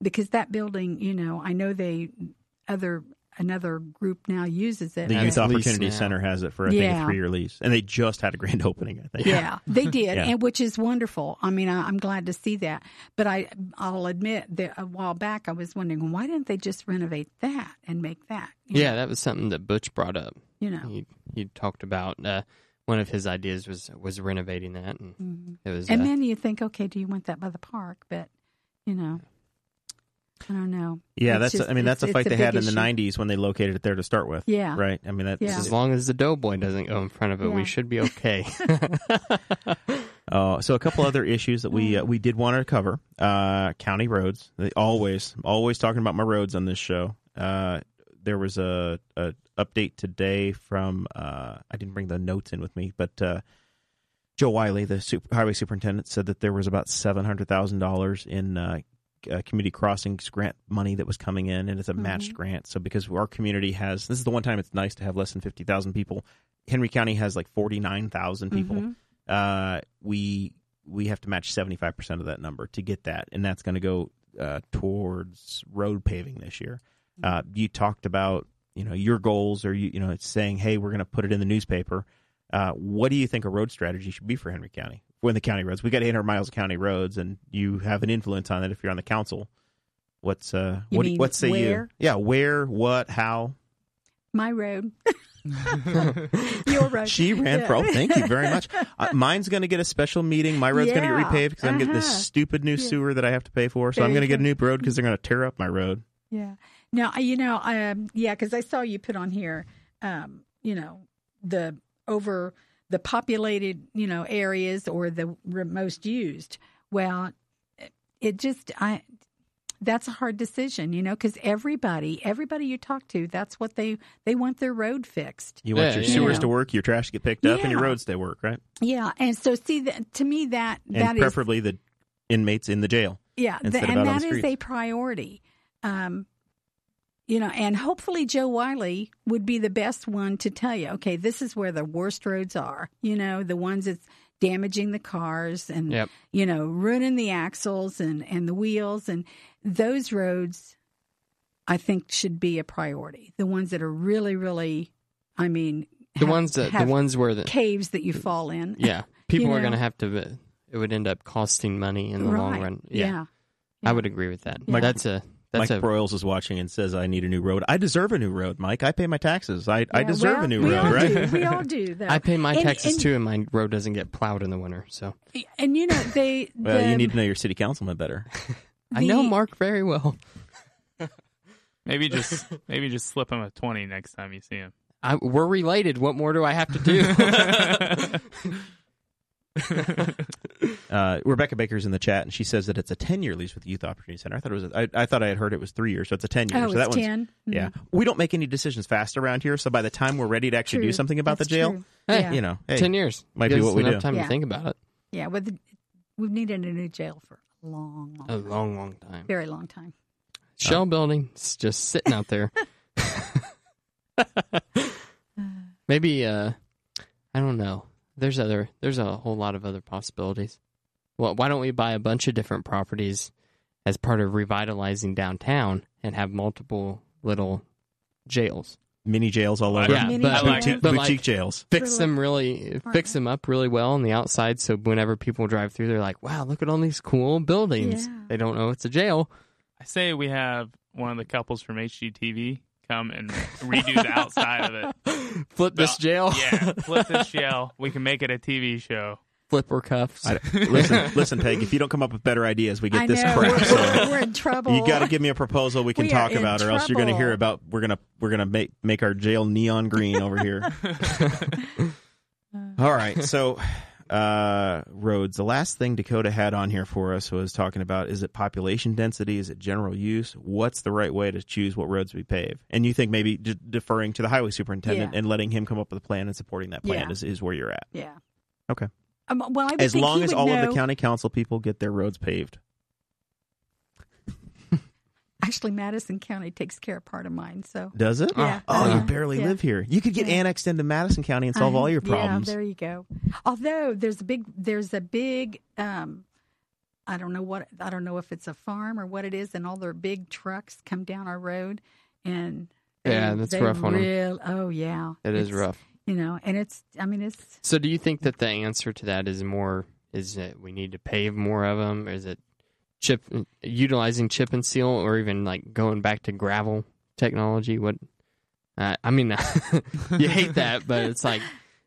[SPEAKER 3] because that building, you know, I know they other another group now uses it.
[SPEAKER 1] the Youth
[SPEAKER 3] but-
[SPEAKER 2] lease
[SPEAKER 1] Opportunity
[SPEAKER 2] now.
[SPEAKER 1] Center has it for I think
[SPEAKER 3] Yeah.
[SPEAKER 1] a three year lease, and they just had a grand opening. I think.
[SPEAKER 3] yeah, they did,
[SPEAKER 1] Yeah.
[SPEAKER 3] and which is wonderful. I mean, I, I'm glad to see that. But I, I'll admit that a while back I was wondering why didn't they just renovate that and make that? you
[SPEAKER 2] Yeah, that was something that Butch brought up.
[SPEAKER 3] know, you know.
[SPEAKER 2] He he talked about uh, one of his ideas was was renovating that, and
[SPEAKER 3] Mhm.
[SPEAKER 2] it was.
[SPEAKER 3] And
[SPEAKER 2] uh,
[SPEAKER 3] then you think, okay, do you want that by the park? But you know, I don't know.
[SPEAKER 1] yeah.
[SPEAKER 3] It's
[SPEAKER 1] that's
[SPEAKER 3] just-
[SPEAKER 1] I mean that's
[SPEAKER 3] it's-
[SPEAKER 1] a fight
[SPEAKER 3] it's
[SPEAKER 1] they
[SPEAKER 3] big
[SPEAKER 1] had in
[SPEAKER 3] issue.
[SPEAKER 1] the '90s when they located it there to start with.
[SPEAKER 3] Yeah.
[SPEAKER 1] Right. I mean that's
[SPEAKER 3] Yeah.
[SPEAKER 2] as long as the doughboy doesn't go in front of it,
[SPEAKER 3] uh, Yeah.
[SPEAKER 2] we should be okay.
[SPEAKER 1] Uh, so a couple other issues that we uh, we did want to cover: uh, county roads. They always always talking about my roads on this show. Uh, there was a, a update today from uh, I didn't bring the notes in with me, but uh, Joe Wiley, the super, highway superintendent, said that there was about seven hundred thousand dollars in uh, uh, community crossings grant money that was coming in, and it's a matched grant. So because our community has, this is the one time it's nice to have less than fifty thousand people. Henry County has like forty nine thousand people.
[SPEAKER 3] Mm-hmm.
[SPEAKER 1] Uh, we we have to match seventy five percent of that number to get that, and that's going to go uh, towards road paving this year.
[SPEAKER 3] Mm-hmm.
[SPEAKER 1] Uh, you talked about you know your goals, or you you know it's saying, hey, we're going to put it in the newspaper. Uh, what do you think a road strategy should be for Henry County? When the county roads, we got 800 miles of county roads, and you have an influence on it if you're on the council. What's uh,
[SPEAKER 3] You
[SPEAKER 1] what? do-
[SPEAKER 3] mean
[SPEAKER 1] what say
[SPEAKER 3] where?
[SPEAKER 1] you? Yeah, where, what, how?
[SPEAKER 3] My road. You're right.
[SPEAKER 1] She ran
[SPEAKER 3] Yeah.
[SPEAKER 1] for. Oh, thank you very much. Uh, mine's going to get a special meeting. My road's going to
[SPEAKER 3] Yeah.
[SPEAKER 1] get repaved because I'm getting this
[SPEAKER 3] Uh-huh.
[SPEAKER 1] stupid new sewer that I have to pay for. So
[SPEAKER 3] There
[SPEAKER 1] I'm
[SPEAKER 3] you
[SPEAKER 1] going to get
[SPEAKER 3] go.
[SPEAKER 1] a new road because they're going to tear up my road.
[SPEAKER 3] Yeah. Now, I- you know, um, yeah, because I saw you put on here, um, you know, the over the populated, you know, areas or the re- most used. Well, it just, I, that's a hard decision, you know, because everybody, everybody you talk to, that's what they, they want their road fixed.
[SPEAKER 1] You
[SPEAKER 2] Yeah,
[SPEAKER 1] want your
[SPEAKER 2] yeah.
[SPEAKER 1] sewers
[SPEAKER 3] Yeah.
[SPEAKER 1] to work, your trash to get picked up, and your
[SPEAKER 3] Yeah.
[SPEAKER 1] roads to work, right?
[SPEAKER 3] Yeah. And so see that to me, that,
[SPEAKER 1] And
[SPEAKER 3] that is.
[SPEAKER 1] preferably the inmates in the jail.
[SPEAKER 3] Yeah,
[SPEAKER 1] instead of
[SPEAKER 3] and
[SPEAKER 1] out on
[SPEAKER 3] that
[SPEAKER 1] the
[SPEAKER 3] is
[SPEAKER 1] streets.
[SPEAKER 3] a priority. Um, you know, and hopefully Joe Wiley would be the best one to tell you, okay, this is where the worst roads are. You know, the ones that's damaging the cars and
[SPEAKER 2] Yep.
[SPEAKER 3] you know ruining the axles and and the wheels and those roads. I think should be a priority. The ones that are really, really, I mean,
[SPEAKER 2] The
[SPEAKER 3] have-
[SPEAKER 2] ones that the
[SPEAKER 3] have
[SPEAKER 2] ones where the
[SPEAKER 3] caves that you fall in.
[SPEAKER 2] yeah people are
[SPEAKER 3] know.
[SPEAKER 2] going to have to. It would end up costing money in the long
[SPEAKER 3] Right.
[SPEAKER 2] run. Yeah, I would agree with that.
[SPEAKER 3] Yeah.
[SPEAKER 2] That's a that's
[SPEAKER 1] Mike
[SPEAKER 2] a
[SPEAKER 1] Broyles is watching and says, "I need a new road. I deserve a new road, Mike. I pay my taxes. I, I
[SPEAKER 3] Yeah,
[SPEAKER 1] deserve
[SPEAKER 3] well,
[SPEAKER 1] a new
[SPEAKER 3] we
[SPEAKER 1] road,
[SPEAKER 3] all
[SPEAKER 1] right?
[SPEAKER 3] do. We all do, though.
[SPEAKER 2] I pay my
[SPEAKER 3] And-
[SPEAKER 2] taxes
[SPEAKER 3] and-
[SPEAKER 2] too, and my road doesn't get plowed in the winter. So
[SPEAKER 3] And you know they.
[SPEAKER 1] Well,
[SPEAKER 3] the-
[SPEAKER 1] you need to know your city councilman better.
[SPEAKER 2] I know
[SPEAKER 3] The-
[SPEAKER 2] Mark very well.
[SPEAKER 4] Maybe just maybe just slip him a twenty next time you see him.
[SPEAKER 2] I, we're related. What more do I have to do?
[SPEAKER 1] Uh, Rebecca Baker's in the chat, and she says that it's a ten-year lease with the Youth Opportunity Center. I thought it was. I, I thought I had heard it was three years, so it's a ten year.
[SPEAKER 3] Oh,
[SPEAKER 1] so
[SPEAKER 3] it's
[SPEAKER 1] that one's-
[SPEAKER 3] ten. Mm,
[SPEAKER 1] Yeah, we don't make any decisions fast around here. So by the time we're ready to actually
[SPEAKER 3] true.
[SPEAKER 1] do something about
[SPEAKER 3] That's
[SPEAKER 1] the jail,
[SPEAKER 3] true.
[SPEAKER 2] Hey,
[SPEAKER 3] yeah.
[SPEAKER 1] you know, hey,
[SPEAKER 2] Ten years
[SPEAKER 1] Might be
[SPEAKER 2] Gives
[SPEAKER 1] what
[SPEAKER 2] us
[SPEAKER 1] we
[SPEAKER 2] enough
[SPEAKER 1] do.
[SPEAKER 2] Time to
[SPEAKER 3] Yeah.
[SPEAKER 2] think about it.
[SPEAKER 3] yeah. Well, the, we've needed a new jail for a long, long,
[SPEAKER 2] A long, long time.
[SPEAKER 3] very long time.
[SPEAKER 2] Shell building, it's just sitting out there. Maybe uh, I don't know. There's other. There's a whole lot of other possibilities. Well, why don't we buy a bunch of different properties as part of revitalizing downtown and have multiple little jails?
[SPEAKER 1] mini jails all
[SPEAKER 4] Like
[SPEAKER 1] over.
[SPEAKER 4] Yeah,
[SPEAKER 3] Mini
[SPEAKER 2] but-
[SPEAKER 3] jail.
[SPEAKER 4] I like
[SPEAKER 1] boutique,
[SPEAKER 4] it.
[SPEAKER 2] But, like-
[SPEAKER 1] boutique jails.
[SPEAKER 2] fix
[SPEAKER 3] Really?
[SPEAKER 2] them really fix them up really well on the outside so whenever people drive through they're like wow look at all these cool buildings
[SPEAKER 3] Yeah.
[SPEAKER 2] they don't know it's a jail
[SPEAKER 4] I say we have one of the couples from HGTV come and redo the outside of it.
[SPEAKER 2] flip this jail
[SPEAKER 4] Yeah, flip this jail. We can make it a TV show.
[SPEAKER 2] flipper cuffs
[SPEAKER 1] I, listen, listen, Peg. If you don't come up with better ideas, we get
[SPEAKER 3] I
[SPEAKER 1] this
[SPEAKER 3] know,
[SPEAKER 1] crap.
[SPEAKER 3] We're,
[SPEAKER 1] so-
[SPEAKER 3] we're- we're in trouble.
[SPEAKER 1] You got to give me a proposal we can
[SPEAKER 3] We are
[SPEAKER 1] talk
[SPEAKER 3] in
[SPEAKER 1] about, or else you're going to hear
[SPEAKER 3] trouble.
[SPEAKER 1] about we're gonna we're gonna make make our jail neon green over here. All right, so uh roads the last thing dakota had on here for us was talking about is it population density is it general use what's the right way to choose what roads we pave and you think maybe d- deferring to the highway superintendent
[SPEAKER 3] Yeah.
[SPEAKER 1] and letting him come up with a plan and supporting that plan
[SPEAKER 3] Yeah.
[SPEAKER 1] is, is where you're at
[SPEAKER 3] Yeah.
[SPEAKER 1] Okay.
[SPEAKER 3] Um, well, I would
[SPEAKER 1] as
[SPEAKER 3] think
[SPEAKER 1] long
[SPEAKER 3] he
[SPEAKER 1] as
[SPEAKER 3] would
[SPEAKER 1] all
[SPEAKER 3] know,
[SPEAKER 1] of the county council people get their roads paved
[SPEAKER 3] Actually, Madison County takes care of part of mine, so.
[SPEAKER 1] does it
[SPEAKER 3] Yeah.
[SPEAKER 1] oh
[SPEAKER 3] Uh-huh.
[SPEAKER 1] you barely
[SPEAKER 3] Yeah.
[SPEAKER 1] live here you could get
[SPEAKER 3] Yeah.
[SPEAKER 1] annexed into madison county and solve
[SPEAKER 3] I-
[SPEAKER 1] all your problems
[SPEAKER 3] Yeah, there you go. Although there's a big, there's a big, um, I don't know what, I don't know if it's a farm or what it is, and all their big trucks come down our road, and they-
[SPEAKER 2] Yeah, that's
[SPEAKER 3] they
[SPEAKER 2] rough on 'em.
[SPEAKER 3] real- Oh yeah,
[SPEAKER 2] it is
[SPEAKER 3] It's-
[SPEAKER 2] rough
[SPEAKER 3] You know, and it's, I mean, it's
[SPEAKER 2] so do you think that the answer to that is more is that we need to pave more of them is it chip utilizing chip and seal or even like going back to gravel technology what uh, i mean you hate that but it's like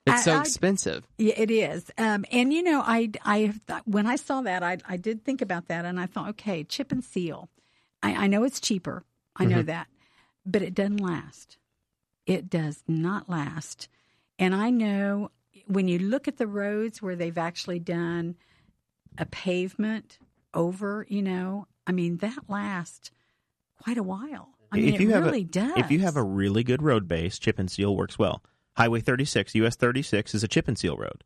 [SPEAKER 2] it's so
[SPEAKER 3] I- I-
[SPEAKER 2] expensive
[SPEAKER 3] Yeah, it is. Um, and you know, I, I have thought, when I saw that, I, I did think about that, and I thought, okay, chip and seal. I, I know it's cheaper. I
[SPEAKER 1] Mm-hmm.
[SPEAKER 3] know that, but it doesn't last. It does not last. And I know when you look at the roads where they've actually done a pavement over, you know, I mean that lasts quite a while. I mean, it really
[SPEAKER 1] a,
[SPEAKER 3] does.
[SPEAKER 1] If you have a really good road base, chip and seal works well. Highway 36, US 36 is a chip and seal road.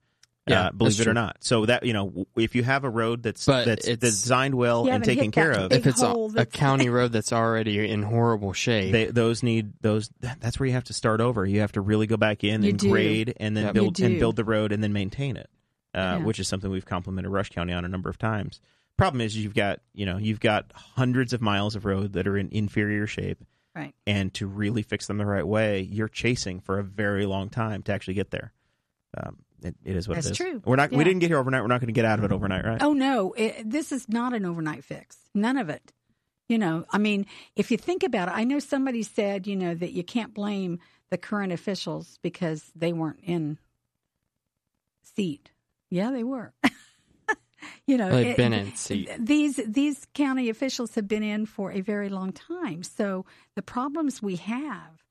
[SPEAKER 2] Yeah,
[SPEAKER 1] uh, believe
[SPEAKER 2] that's
[SPEAKER 1] it or
[SPEAKER 2] true.
[SPEAKER 1] not. So that you know, w- if you have a road that's
[SPEAKER 2] But
[SPEAKER 1] that's
[SPEAKER 2] it's-
[SPEAKER 1] designed well
[SPEAKER 3] You
[SPEAKER 1] and
[SPEAKER 3] haven't
[SPEAKER 1] taken
[SPEAKER 3] hit
[SPEAKER 1] care
[SPEAKER 3] that
[SPEAKER 1] of,
[SPEAKER 3] big
[SPEAKER 2] if it's a,
[SPEAKER 3] hole
[SPEAKER 2] a
[SPEAKER 3] that's-
[SPEAKER 2] county road that's already in horrible shape
[SPEAKER 1] they, those need those. That's where you have to start over. You have to really go back in
[SPEAKER 3] You
[SPEAKER 1] and
[SPEAKER 3] do.
[SPEAKER 1] grade, and then
[SPEAKER 2] Yep.
[SPEAKER 3] You
[SPEAKER 1] build and
[SPEAKER 3] do.
[SPEAKER 1] build the road, and then maintain it, uh,
[SPEAKER 3] Yeah.
[SPEAKER 1] which is something we've complimented Rush County on a number of times. Problem is, you've got you know you've got hundreds of miles of road that are in inferior shape,
[SPEAKER 3] right.
[SPEAKER 1] and to really fix them the right way, you're chasing for a very long time to actually get there. Um, it, it is what it
[SPEAKER 3] That's
[SPEAKER 1] is.
[SPEAKER 3] true.
[SPEAKER 1] We're not. We
[SPEAKER 3] Yeah.
[SPEAKER 1] didn't get here overnight. We're not going to get out of it overnight, right?
[SPEAKER 3] Oh no, it, this is not an overnight fix. None of it. You know, I mean, if you think about it, I know somebody said, you know, that you can't blame the current officials because they weren't in seat. Yeah, they were. you know,
[SPEAKER 2] They've
[SPEAKER 3] it-
[SPEAKER 2] been in seat.
[SPEAKER 3] These these county officials have been in for a very long time. So the problems we have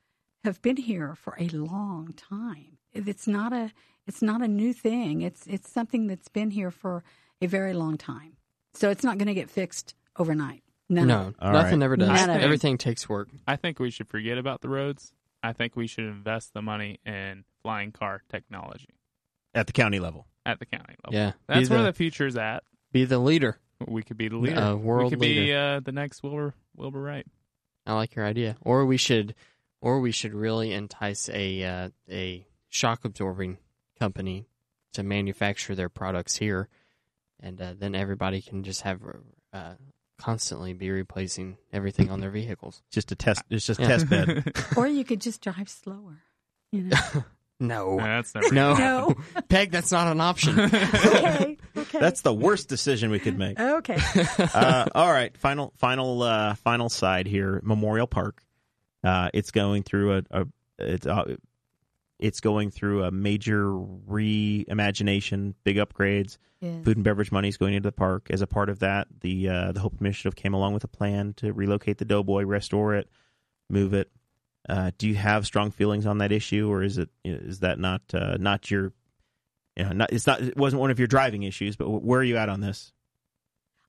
[SPEAKER 3] have been here for a long time. It's not a it's not a new thing. It's it's something that's been here for a very long time. So it's not going to get fixed overnight. No.
[SPEAKER 2] No,
[SPEAKER 1] All
[SPEAKER 2] nothing
[SPEAKER 1] right.
[SPEAKER 2] ever does.
[SPEAKER 3] None of it.
[SPEAKER 2] Everything takes work.
[SPEAKER 4] I think we should forget about the roads. I think we should invest the money in flying car technology
[SPEAKER 1] at the county level.
[SPEAKER 4] at the county level.
[SPEAKER 2] Yeah,
[SPEAKER 4] That's
[SPEAKER 2] be
[SPEAKER 4] where
[SPEAKER 2] the,
[SPEAKER 4] the future's at.
[SPEAKER 2] be the leader.
[SPEAKER 4] We could be the leader.
[SPEAKER 2] Uh, world
[SPEAKER 4] we could be
[SPEAKER 2] leader.
[SPEAKER 4] uh, the next Wilbur Wilbur Wright.
[SPEAKER 2] I like your idea. Or we should, or we should really entice a uh, a shock absorbing company to manufacture their products here, and uh, then everybody can just have uh, constantly be replacing everything on their vehicles.
[SPEAKER 1] Just a test. It's just
[SPEAKER 2] Yeah.
[SPEAKER 1] test bed.
[SPEAKER 3] Or you could just drive slower. You know.
[SPEAKER 2] No,
[SPEAKER 4] No, that's never
[SPEAKER 2] no,
[SPEAKER 3] No.
[SPEAKER 2] Peg, that's not an option.
[SPEAKER 3] okay. Okay.
[SPEAKER 1] That's the worst decision we could make.
[SPEAKER 3] okay.
[SPEAKER 1] uh, all right, final, final, uh, final side here. Memorial Park. Uh, it's going through a, a it's uh, it's going through a major reimagination, big upgrades.
[SPEAKER 3] Yes.
[SPEAKER 1] Food and beverage money is going into the park. As a part of that, the uh, the Hope Initiative came along with a plan to relocate the Doughboy, restore it, move it. Uh, do you have strong feelings on that issue, or is it is that not uh, not your you know, not, it's not it wasn't one of your driving issues, but where are you at on this?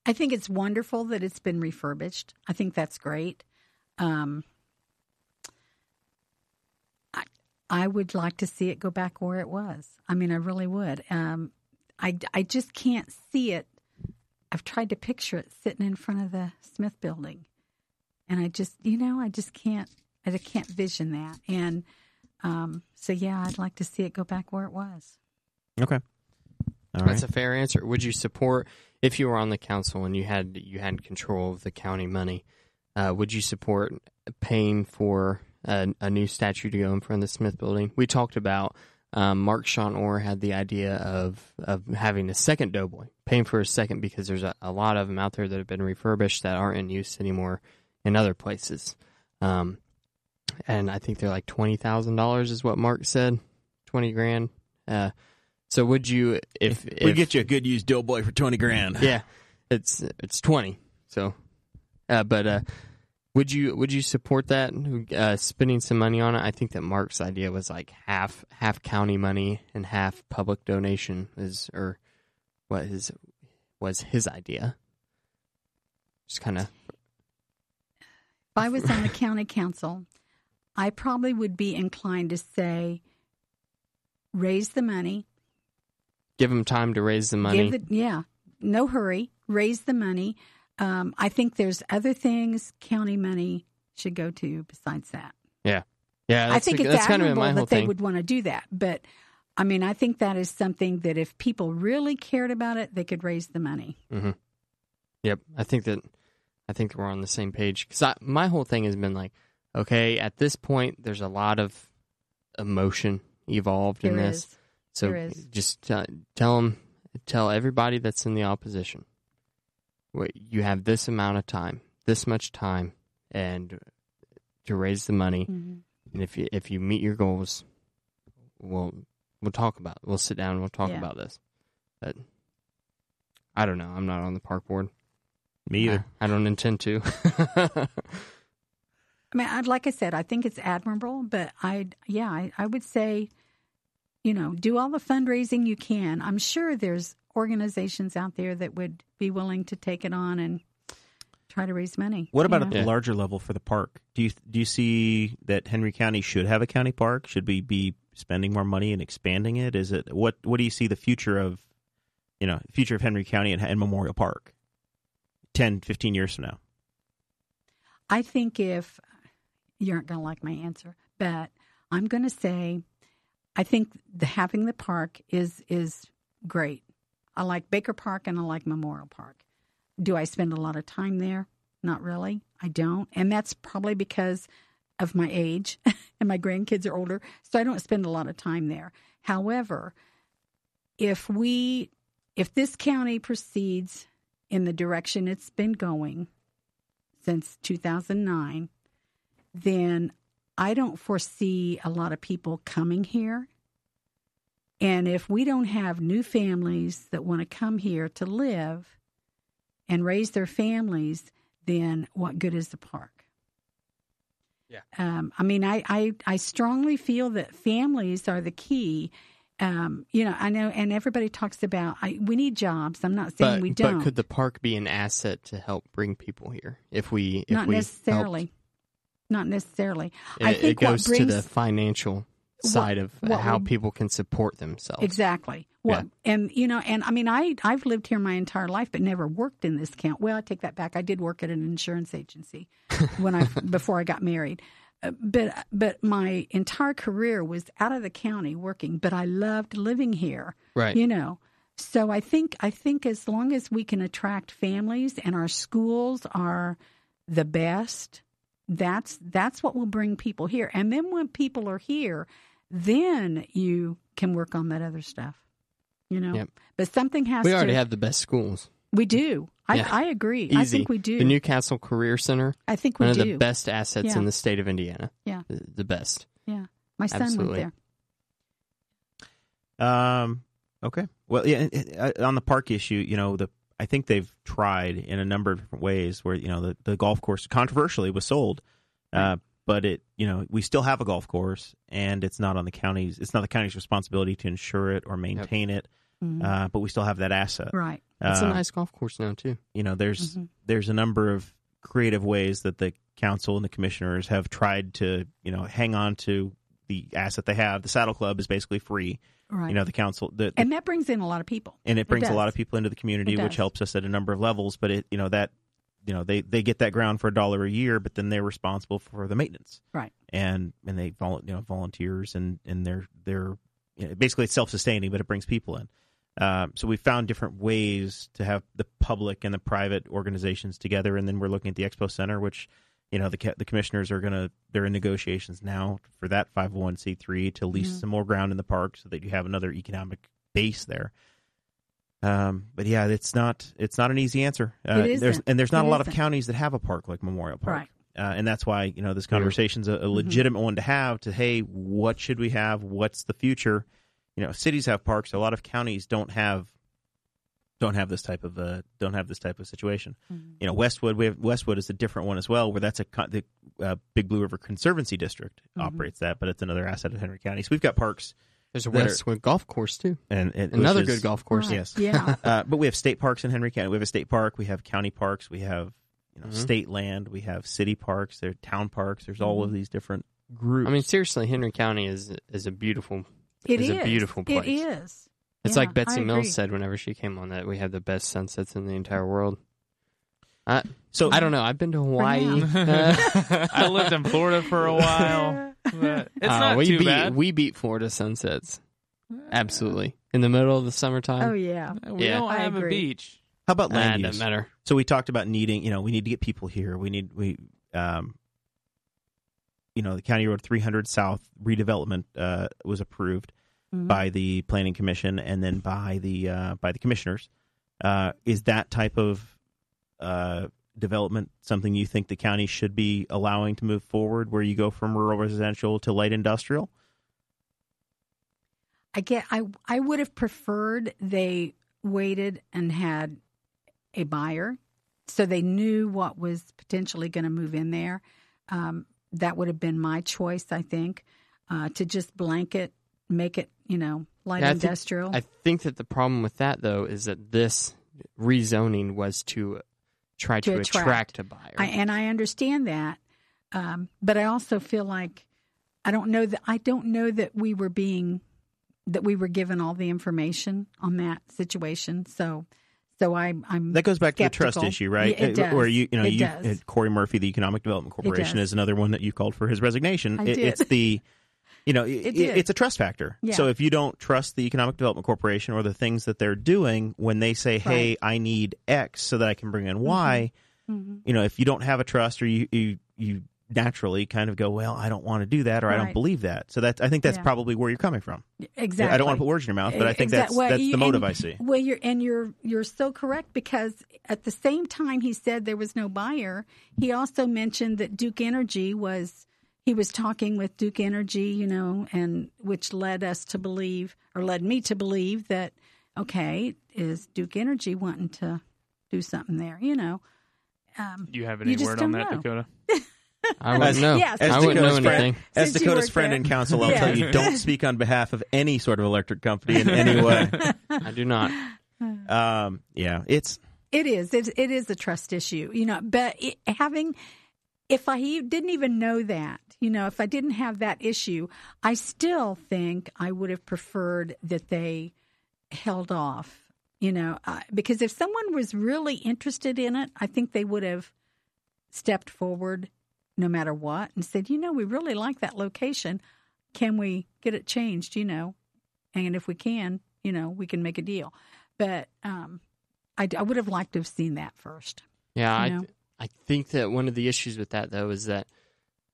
[SPEAKER 3] I think it's wonderful that it's been refurbished. I think that's great. Um, I, I would like to see it go back where it was. I mean, I really would. Um, I, I just can't see it. I've tried to picture it sitting in front of the Smith building. And I just, you know, I just can't, I just can't vision that. And um, so, yeah, I'd like to see it go back where it was.
[SPEAKER 1] Okay. All right.
[SPEAKER 2] That's a fair answer. Would you support if you were on the council and you had you had control of the county money? Uh, would you support paying for a, a new statue to go in front of the Smith Building? We talked about um, Mark Sean Orr had the idea of of having a second Doughboy, paying for a second because there's a, a lot of them out there that have been refurbished that aren't in use anymore in other places. Um, and I think they're like twenty thousand dollars is what Mark said, twenty grand. Uh, so would you if, if
[SPEAKER 1] we get you a good used doughboy for twenty grand.
[SPEAKER 2] yeah, it's it's twenty. So, uh, but uh, would you would you support that? Uh, spending some money on it. I think that Mark's idea was like half half county money and half public donation is or what his was his idea. Just kind of
[SPEAKER 3] If I was on the county council, I probably would be inclined to say, raise the money.
[SPEAKER 2] give him time to raise the money.
[SPEAKER 3] Give the, yeah, no hurry. Raise the money. Um, I think there's other things county money should go to besides that.
[SPEAKER 2] yeah, that's,
[SPEAKER 3] I think it's
[SPEAKER 2] that's kind of been
[SPEAKER 3] admirable
[SPEAKER 2] my whole
[SPEAKER 3] that they
[SPEAKER 2] thing.
[SPEAKER 3] would want to do that. But I mean, I think that is something that if people really cared about it, they could raise the money.
[SPEAKER 2] Mm-hmm. Yep, I think that I think that we're on the same page because my whole thing has been like, okay, at this point, there's a lot of emotion evolved in
[SPEAKER 3] There
[SPEAKER 2] this.
[SPEAKER 3] is.
[SPEAKER 2] So
[SPEAKER 3] there is.
[SPEAKER 2] just uh, tell them, tell everybody that's in the opposition, wait, you have this amount of time, this much time, and to raise the money.
[SPEAKER 3] Mhm.
[SPEAKER 2] And if you if you meet your goals, we'll we'll talk about we'll sit down and we'll talk
[SPEAKER 3] Yeah.
[SPEAKER 2] about this. But I don't know. I'm not on the park board.
[SPEAKER 1] Me either.
[SPEAKER 2] I, I don't intend to.
[SPEAKER 3] I mean, I'd, like I said, I think it's admirable, but I, yeah, I, I would say, you know, do all the fundraising you can. I'm sure there's organizations out there that would be willing to take it on and try to raise money.
[SPEAKER 1] What about
[SPEAKER 3] you
[SPEAKER 1] at
[SPEAKER 3] know?
[SPEAKER 1] the
[SPEAKER 2] Yeah.
[SPEAKER 1] larger level for the park? Do you do you see that Henry County should have a county park? Should we be spending more money and expanding it? Is it what what do you see the future of you know, future of Henry County and, and Memorial Park 10, 15 years from now?
[SPEAKER 3] I think if you aren't going to like my answer, but I'm going to say, I think the, having the park is is great. I like Baker Park and I like Memorial Park. Do I spend a lot of time there? Not really. I don't, and that's probably because of my age and my grandkids are older, so I don't spend a lot of time there. However, if we if this county proceeds in the direction it's been going since 2009, then I don't foresee a lot of people coming here. And if we don't have new families that want to come here to live and raise their families, then what good is the park?
[SPEAKER 2] Yeah.
[SPEAKER 3] Um, I mean, I, I, I strongly feel that families are the key. Um, you know, I know, and everybody talks about I, we need jobs. I'm not saying
[SPEAKER 2] but,
[SPEAKER 3] we
[SPEAKER 2] but
[SPEAKER 3] don't.
[SPEAKER 2] could the park be an asset to help bring people here if we if
[SPEAKER 3] not
[SPEAKER 2] we
[SPEAKER 3] necessarily.
[SPEAKER 2] helped?
[SPEAKER 3] Not necessarily.
[SPEAKER 2] It,
[SPEAKER 3] I
[SPEAKER 2] it
[SPEAKER 3] think what
[SPEAKER 2] goes to
[SPEAKER 3] brings-
[SPEAKER 2] the financial
[SPEAKER 3] What-
[SPEAKER 2] side of
[SPEAKER 3] what
[SPEAKER 2] how
[SPEAKER 3] would-
[SPEAKER 2] people can support themselves.
[SPEAKER 3] Exactly. Well, and you know, and I mean, I I've lived here my entire life, but never worked in this county. Well, I take that back. I did work at an insurance agency when I before I got married, Uh, but but my entire career was out of the county working. But I loved living here.
[SPEAKER 2] Right.
[SPEAKER 3] You know. So I think I think as long as we can attract families and our schools are the best, that's that's what will bring people here. And then when people are here, then you can work on that other stuff. You know,
[SPEAKER 2] Yep.
[SPEAKER 3] but something has
[SPEAKER 2] We
[SPEAKER 3] to.
[SPEAKER 2] already have the best schools.
[SPEAKER 3] we do. I,
[SPEAKER 2] Yeah.
[SPEAKER 3] I agree.
[SPEAKER 2] Easy.
[SPEAKER 3] I think we do.
[SPEAKER 2] The Newcastle Career Center,
[SPEAKER 3] I think we
[SPEAKER 2] one
[SPEAKER 3] do.
[SPEAKER 2] of the best assets
[SPEAKER 3] Yeah.
[SPEAKER 2] in the state of Indiana.
[SPEAKER 3] Yeah.
[SPEAKER 2] The, the best.
[SPEAKER 3] yeah, my son
[SPEAKER 2] Absolutely.
[SPEAKER 3] went there.
[SPEAKER 1] Um. Okay. Well, yeah. and- and, uh, On the park issue, you know, the I think they've tried in a number of different ways where you know the, the golf course controversially was sold, uh, but it you know we still have a golf course and it's not on the county's it's not the county's responsibility to insure it or maintain it,
[SPEAKER 3] Mhm.
[SPEAKER 1] uh, but we still have that asset.
[SPEAKER 3] Right.
[SPEAKER 2] It's
[SPEAKER 1] Uh,
[SPEAKER 2] a nice golf course now too.
[SPEAKER 1] you know there's
[SPEAKER 3] Mhm.
[SPEAKER 1] there's a number of creative ways that the council and the commissioners have tried to you know hang on to the asset they have the saddle club is basically free
[SPEAKER 3] Mm-hmm. Right.
[SPEAKER 1] you know the council the, the-
[SPEAKER 3] and that brings in a lot of people.
[SPEAKER 1] and it brings a lot
[SPEAKER 3] does.
[SPEAKER 1] of people into the community
[SPEAKER 3] It
[SPEAKER 1] which
[SPEAKER 3] does.
[SPEAKER 1] helps us at a number of levels but it you know that you know they they get that ground for a dollar a year but then they're responsible for the maintenance
[SPEAKER 3] Right.
[SPEAKER 1] and and they vol- you know volunteers and and they're they're you know, basically it's self-sustaining but it brings people in um, so we found different ways to have the public and the private organizations together and then we're looking at the expo center which you know the ca- the commissioners are going to they're in negotiations now for that 501c3 to lease
[SPEAKER 3] Mhm.
[SPEAKER 1] some more ground in the park so that you have another economic base there um, but yeah, it's not it's not an easy answer. Uh,
[SPEAKER 3] It
[SPEAKER 1] there's
[SPEAKER 3] isn't.
[SPEAKER 1] and there's not
[SPEAKER 3] It
[SPEAKER 1] a lot of
[SPEAKER 3] isn't.
[SPEAKER 1] counties that have a park like Memorial Park,
[SPEAKER 3] Right. Mm-hmm.
[SPEAKER 1] uh, and that's why you know this conversation's a, a legitimate one to have. To hey, what should we have? What's the future? You know, cities have parks. A lot of counties don't have don't have this type of uh, don't have this type of situation. You know, Westwood we have, Westwood is a different one as well, where that's a con- the uh, Big Blue River Conservancy District
[SPEAKER 3] Mm-hmm.
[SPEAKER 1] operates that, but it's another asset of Henry County. So we've got parks
[SPEAKER 2] There's a
[SPEAKER 1] that are-
[SPEAKER 2] Westwood golf course too.
[SPEAKER 1] and, and which
[SPEAKER 2] Another
[SPEAKER 1] is-
[SPEAKER 2] good golf course.
[SPEAKER 3] Right.
[SPEAKER 1] yes.
[SPEAKER 3] Yeah.
[SPEAKER 1] uh, but we have state parks in Henry County. We have a state park. We have county parks. We have you know
[SPEAKER 2] Mhm.
[SPEAKER 1] state land. We have city parks. There are town parks. There's all of these different groups.
[SPEAKER 2] Mm-hmm. I mean, seriously, Henry County is is a beautiful.
[SPEAKER 3] it
[SPEAKER 2] It's
[SPEAKER 3] is
[SPEAKER 2] a beautiful place.
[SPEAKER 3] It is.
[SPEAKER 2] It's
[SPEAKER 3] Yeah,
[SPEAKER 2] like Betsy
[SPEAKER 3] I agree.
[SPEAKER 2] Mills said whenever she came on that we have the best sunsets in the entire world. I
[SPEAKER 1] so
[SPEAKER 2] I don't know. I've been to Hawaii.
[SPEAKER 4] I lived in Florida for a while. But it's
[SPEAKER 2] Uh,
[SPEAKER 4] not
[SPEAKER 2] we
[SPEAKER 4] too
[SPEAKER 2] beat,
[SPEAKER 4] bad.
[SPEAKER 2] We beat Florida sunsets. Absolutely. In the middle of the summertime.
[SPEAKER 3] Oh yeah.
[SPEAKER 4] we
[SPEAKER 2] yeah.
[SPEAKER 4] don't
[SPEAKER 3] I
[SPEAKER 4] have a
[SPEAKER 3] agree.
[SPEAKER 4] beach.
[SPEAKER 1] How about
[SPEAKER 2] Ah, it
[SPEAKER 1] land
[SPEAKER 2] doesn't
[SPEAKER 1] use?
[SPEAKER 2] matter.
[SPEAKER 1] So we talked about needing. You know, we need to get people here. We need we um. You know, the County Road 300 South redevelopment uh, was approved
[SPEAKER 3] Mhm.
[SPEAKER 1] by the Planning Commission and then by the uh, by the commissioners. Uh, is that type of uh, development something you think the county should be allowing to move forward, where you go from rural residential to light industrial?
[SPEAKER 3] I get I I would have preferred they waited and had a buyer so they knew what was potentially going to move in there. Um, that would have been my choice, I think, uh, to just blanket make it, you know, light
[SPEAKER 2] Yeah, I think-
[SPEAKER 3] industrial.
[SPEAKER 2] I think that the problem with that though is that this rezoning was to try to,
[SPEAKER 3] To
[SPEAKER 2] attract. a buyer.
[SPEAKER 3] I, and I understand that, um, but I also feel like I don't know that I don't know that we were being that we were given all the information on that situation. So, so I, I'm
[SPEAKER 1] That goes back to the trust
[SPEAKER 3] Skeptical.
[SPEAKER 1] issue, right?
[SPEAKER 3] Yeah, it
[SPEAKER 1] Uh, Where
[SPEAKER 3] does.
[SPEAKER 1] you, you know,
[SPEAKER 3] It
[SPEAKER 1] you,
[SPEAKER 3] does.
[SPEAKER 1] uh, Corey Murphy, the Economic Development Corporation,
[SPEAKER 3] does.
[SPEAKER 1] is another one that you called for his resignation.
[SPEAKER 3] I
[SPEAKER 1] It-
[SPEAKER 3] did.
[SPEAKER 1] It's the, you know, it,
[SPEAKER 3] did.
[SPEAKER 1] it's a trust factor.
[SPEAKER 3] Yeah.
[SPEAKER 1] So if you don't trust the Economic Development Corporation or the things that they're doing when they say, "Hey, I need X so that I can bring in Y,"
[SPEAKER 3] Mhm.
[SPEAKER 1] you know, if you don't have a trust or you you you naturally kind of go, well, I don't want to do that or I don't
[SPEAKER 3] Right.
[SPEAKER 1] believe that. So that's I think that's
[SPEAKER 3] Yeah.
[SPEAKER 1] probably where you're coming from.
[SPEAKER 3] Exactly.
[SPEAKER 1] I don't want to put words in your mouth, but I think
[SPEAKER 3] Eh, Exact-
[SPEAKER 1] that's
[SPEAKER 3] well,
[SPEAKER 1] that's
[SPEAKER 3] you-
[SPEAKER 1] the motive
[SPEAKER 3] and-
[SPEAKER 1] I see.
[SPEAKER 3] Well, you're and you're you're so correct because at the same time he said there was no buyer, he also mentioned that Duke Energy was he was talking with Duke Energy, you know, and which led us to believe or led me to believe that okay, is Duke Energy wanting to do something there, you know? Um,
[SPEAKER 4] You have
[SPEAKER 3] You
[SPEAKER 4] any
[SPEAKER 3] just
[SPEAKER 4] word
[SPEAKER 3] don't
[SPEAKER 4] on that,
[SPEAKER 3] know.
[SPEAKER 4] Dakota?
[SPEAKER 2] I wouldn't know.
[SPEAKER 3] Yes,
[SPEAKER 2] I wouldn't know
[SPEAKER 1] Dakota's friend,
[SPEAKER 2] anything.
[SPEAKER 1] as
[SPEAKER 3] Since you
[SPEAKER 1] Dakota's
[SPEAKER 3] work
[SPEAKER 1] friend
[SPEAKER 3] there.
[SPEAKER 1] and counsel, I'll
[SPEAKER 3] Yeah.
[SPEAKER 1] tell you, don't speak on behalf of any sort of electric company in any way.
[SPEAKER 2] I do not.
[SPEAKER 1] Um, yeah, it's
[SPEAKER 3] It is. It, it is a trust issue, you know. But it, having, if I e- didn't even know that, you know, if I didn't have that issue, I still think I would have preferred that they held off, you know, uh, because if someone was really interested in it, I think they would have stepped forward no matter what and said, you know, we really like that location. Can we get it changed, you know? And if we can, you know, we can make a deal. But, um, I, I would have liked to have seen that first.
[SPEAKER 2] Yeah, I,
[SPEAKER 3] You know?
[SPEAKER 2] I think that one of the issues with that though is that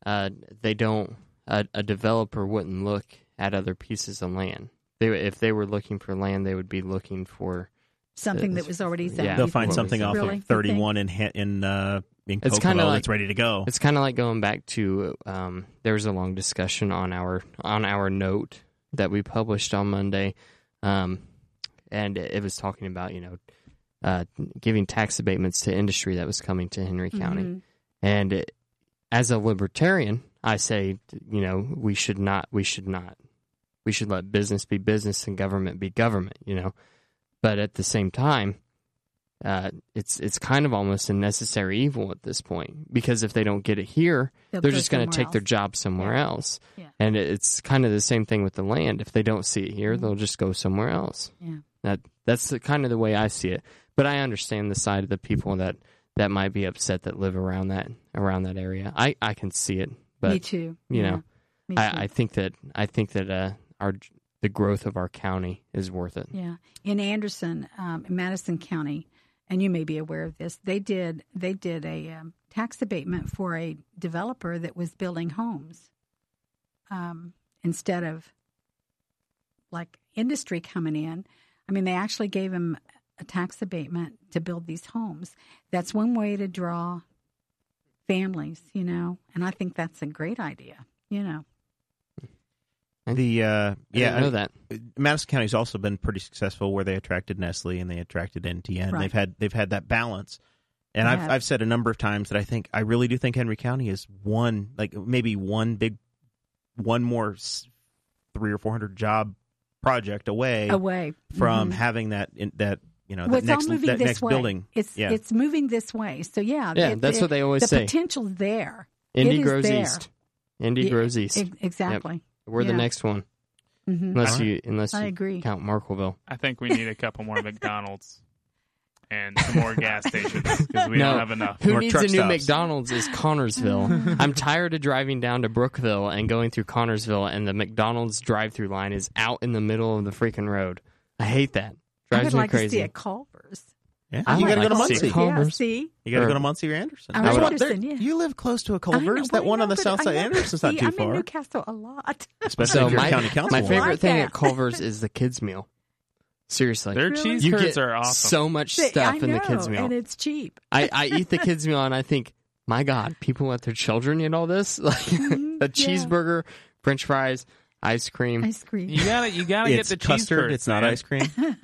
[SPEAKER 2] uh, they don't a, a developer wouldn't look at other pieces of land. They would- if they were looking for land, they would be looking for
[SPEAKER 3] Something
[SPEAKER 2] It's-
[SPEAKER 3] that was already zoned.
[SPEAKER 2] Yeah.
[SPEAKER 1] they'll
[SPEAKER 3] before.
[SPEAKER 1] find
[SPEAKER 2] Well,
[SPEAKER 1] something off
[SPEAKER 3] Really? You
[SPEAKER 1] of 31 in Ha- in uh, in
[SPEAKER 2] It's
[SPEAKER 1] Kokomo
[SPEAKER 2] kinda like-
[SPEAKER 1] that's ready to go.
[SPEAKER 2] It's kind of like going back to um, there was a long discussion on our on our note that we published on Monday, um, and it, it was talking about you know uh, giving tax abatements to industry that was coming to Henry County,
[SPEAKER 3] Mhm.
[SPEAKER 2] and it, as a libertarian, I say you know we should not we should not we should let business be business and government be government, you know, but at the same time uh, it's it's kind of almost a necessary evil at this point because if they don't get it here,
[SPEAKER 3] They'll
[SPEAKER 2] they're
[SPEAKER 3] go
[SPEAKER 2] just going to
[SPEAKER 3] somewhere
[SPEAKER 2] take their
[SPEAKER 3] else.
[SPEAKER 2] job somewhere else.
[SPEAKER 3] Yeah.
[SPEAKER 2] And it- it's kind of the same thing with the land. If they don't see it here, they'll just go somewhere else.
[SPEAKER 3] Mm-hmm. Yeah.
[SPEAKER 2] That that's the, kind of the way I see it. But I understand the side of the people that that might be upset that live around that around that area. I I can see it, but
[SPEAKER 3] Me too.
[SPEAKER 2] you
[SPEAKER 3] Yeah.
[SPEAKER 2] know,
[SPEAKER 3] Me too.
[SPEAKER 2] I, I think that I think that uh, our the growth of our county is worth it.
[SPEAKER 3] Yeah. In Anderson, um, in Madison County, and you may be aware of this, they did they did a um, tax abatement for a developer that was building homes um, instead of like industry coming in. I mean, they actually gave him a tax abatement to build these homes. That's one way to draw families, you know, and I think that's a great idea, you know.
[SPEAKER 1] The uh,
[SPEAKER 2] I
[SPEAKER 1] yeah,
[SPEAKER 2] didn't know that.
[SPEAKER 1] Madison County's also been pretty successful where they attracted Nestle and they attracted NTN.
[SPEAKER 3] Right.
[SPEAKER 1] They've had they've had that balance. And
[SPEAKER 3] They
[SPEAKER 1] I've
[SPEAKER 3] have.
[SPEAKER 1] I've said a number of times that I think I really do think Henry County is one like maybe one big one more s- 3 or 400 job project away
[SPEAKER 3] Away
[SPEAKER 1] from
[SPEAKER 3] Mhm.
[SPEAKER 1] having that in, that you know
[SPEAKER 3] Well,
[SPEAKER 1] Uh, that
[SPEAKER 3] it's
[SPEAKER 1] next
[SPEAKER 3] all moving
[SPEAKER 1] that
[SPEAKER 3] this
[SPEAKER 1] next
[SPEAKER 3] way.
[SPEAKER 1] building.
[SPEAKER 3] It's
[SPEAKER 1] Yeah.
[SPEAKER 3] it's moving this way. So yeah,
[SPEAKER 2] Yeah,
[SPEAKER 3] it-
[SPEAKER 2] that's
[SPEAKER 3] it-
[SPEAKER 2] what they always
[SPEAKER 3] the
[SPEAKER 2] say.
[SPEAKER 3] potential's there.
[SPEAKER 2] Indy
[SPEAKER 3] it is
[SPEAKER 2] grows
[SPEAKER 3] there.
[SPEAKER 2] east. Indy
[SPEAKER 3] Yeah,
[SPEAKER 2] grows east.
[SPEAKER 3] E- exactly.
[SPEAKER 2] We're the
[SPEAKER 3] yeah.
[SPEAKER 2] next one,
[SPEAKER 3] hmm
[SPEAKER 2] unless
[SPEAKER 1] Alright.
[SPEAKER 2] you unless
[SPEAKER 3] I
[SPEAKER 2] you
[SPEAKER 3] agree.
[SPEAKER 2] count Markleville.
[SPEAKER 4] I think we need a couple more McDonald's and some more gas stations because we
[SPEAKER 2] No.
[SPEAKER 4] don't have enough.
[SPEAKER 2] Who
[SPEAKER 1] More
[SPEAKER 2] needs
[SPEAKER 1] truck
[SPEAKER 2] a new
[SPEAKER 1] stops.
[SPEAKER 2] McDonald's is Connorsville. I'm tired of driving down to Brookville and going through Connorsville, and the McDonald's drive-through line is out in the middle of the freaking road. I hate that.
[SPEAKER 3] I
[SPEAKER 2] Drives
[SPEAKER 3] would
[SPEAKER 2] me
[SPEAKER 3] like to
[SPEAKER 2] crazy.
[SPEAKER 3] see a Culver's.
[SPEAKER 1] yeah.
[SPEAKER 2] I
[SPEAKER 1] You got to
[SPEAKER 2] like
[SPEAKER 1] go to
[SPEAKER 2] to see
[SPEAKER 1] Muncie.
[SPEAKER 2] it.
[SPEAKER 3] Yeah,
[SPEAKER 2] Culver's.
[SPEAKER 3] see,
[SPEAKER 1] You got to
[SPEAKER 2] Or-
[SPEAKER 1] go to Muncie or Anderson.
[SPEAKER 3] Or
[SPEAKER 1] There's one-
[SPEAKER 3] Anderson, yeah.
[SPEAKER 1] You live close to a
[SPEAKER 3] I know,
[SPEAKER 1] Culver's.
[SPEAKER 3] but
[SPEAKER 1] That one
[SPEAKER 3] I
[SPEAKER 1] on the
[SPEAKER 3] know,
[SPEAKER 1] south
[SPEAKER 3] but I
[SPEAKER 1] side of
[SPEAKER 3] know-
[SPEAKER 1] Anderson's not
[SPEAKER 3] see,
[SPEAKER 1] too
[SPEAKER 3] I'm in
[SPEAKER 1] far.
[SPEAKER 3] Newcastle a lot.
[SPEAKER 1] Especially
[SPEAKER 2] So
[SPEAKER 1] if you're
[SPEAKER 2] my,
[SPEAKER 1] a county council.
[SPEAKER 2] my
[SPEAKER 3] I
[SPEAKER 2] favorite
[SPEAKER 3] like
[SPEAKER 2] thing
[SPEAKER 3] that.
[SPEAKER 2] at Culver's is the kids meal. Seriously,
[SPEAKER 4] Their
[SPEAKER 3] Really?
[SPEAKER 4] cheese
[SPEAKER 2] you
[SPEAKER 4] curds
[SPEAKER 2] get
[SPEAKER 4] are awesome.
[SPEAKER 2] so much
[SPEAKER 3] They- I
[SPEAKER 2] stuff in the kids
[SPEAKER 3] know,
[SPEAKER 2] meal.
[SPEAKER 3] and it's cheap.
[SPEAKER 2] I, I eat the kids meal and I think, my God, people let their children eat all this like
[SPEAKER 3] Mm-hmm.
[SPEAKER 2] a cheeseburger, French fries, ice
[SPEAKER 1] Mm.
[SPEAKER 2] cream.
[SPEAKER 3] Ice cream.
[SPEAKER 4] you gotta, you gotta
[SPEAKER 1] it's
[SPEAKER 4] get the cheese
[SPEAKER 1] custard.
[SPEAKER 4] curds.
[SPEAKER 1] it's not
[SPEAKER 4] man.
[SPEAKER 1] ice cream.
[SPEAKER 2] oh,
[SPEAKER 4] It's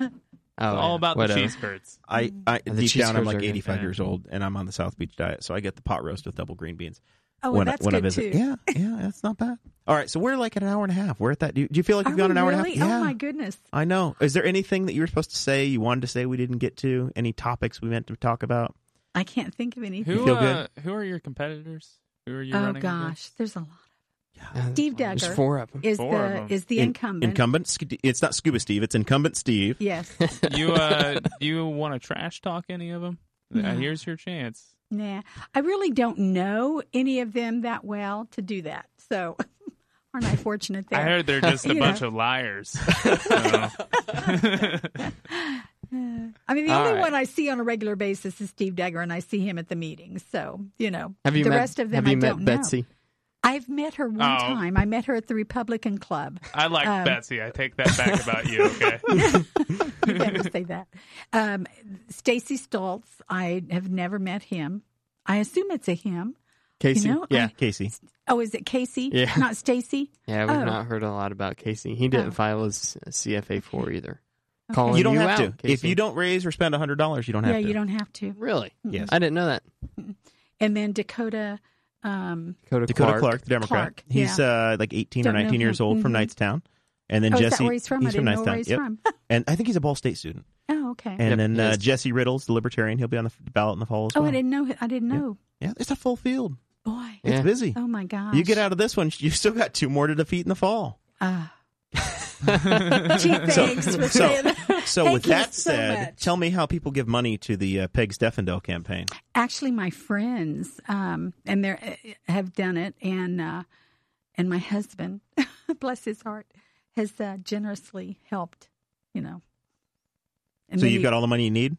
[SPEAKER 4] all
[SPEAKER 2] yeah,
[SPEAKER 4] about
[SPEAKER 2] whatever.
[SPEAKER 4] the cheese curds.
[SPEAKER 1] I, I
[SPEAKER 2] And the
[SPEAKER 1] deep
[SPEAKER 2] cheese
[SPEAKER 1] down, I'm
[SPEAKER 2] curds are
[SPEAKER 1] like
[SPEAKER 2] good.
[SPEAKER 1] 85
[SPEAKER 4] Yeah.
[SPEAKER 1] years old, and I'm on the South Beach diet, so I get the pot roast with double green beans
[SPEAKER 3] Oh,
[SPEAKER 1] when, I-
[SPEAKER 3] that's
[SPEAKER 1] when I
[SPEAKER 3] good
[SPEAKER 1] visit.
[SPEAKER 3] too.
[SPEAKER 1] Yeah, yeah, that's not bad. All right, so we're like at an hour and a half. We're at that. Do you, do you feel like
[SPEAKER 3] Are
[SPEAKER 1] we've gone
[SPEAKER 3] we
[SPEAKER 1] an hour
[SPEAKER 3] really?
[SPEAKER 1] and a half? Yeah,
[SPEAKER 3] Oh my goodness.
[SPEAKER 1] I know. Is there anything that you were supposed to say you wanted to say we didn't get to? Any topics we meant to talk about?
[SPEAKER 3] I can't think of anything.
[SPEAKER 4] Who,
[SPEAKER 1] feel
[SPEAKER 4] uh, who are your competitors? Who are you
[SPEAKER 3] oh
[SPEAKER 4] running
[SPEAKER 3] gosh, there's a lot.
[SPEAKER 2] Yeah,
[SPEAKER 3] Steve
[SPEAKER 2] Uh, There's
[SPEAKER 3] Duggar
[SPEAKER 2] four of them.
[SPEAKER 3] Is
[SPEAKER 4] Four of
[SPEAKER 3] the
[SPEAKER 4] them.
[SPEAKER 3] is the
[SPEAKER 1] In-
[SPEAKER 3] incumbent?
[SPEAKER 1] Incumbent. Sc- It's not Scuba Steve. It's incumbent Steve.
[SPEAKER 3] Yes.
[SPEAKER 4] against? You, uh, you want to trash talk any of them?
[SPEAKER 3] No.
[SPEAKER 4] here's your chance.
[SPEAKER 3] Nah, I really don't know any of them that well to do that. So, aren't I fortunate there?
[SPEAKER 4] I heard they're just a
[SPEAKER 3] You
[SPEAKER 4] bunch
[SPEAKER 3] know.
[SPEAKER 4] of liars. So,
[SPEAKER 3] I mean, the
[SPEAKER 2] All
[SPEAKER 3] only
[SPEAKER 2] right.
[SPEAKER 3] one I see on a regular basis is Steve Degger, and I see him at the meetings. So you know,
[SPEAKER 2] Have you
[SPEAKER 3] the
[SPEAKER 2] met,
[SPEAKER 3] rest of them
[SPEAKER 2] have you
[SPEAKER 3] I
[SPEAKER 2] met
[SPEAKER 3] don't
[SPEAKER 2] Betsy?
[SPEAKER 3] know. I've met her one
[SPEAKER 4] Oh.
[SPEAKER 3] time. I met her at the Republican Club.
[SPEAKER 4] I like
[SPEAKER 3] Um,
[SPEAKER 4] Betsy. I take that back about you. Okay.
[SPEAKER 3] You better say that. Um, Stacy Stoltz. I have never met him. I assume it's a him.
[SPEAKER 2] Casey?
[SPEAKER 3] You know,
[SPEAKER 2] yeah.
[SPEAKER 3] I-
[SPEAKER 1] Casey.
[SPEAKER 3] Oh, is it Casey?
[SPEAKER 2] Yeah.
[SPEAKER 3] Not Stacy.
[SPEAKER 2] yeah, we've
[SPEAKER 3] oh.
[SPEAKER 2] not heard a lot about Casey. He didn't
[SPEAKER 3] Oh.
[SPEAKER 2] file his CFA4 either. Calling
[SPEAKER 1] You don't have
[SPEAKER 2] out,
[SPEAKER 1] to. If
[SPEAKER 2] Casey.
[SPEAKER 1] you don't raise or spend hundred dollars, you don't have
[SPEAKER 3] Yeah,
[SPEAKER 1] to.
[SPEAKER 3] you don't have to.
[SPEAKER 2] Really?
[SPEAKER 1] Yes.
[SPEAKER 2] I didn't know that.
[SPEAKER 3] And then Dakota. Um,
[SPEAKER 2] Dakota,
[SPEAKER 1] Dakota Clark,
[SPEAKER 2] Clark.
[SPEAKER 1] the Democrat.
[SPEAKER 3] Clark,
[SPEAKER 1] He's uh, like 18
[SPEAKER 3] Don't
[SPEAKER 1] or
[SPEAKER 3] know
[SPEAKER 1] 19 years
[SPEAKER 3] him.
[SPEAKER 1] old from
[SPEAKER 3] Mhm.
[SPEAKER 1] Knightstown. And then
[SPEAKER 3] oh,
[SPEAKER 1] Jesse,
[SPEAKER 3] is that where he's from?
[SPEAKER 1] he's
[SPEAKER 3] I didn't
[SPEAKER 1] from
[SPEAKER 3] know
[SPEAKER 1] Knightstown.
[SPEAKER 3] where he's
[SPEAKER 1] Yep.
[SPEAKER 3] from.
[SPEAKER 1] And I think he's a Ball State student.
[SPEAKER 3] Oh, okay.
[SPEAKER 1] And
[SPEAKER 2] Yep,
[SPEAKER 1] then
[SPEAKER 2] he
[SPEAKER 1] uh,
[SPEAKER 2] is.
[SPEAKER 1] Jesse Riddles, the Libertarian, he'll be on the ballot in the fall as
[SPEAKER 3] oh,
[SPEAKER 1] well.
[SPEAKER 3] I didn't know. I didn't
[SPEAKER 1] Yep.
[SPEAKER 3] know.
[SPEAKER 1] Yeah, it's a full field.
[SPEAKER 3] Boy.
[SPEAKER 2] Yeah.
[SPEAKER 1] It's busy.
[SPEAKER 3] Oh my gosh.
[SPEAKER 1] You get out of this one, you've still got two more to defeat in the fall.
[SPEAKER 3] Ah. Gee, thanks.
[SPEAKER 1] so-
[SPEAKER 3] for saying that.
[SPEAKER 1] So
[SPEAKER 3] Thank
[SPEAKER 1] with
[SPEAKER 3] you
[SPEAKER 1] that
[SPEAKER 3] so
[SPEAKER 1] said,
[SPEAKER 3] much.
[SPEAKER 1] tell me how people give money to the uh, Peg Steffendale campaign.
[SPEAKER 3] actually, my friends um, and they have done it, and uh, and my husband, bless his heart, has uh, generously helped. You know. And
[SPEAKER 1] so
[SPEAKER 3] then
[SPEAKER 1] you've
[SPEAKER 3] you-
[SPEAKER 1] got all the money you need.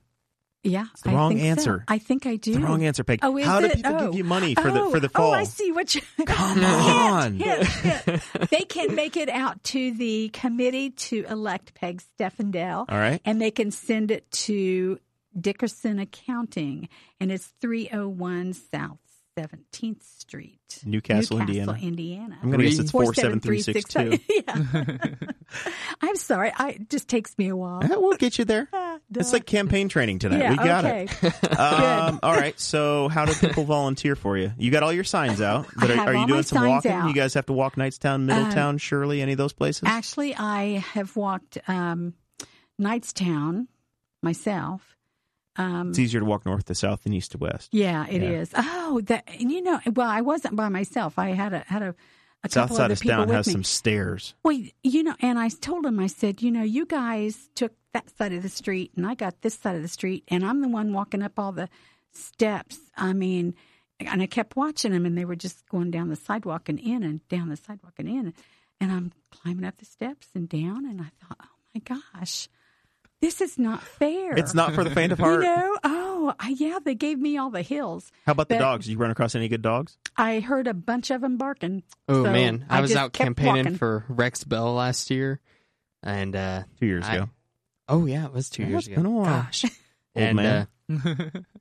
[SPEAKER 3] yeah.
[SPEAKER 1] It's the
[SPEAKER 3] I
[SPEAKER 1] wrong
[SPEAKER 3] think so.
[SPEAKER 1] answer.
[SPEAKER 3] I think I do.
[SPEAKER 1] The wrong answer, Peg.
[SPEAKER 3] Oh, is
[SPEAKER 1] how
[SPEAKER 3] it?
[SPEAKER 1] do people
[SPEAKER 3] Oh.
[SPEAKER 1] give you money for the
[SPEAKER 3] Oh,
[SPEAKER 1] for the fall?
[SPEAKER 3] Oh, I see what you.
[SPEAKER 1] Come on.
[SPEAKER 3] Hint, hint, hint. They can make it out to the committee to elect Peg Steffendale.
[SPEAKER 1] All right.
[SPEAKER 3] and they can send it to Dickerson Accounting, and it's 301 South 17th Street,
[SPEAKER 1] Newcastle, Indiana.
[SPEAKER 3] Indiana.
[SPEAKER 1] I'm going to guess it's
[SPEAKER 3] Four
[SPEAKER 1] four seven
[SPEAKER 3] seven
[SPEAKER 1] three
[SPEAKER 3] three
[SPEAKER 1] six
[SPEAKER 3] six
[SPEAKER 1] two.
[SPEAKER 3] seven- Yeah. I'm sorry. I, it just takes me a while.
[SPEAKER 1] That will get you there.
[SPEAKER 3] Ah,
[SPEAKER 1] It's
[SPEAKER 3] duh.
[SPEAKER 1] like campaign training tonight.
[SPEAKER 3] Oh. yeah,
[SPEAKER 1] we got
[SPEAKER 3] okay.
[SPEAKER 1] it. Um, all right. So, how do people volunteer for you? You got all your signs out, but
[SPEAKER 3] I
[SPEAKER 1] are,
[SPEAKER 3] have
[SPEAKER 1] are you
[SPEAKER 3] all my
[SPEAKER 1] doing some
[SPEAKER 3] signs
[SPEAKER 1] walking?
[SPEAKER 3] out. Uh,
[SPEAKER 1] You guys have to walk Knightstown, Middletown, Shirley, any of those places?
[SPEAKER 3] Actually, I have walked um, Knightstown myself. Um,
[SPEAKER 1] it's easier to walk north to south than east to west.
[SPEAKER 3] Yeah, it
[SPEAKER 1] Yeah.
[SPEAKER 3] is. Oh, that and you know, well, I wasn't by myself. I had a had a, a
[SPEAKER 1] South
[SPEAKER 3] couple
[SPEAKER 1] side
[SPEAKER 3] other
[SPEAKER 1] of
[SPEAKER 3] people
[SPEAKER 1] town
[SPEAKER 3] with
[SPEAKER 1] has
[SPEAKER 3] me.
[SPEAKER 1] some stairs.
[SPEAKER 3] Wait, you know, and I told him, I said, you know, you guys took that side of the street, and I got this side of the street, and I'm the one walking up all the steps. I mean, and I kept watching them, and they were just going down the sidewalk and in, and down the sidewalk and in, and I'm climbing up the steps and down, and I thought, oh my gosh, this is not fair.
[SPEAKER 1] It's not for the faint of
[SPEAKER 3] You
[SPEAKER 1] heart.
[SPEAKER 3] know, oh I, yeah, they gave me all the hills.
[SPEAKER 1] How about the
[SPEAKER 3] But-
[SPEAKER 1] dogs? You run across any good dogs?
[SPEAKER 3] I heard a bunch of them barking.
[SPEAKER 2] Oh
[SPEAKER 3] So
[SPEAKER 2] man, I, was
[SPEAKER 3] just
[SPEAKER 2] out
[SPEAKER 3] kept
[SPEAKER 2] campaigning
[SPEAKER 3] walking.
[SPEAKER 2] for Rex Bell last year, and uh,
[SPEAKER 1] Two years
[SPEAKER 2] I-
[SPEAKER 1] ago.
[SPEAKER 2] oh yeah, it was two
[SPEAKER 1] Yeah, it's
[SPEAKER 2] years ago.
[SPEAKER 1] been a while.
[SPEAKER 2] Gosh,
[SPEAKER 1] Old
[SPEAKER 2] and
[SPEAKER 1] man.
[SPEAKER 2] Uh,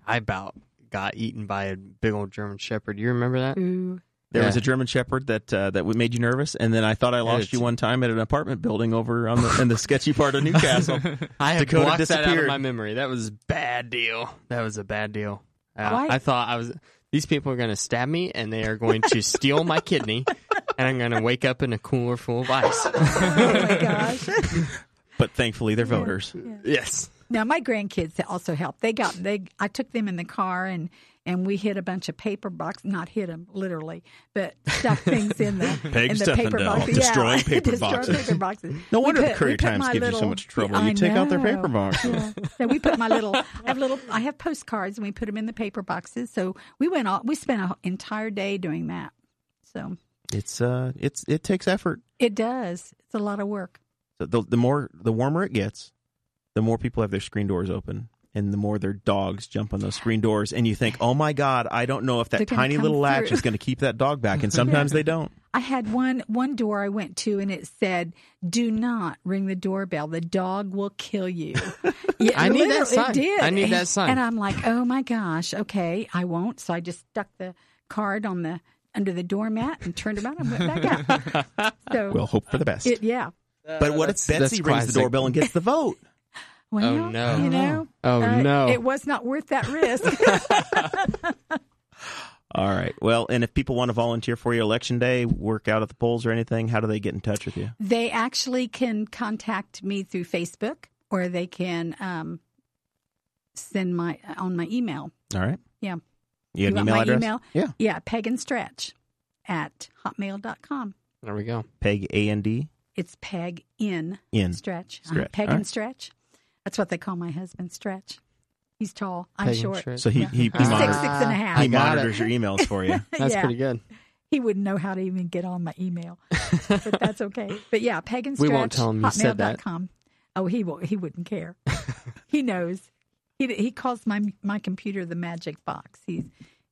[SPEAKER 2] I about got eaten by a big old German Shepherd. You remember that?
[SPEAKER 3] Ooh.
[SPEAKER 1] There
[SPEAKER 2] Yeah.
[SPEAKER 1] was a German Shepherd that uh, that made you nervous, and then I thought I lost
[SPEAKER 2] It's-
[SPEAKER 1] you one time at an apartment building over on the, in the sketchy part of Newcastle.
[SPEAKER 2] I have
[SPEAKER 1] Dakota
[SPEAKER 2] blocked that out of
[SPEAKER 1] disappeared.
[SPEAKER 2] my memory. That was a bad deal. That was a bad deal. Uh,
[SPEAKER 3] Why-
[SPEAKER 2] I thought I was. These people are going to stab me, and they are going to steal my kidney, and I'm going to wake up in a cooler full of ice.
[SPEAKER 3] Oh my gosh.
[SPEAKER 1] but thankfully, they're voters.
[SPEAKER 2] yes.
[SPEAKER 3] Now my grandkids also helped. They got they. I took them in the car and and we hit a bunch of paper boxes. Not hit them literally, but stuck things in the
[SPEAKER 1] Peg
[SPEAKER 3] in the paper
[SPEAKER 1] Steffendel,
[SPEAKER 3] boxes.
[SPEAKER 1] destroying
[SPEAKER 3] Yeah,
[SPEAKER 1] paper
[SPEAKER 3] destroying
[SPEAKER 1] boxes.
[SPEAKER 3] paper boxes.
[SPEAKER 1] No
[SPEAKER 3] We
[SPEAKER 1] wonder the
[SPEAKER 3] put- we
[SPEAKER 1] Courier
[SPEAKER 3] put
[SPEAKER 1] Times
[SPEAKER 3] my
[SPEAKER 1] gives you so
[SPEAKER 3] little-
[SPEAKER 1] much trouble.
[SPEAKER 3] I
[SPEAKER 1] you take out their
[SPEAKER 3] know.
[SPEAKER 1] paper boxes.
[SPEAKER 3] Yeah. So we put my little. I have little. I have postcards and we put them in the paper boxes. So we went all. We spent an entire day doing that. So
[SPEAKER 1] It's uh, it's it takes effort.
[SPEAKER 3] it does. It's a lot of work.
[SPEAKER 1] The, the, the more the warmer it gets, the more people have their screen doors open, and the more their dogs jump on those screen doors, and you think, oh my god, I don't know if
[SPEAKER 3] They're
[SPEAKER 1] that
[SPEAKER 3] gonna
[SPEAKER 1] tiny
[SPEAKER 3] come
[SPEAKER 1] little latch
[SPEAKER 3] through.
[SPEAKER 1] is going to keep that dog back, and sometimes they don't.
[SPEAKER 3] I had one one door I went to and it said, "Do not ring the doorbell. The dog will kill you." Yeah,
[SPEAKER 2] I need that
[SPEAKER 3] literally,
[SPEAKER 2] sign.
[SPEAKER 3] It did.
[SPEAKER 2] I need that sign.
[SPEAKER 3] And I'm like, "Oh my gosh, okay, I won't." So I just stuck the card on the under the doormat and turned around and went back out. So
[SPEAKER 1] We'll hope for the best.
[SPEAKER 3] it, yeah.
[SPEAKER 1] but what if
[SPEAKER 2] that's-
[SPEAKER 1] Betsy
[SPEAKER 2] that's
[SPEAKER 1] rings the
[SPEAKER 2] classic.
[SPEAKER 1] doorbell and gets the vote?
[SPEAKER 3] Well,
[SPEAKER 2] Oh, no.
[SPEAKER 3] you know,
[SPEAKER 2] Oh
[SPEAKER 3] uh,
[SPEAKER 2] no.
[SPEAKER 3] it was not worth that risk.
[SPEAKER 1] All right. Well, and if people want to volunteer for you election day, work out at the polls or anything, how do they get in touch with you?
[SPEAKER 3] they actually can contact me through Facebook or they can um, send my on my email.
[SPEAKER 1] All right.
[SPEAKER 3] Yeah.
[SPEAKER 1] You
[SPEAKER 3] You
[SPEAKER 1] got an
[SPEAKER 3] want
[SPEAKER 1] email
[SPEAKER 3] my
[SPEAKER 1] address?
[SPEAKER 3] email?
[SPEAKER 1] Yeah.
[SPEAKER 3] Yeah, Peg and Stretch at hotmail.com.
[SPEAKER 2] there we go.
[SPEAKER 1] Peg A and D
[SPEAKER 3] It's Peg in
[SPEAKER 1] in.
[SPEAKER 3] Stretch. Uh,
[SPEAKER 1] Stretch,
[SPEAKER 3] Peg
[SPEAKER 1] all
[SPEAKER 3] and
[SPEAKER 1] right.
[SPEAKER 3] Stretch. That's what they call my husband, Stretch. He's tall. I'm
[SPEAKER 2] Peg and
[SPEAKER 3] short.
[SPEAKER 2] Stretch.
[SPEAKER 1] So he
[SPEAKER 3] Yeah.
[SPEAKER 1] he, he,
[SPEAKER 3] He's
[SPEAKER 2] monitored-
[SPEAKER 3] six,
[SPEAKER 1] monitors,
[SPEAKER 3] six and a half.
[SPEAKER 2] I
[SPEAKER 1] he
[SPEAKER 2] got it.
[SPEAKER 1] monitors your emails for you.
[SPEAKER 2] That's
[SPEAKER 3] yeah.
[SPEAKER 2] pretty good.
[SPEAKER 3] He wouldn't know how to even get on my email, but that's okay. But yeah, Peg and
[SPEAKER 2] We
[SPEAKER 3] Stretch.
[SPEAKER 2] won't tell him you said that.
[SPEAKER 3] hotmail.com. Oh, he will. He wouldn't care. he knows. He he calls my my computer the magic box. He's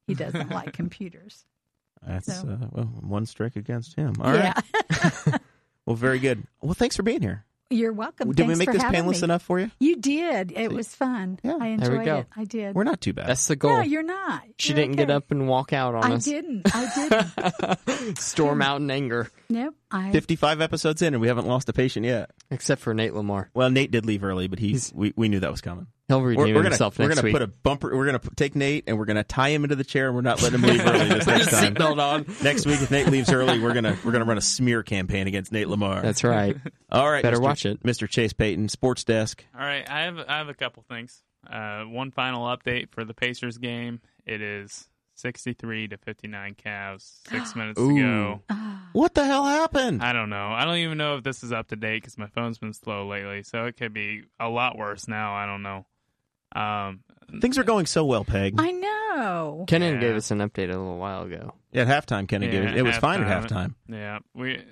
[SPEAKER 3] he doesn't like computers.
[SPEAKER 1] That's
[SPEAKER 3] So-
[SPEAKER 1] uh, well, one strike against him. All right.
[SPEAKER 3] yeah.
[SPEAKER 1] Well, very good. Well, thanks for being here.
[SPEAKER 3] You're welcome.
[SPEAKER 1] Did we
[SPEAKER 3] Thanks
[SPEAKER 1] make
[SPEAKER 3] for
[SPEAKER 1] this
[SPEAKER 3] having
[SPEAKER 1] painless
[SPEAKER 3] me.
[SPEAKER 1] enough for you?
[SPEAKER 3] You did. It was fun.
[SPEAKER 1] Yeah.
[SPEAKER 2] There
[SPEAKER 3] I
[SPEAKER 2] we
[SPEAKER 3] enjoyed
[SPEAKER 2] go.
[SPEAKER 3] it. I did.
[SPEAKER 1] We're not too bad.
[SPEAKER 2] That's the goal.
[SPEAKER 3] no, you're not.
[SPEAKER 2] she
[SPEAKER 3] You're
[SPEAKER 2] didn't get
[SPEAKER 3] okay.
[SPEAKER 2] up and walk out on
[SPEAKER 3] I
[SPEAKER 2] us.
[SPEAKER 3] didn't. I didn't.
[SPEAKER 2] Storm out in anger,
[SPEAKER 3] nope. I
[SPEAKER 1] 55 episodes in, and we haven't lost a patient yet.
[SPEAKER 2] except for Nate Lamar.
[SPEAKER 1] Well, Nate did leave early, but he's, we, we knew that was coming.
[SPEAKER 2] He'll redeem
[SPEAKER 1] We're, we're gonna,
[SPEAKER 2] himself
[SPEAKER 1] we're
[SPEAKER 2] next
[SPEAKER 1] gonna
[SPEAKER 2] week.
[SPEAKER 1] put a bumper. We're gonna p- take Nate and we're gonna tie him into the chair, and we're not letting him leave early this next time.
[SPEAKER 2] seatbelt on.
[SPEAKER 1] Next week, if Nate leaves early, we're gonna we're gonna run a smear campaign against Nate Lamar.
[SPEAKER 2] That's right.
[SPEAKER 1] All right,
[SPEAKER 2] Better
[SPEAKER 1] Mr.
[SPEAKER 2] watch it.
[SPEAKER 1] Mr. Chase Payton, Sports Desk.
[SPEAKER 4] All right, I have I have a couple things. Uh, one final update for the Pacers game. It is 63 to 59 Cavs. Six minutes to
[SPEAKER 2] Ooh.
[SPEAKER 4] go.
[SPEAKER 1] What the hell happened?
[SPEAKER 4] I don't know. I don't even know if this is up to date because my phone's been slow lately, so it could be a lot worse now. I don't know. Um,
[SPEAKER 1] Things are going so well, Peg.
[SPEAKER 3] I know.
[SPEAKER 2] Kenan
[SPEAKER 4] Yeah.
[SPEAKER 2] gave us an update a little while ago.
[SPEAKER 1] Yeah, at halftime, Kenny gave
[SPEAKER 4] Yeah,
[SPEAKER 1] it. It was fine at
[SPEAKER 4] halftime.
[SPEAKER 1] halftime.
[SPEAKER 4] yeah, we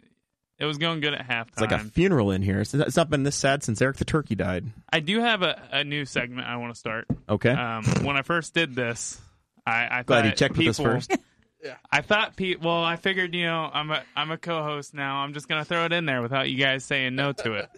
[SPEAKER 4] it was going good at halftime.
[SPEAKER 1] It's like a funeral in here. It's, it's not been this sad since Eric the Turkey died.
[SPEAKER 4] I do have a, a new segment I want to start.
[SPEAKER 1] Okay,
[SPEAKER 4] Um, when I first did this, I, I
[SPEAKER 1] glad
[SPEAKER 4] thought
[SPEAKER 1] you checked with us
[SPEAKER 4] people-
[SPEAKER 1] first.
[SPEAKER 4] I thought Pete. Well, I figured you know I'm a I'm a co-host now. I'm just gonna throw it in there without you guys saying no to it.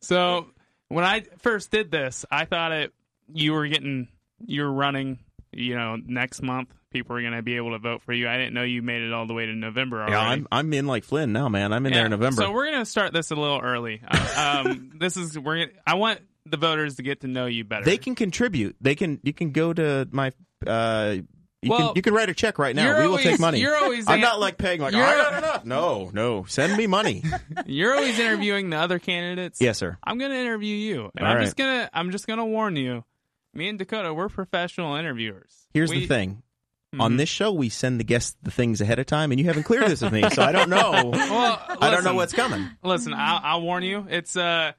[SPEAKER 4] so when I first did this, I thought it you were getting you were running. You know, next month people were gonna be able to vote for you. I didn't know you made it all the way to November already.
[SPEAKER 1] Yeah, I'm I'm in like Flynn now, man. I'm in there in
[SPEAKER 4] Yeah,
[SPEAKER 1] November.
[SPEAKER 4] So we're gonna start this a little early. Uh, um, this is we're. Gonna, I want the voters to get to know you better.
[SPEAKER 1] They can contribute. They can. You can go to my. Uh, you
[SPEAKER 4] Well,
[SPEAKER 1] can you can write a check right now.
[SPEAKER 4] you're
[SPEAKER 1] We will
[SPEAKER 4] always-
[SPEAKER 1] take money.
[SPEAKER 4] you're always
[SPEAKER 1] I'm
[SPEAKER 4] an-
[SPEAKER 1] not like Peg. Like I
[SPEAKER 4] you're-
[SPEAKER 1] got enough. No, no. Send me money.
[SPEAKER 4] You're always interviewing the other candidates.
[SPEAKER 1] yes, sir.
[SPEAKER 4] I'm gonna interview you, and
[SPEAKER 1] All
[SPEAKER 4] I'm
[SPEAKER 1] right.
[SPEAKER 4] just gonna I'm just gonna warn you. Me and Dakota, we're professional interviewers.
[SPEAKER 1] Here's
[SPEAKER 4] We-
[SPEAKER 1] the thing.
[SPEAKER 4] Mhm.
[SPEAKER 1] On this show, we send the guests the things ahead of time, and you haven't cleared this with me, so I don't know.
[SPEAKER 4] Well,
[SPEAKER 1] I don't know
[SPEAKER 4] listen.
[SPEAKER 1] what's coming.
[SPEAKER 4] Listen, I'll, I'll warn you. It's uh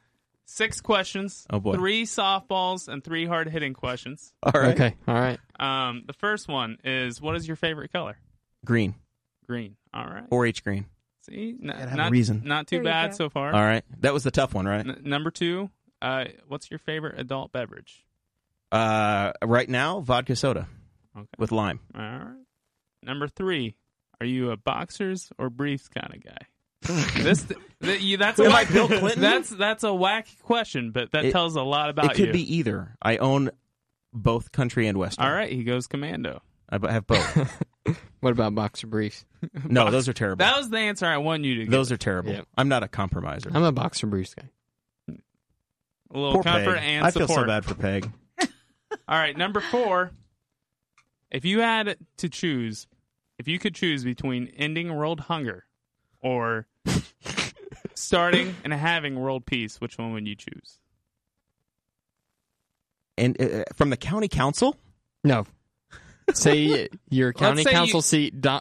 [SPEAKER 4] six questions.
[SPEAKER 1] Oh, boy.
[SPEAKER 4] Three softballs and three hard hitting questions.
[SPEAKER 1] All right.
[SPEAKER 2] Okay, all right.
[SPEAKER 4] Um, the first one is what is your favorite color?
[SPEAKER 1] Green,
[SPEAKER 4] Green. All right.
[SPEAKER 1] 4-H green.
[SPEAKER 4] See, N-
[SPEAKER 1] gotta have a
[SPEAKER 4] not
[SPEAKER 1] reason.
[SPEAKER 4] Not too
[SPEAKER 3] There you
[SPEAKER 4] bad
[SPEAKER 3] go.
[SPEAKER 4] so far.
[SPEAKER 1] All right. That was the tough one, right?
[SPEAKER 4] N- number two, uh, what's your favorite adult beverage?
[SPEAKER 1] Uh, right now, vodka soda
[SPEAKER 4] Okay.
[SPEAKER 1] with lime.
[SPEAKER 4] All right. Number three, are you a boxers or briefs kind of guy? this th- you, that's a
[SPEAKER 1] Am I
[SPEAKER 4] whack-
[SPEAKER 1] Bill Clinton?
[SPEAKER 4] That's that's a wacky question, but that
[SPEAKER 1] It-
[SPEAKER 4] tells a lot about
[SPEAKER 1] it could
[SPEAKER 4] you.
[SPEAKER 1] be either. I own both country and western.
[SPEAKER 4] All right, he goes commando.
[SPEAKER 1] I b- have both.
[SPEAKER 2] What about boxer briefs?
[SPEAKER 1] no, those are terrible.
[SPEAKER 4] That was the answer I wanted you to get.
[SPEAKER 1] Those are terrible.
[SPEAKER 2] Yeah.
[SPEAKER 1] I'm not a compromiser.
[SPEAKER 2] I'm a boxer briefs guy.
[SPEAKER 4] a little
[SPEAKER 1] Poor
[SPEAKER 4] comfort
[SPEAKER 1] Peg.
[SPEAKER 4] and
[SPEAKER 1] I
[SPEAKER 4] support.
[SPEAKER 1] feel so bad for Peg.
[SPEAKER 4] All right, number four. If you had to choose, if you could choose between ending world hunger or starting and having world peace, which one would you choose?
[SPEAKER 1] And uh, from the county council,
[SPEAKER 2] No. Say your county
[SPEAKER 4] say
[SPEAKER 2] council
[SPEAKER 4] you-
[SPEAKER 2] seat. Do,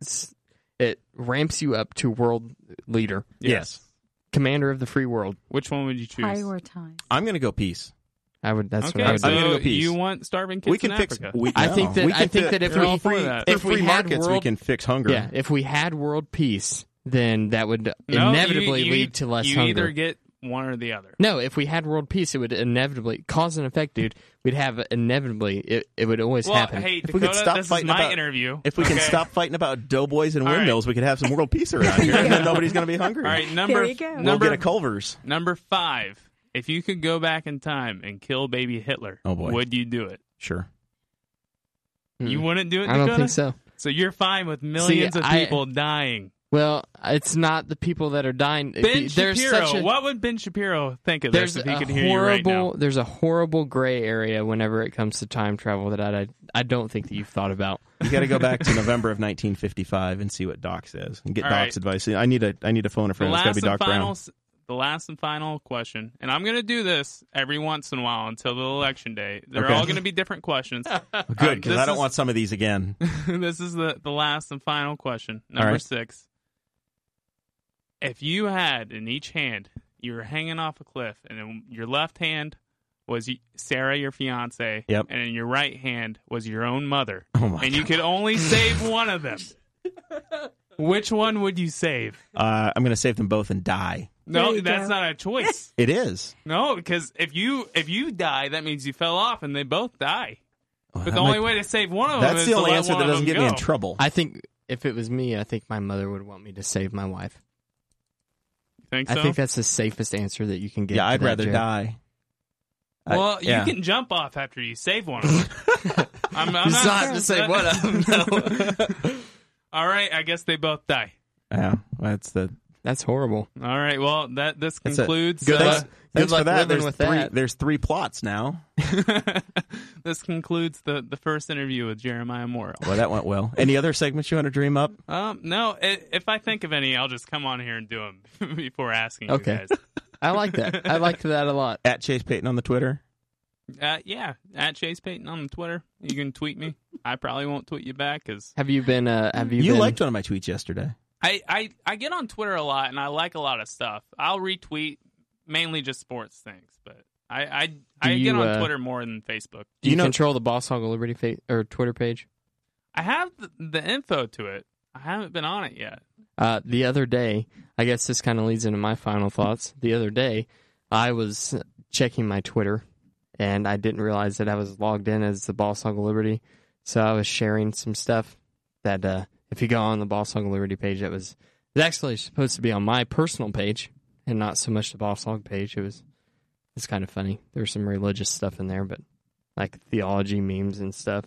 [SPEAKER 2] s- it ramps you up to world leader,
[SPEAKER 1] Yes.
[SPEAKER 2] commander of the free world.
[SPEAKER 4] Which one would you choose?
[SPEAKER 3] Prioritize.
[SPEAKER 1] I'm going to go peace.
[SPEAKER 2] I would. That's
[SPEAKER 4] okay,
[SPEAKER 2] what I would.
[SPEAKER 4] so
[SPEAKER 1] I'm
[SPEAKER 2] do.
[SPEAKER 1] gonna go peace.
[SPEAKER 4] you want starving kids
[SPEAKER 1] we can
[SPEAKER 4] in
[SPEAKER 1] fix.
[SPEAKER 4] Africa?
[SPEAKER 1] We,
[SPEAKER 2] I
[SPEAKER 1] no.
[SPEAKER 2] think that-
[SPEAKER 1] We
[SPEAKER 2] I
[SPEAKER 1] can
[SPEAKER 2] think
[SPEAKER 1] fi-
[SPEAKER 2] that if
[SPEAKER 1] for
[SPEAKER 4] You're all for
[SPEAKER 1] free,
[SPEAKER 4] that.
[SPEAKER 1] for
[SPEAKER 2] if we
[SPEAKER 1] free
[SPEAKER 2] had
[SPEAKER 1] markets, we
[SPEAKER 2] world-
[SPEAKER 1] can fix hunger.
[SPEAKER 2] yeah, if we had world peace, then that would
[SPEAKER 4] No, you-
[SPEAKER 2] inevitably
[SPEAKER 4] you-
[SPEAKER 2] lead to less
[SPEAKER 4] You
[SPEAKER 2] hunger.
[SPEAKER 4] either get one or the other.
[SPEAKER 2] No, if we had world peace, it would inevitably cause and effect, dude. We'd have inevitably it. It would always
[SPEAKER 4] Well,
[SPEAKER 2] happen.
[SPEAKER 4] hey,
[SPEAKER 1] If
[SPEAKER 4] Dakota,
[SPEAKER 1] we could stop
[SPEAKER 4] this is
[SPEAKER 1] fighting
[SPEAKER 4] my
[SPEAKER 1] about-
[SPEAKER 4] interview.
[SPEAKER 1] If we can
[SPEAKER 4] okay?
[SPEAKER 1] stop fighting about doughboys and
[SPEAKER 4] All right.
[SPEAKER 1] windmills, we could have some world peace around here, and then nobody's going to be hungry.
[SPEAKER 4] All right, number
[SPEAKER 3] There you go.
[SPEAKER 1] We'll
[SPEAKER 4] number
[SPEAKER 1] get a Culver's.
[SPEAKER 4] number five. If you could go back in time and kill baby Hitler,
[SPEAKER 1] Oh, boy.
[SPEAKER 4] would you do it?
[SPEAKER 1] Sure.
[SPEAKER 2] Mm.
[SPEAKER 4] You wouldn't do it.
[SPEAKER 2] I don't
[SPEAKER 4] Dakota?
[SPEAKER 2] think so.
[SPEAKER 4] So you're fine with millions of
[SPEAKER 2] I-
[SPEAKER 4] people dying.
[SPEAKER 2] Well, it's not the people that are dying.
[SPEAKER 4] Ben
[SPEAKER 2] there's
[SPEAKER 4] Shapiro.
[SPEAKER 2] Such a,
[SPEAKER 4] what would Ben Shapiro think of
[SPEAKER 2] There's
[SPEAKER 4] this if he
[SPEAKER 2] a
[SPEAKER 4] could
[SPEAKER 2] horrible.
[SPEAKER 4] hear you right now?
[SPEAKER 2] There's a horrible gray area whenever it comes to time travel that I I don't think that you've thought about.
[SPEAKER 1] You got to go back to November of 1955 and see what Doc says and get
[SPEAKER 4] All
[SPEAKER 1] Doc's
[SPEAKER 4] right.
[SPEAKER 1] advice. I need a I need a phone a
[SPEAKER 4] The
[SPEAKER 1] friend. It's got to
[SPEAKER 4] last
[SPEAKER 1] be
[SPEAKER 4] and
[SPEAKER 1] Doc
[SPEAKER 4] final.
[SPEAKER 1] Brown.
[SPEAKER 4] s- The last and final question, and I'm going to do this every once in a while until the election day. They're
[SPEAKER 1] Okay.
[SPEAKER 4] all going to be different questions.
[SPEAKER 1] Oh, Good, because
[SPEAKER 4] uh, this
[SPEAKER 1] I don't
[SPEAKER 4] is-
[SPEAKER 1] want some of these again.
[SPEAKER 4] this is the, the last and final question.
[SPEAKER 1] All
[SPEAKER 4] Number
[SPEAKER 1] right.
[SPEAKER 4] six. If you had in each hand, you were hanging off a cliff, and in your left hand was y- Sarah, your fiance,
[SPEAKER 1] Yep.
[SPEAKER 4] and in your right hand was your own mother,
[SPEAKER 1] Oh my
[SPEAKER 4] and you could only save one of them. Which one would you save?
[SPEAKER 1] Uh, I'm going to save them both and die.
[SPEAKER 3] There
[SPEAKER 4] No,
[SPEAKER 3] you
[SPEAKER 4] that's
[SPEAKER 3] go.
[SPEAKER 4] not a choice.
[SPEAKER 1] It is.
[SPEAKER 4] No, because if you if you die, that means you fell off, and they both die.
[SPEAKER 1] Well,
[SPEAKER 4] But
[SPEAKER 1] that
[SPEAKER 4] the only
[SPEAKER 1] might-
[SPEAKER 4] way to save one of them
[SPEAKER 1] That's
[SPEAKER 4] is
[SPEAKER 1] the only
[SPEAKER 4] to let
[SPEAKER 1] answer
[SPEAKER 4] one
[SPEAKER 1] that
[SPEAKER 4] of
[SPEAKER 1] doesn't
[SPEAKER 4] them
[SPEAKER 1] get me in
[SPEAKER 4] go.
[SPEAKER 1] trouble.
[SPEAKER 2] I think if it was me, I think my mother would want me to save my wife.
[SPEAKER 4] Think so?
[SPEAKER 2] I think that's the safest answer that you can get.
[SPEAKER 1] yeah,
[SPEAKER 2] to
[SPEAKER 1] I'd
[SPEAKER 2] that,
[SPEAKER 1] rather
[SPEAKER 2] Jared.
[SPEAKER 1] die. I-
[SPEAKER 4] well,
[SPEAKER 1] yeah.
[SPEAKER 4] you can jump off after you save one of them. I'm, I'm
[SPEAKER 2] It's not to save
[SPEAKER 4] that-
[SPEAKER 2] one of them. No.
[SPEAKER 4] All right, I guess they both die.
[SPEAKER 1] Yeah, that's the
[SPEAKER 2] That's horrible.
[SPEAKER 4] All right, well that this
[SPEAKER 1] That's it.
[SPEAKER 4] concludes.
[SPEAKER 2] Good
[SPEAKER 4] uh,
[SPEAKER 2] luck.
[SPEAKER 1] Thanks
[SPEAKER 2] Good
[SPEAKER 1] for
[SPEAKER 2] luck
[SPEAKER 1] that.
[SPEAKER 2] living
[SPEAKER 1] There's
[SPEAKER 2] with
[SPEAKER 1] three,
[SPEAKER 2] that.
[SPEAKER 1] There's three plots now.
[SPEAKER 4] this concludes the the first interview with Jeremiah Morrow.
[SPEAKER 1] Well, that went well. Any other segments you want to dream up?
[SPEAKER 4] Um, no, i if I think of any, I'll just come on here and do them before asking
[SPEAKER 2] Okay.
[SPEAKER 4] you
[SPEAKER 2] I like that. I like that a lot.
[SPEAKER 1] At Chase Payton on the Twitter.
[SPEAKER 4] guys. Uh, yeah, at Chase Payton on Twitter, you can tweet me. I probably won't tweet you back because
[SPEAKER 2] Have you been? Uh, have you?
[SPEAKER 1] You
[SPEAKER 2] been,
[SPEAKER 1] liked one of my tweets yesterday.
[SPEAKER 4] I, I I get on Twitter a lot and I like a lot of stuff. I'll retweet mainly just sports things, but I I, I
[SPEAKER 2] Do
[SPEAKER 4] get
[SPEAKER 2] you,
[SPEAKER 4] on
[SPEAKER 2] uh,
[SPEAKER 4] Twitter more than Facebook.
[SPEAKER 2] Do you,
[SPEAKER 1] You know-
[SPEAKER 2] control the Boss Hog of Liberty fa- or Twitter page?
[SPEAKER 4] I have the, the info to it. I haven't been on it yet.
[SPEAKER 2] Uh, the other day, I guess this kind of leads into my final thoughts. The other day, I was checking my Twitter, and I didn't realize that I was logged in as the Boss Hog of Liberty. So I was sharing some stuff that uh, if you go on the Boss Hog of Liberty page, that was it's actually supposed to be on my personal page and not so much the Boss Hog page. It was it's kind of funny. There was some religious stuff in there, but like theology memes and stuff.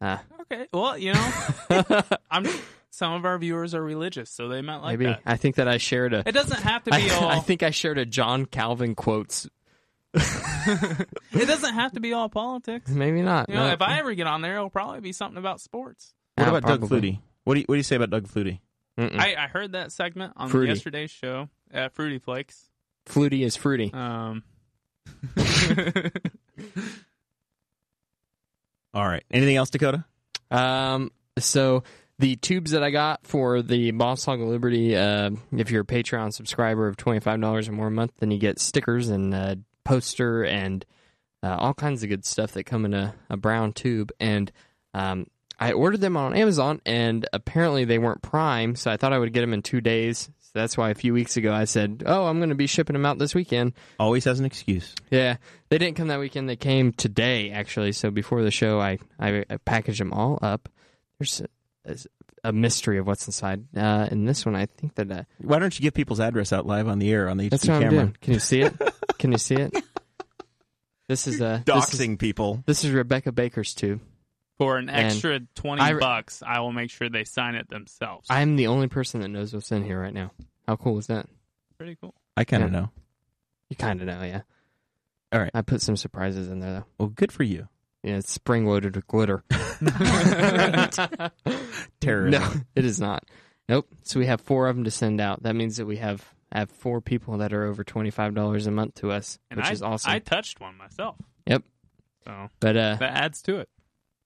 [SPEAKER 2] Ah.
[SPEAKER 4] Okay, well you know, I'm some of our viewers are religious, so they might like
[SPEAKER 2] Maybe
[SPEAKER 4] that.
[SPEAKER 2] I think that I shared a
[SPEAKER 4] It doesn't have to be
[SPEAKER 2] I,
[SPEAKER 4] all.
[SPEAKER 2] I think I shared a John Calvin quotes.
[SPEAKER 4] it doesn't have to be all politics.
[SPEAKER 2] Maybe not.
[SPEAKER 4] You know,
[SPEAKER 2] no.
[SPEAKER 4] if I ever get on there, it'll probably be something about sports.
[SPEAKER 1] What
[SPEAKER 2] Ah,
[SPEAKER 1] about Doug
[SPEAKER 2] probably.
[SPEAKER 1] Flutie? What do you What do you say about Doug Flutie?
[SPEAKER 2] Mm-mm.
[SPEAKER 4] I, I heard that segment on
[SPEAKER 2] Mm. Fruity.
[SPEAKER 4] yesterday's show, uh, Fruity Flakes.
[SPEAKER 2] Flutie is fruity.
[SPEAKER 4] Um,
[SPEAKER 1] All right. Anything else, Dakota?
[SPEAKER 4] Uh.
[SPEAKER 2] Um, so the tubes that I got for the Boss Hog of Liberty, uh, if you're a Patreon subscriber of twenty five dollars or more a month, then you get stickers and uh, poster and uh, all kinds of good stuff that come in a, a brown tube. And um, I ordered them on Amazon, and apparently they weren't prime, so I thought I would get them in two days. So that's why a few weeks ago I said, "Oh, I'm going to be shipping them out this weekend."
[SPEAKER 1] Always has an excuse.
[SPEAKER 2] Yeah, they didn't come that weekend. They came today, actually. So before the show, I I, I packaged them all up. There's a, there's a mystery of what's inside. Uh, in this one, I think that uh,
[SPEAKER 1] Why don't you give people's address out live on the air on the
[SPEAKER 2] that's
[SPEAKER 1] HD
[SPEAKER 2] what I'm
[SPEAKER 1] camera?
[SPEAKER 2] doing. Can you see it? Can you see it? This is uh, this is,
[SPEAKER 1] Doxing people.
[SPEAKER 2] this is Rebecca Baker's tube.
[SPEAKER 4] for an
[SPEAKER 2] And
[SPEAKER 4] extra twenty
[SPEAKER 2] I-
[SPEAKER 4] bucks, I will make sure they sign it themselves.
[SPEAKER 2] I'm the only person that knows what's in here right now. How cool is that?
[SPEAKER 4] Pretty cool.
[SPEAKER 1] I kind of
[SPEAKER 2] Yeah.
[SPEAKER 1] know.
[SPEAKER 2] You kind of know, yeah.
[SPEAKER 1] All right.
[SPEAKER 2] I put some surprises in there though.
[SPEAKER 1] Well, good for you.
[SPEAKER 2] Yeah, it's spring loaded with glitter.
[SPEAKER 1] Terrorism.
[SPEAKER 2] No, it is not. Nope. So we have four of them to send out. That means that we have have four people that are over twenty five dollars a month to us,
[SPEAKER 4] And
[SPEAKER 2] which
[SPEAKER 4] I,
[SPEAKER 2] is awesome.
[SPEAKER 4] I touched one myself.
[SPEAKER 2] Yep.
[SPEAKER 4] So
[SPEAKER 2] but uh,
[SPEAKER 4] that adds to it.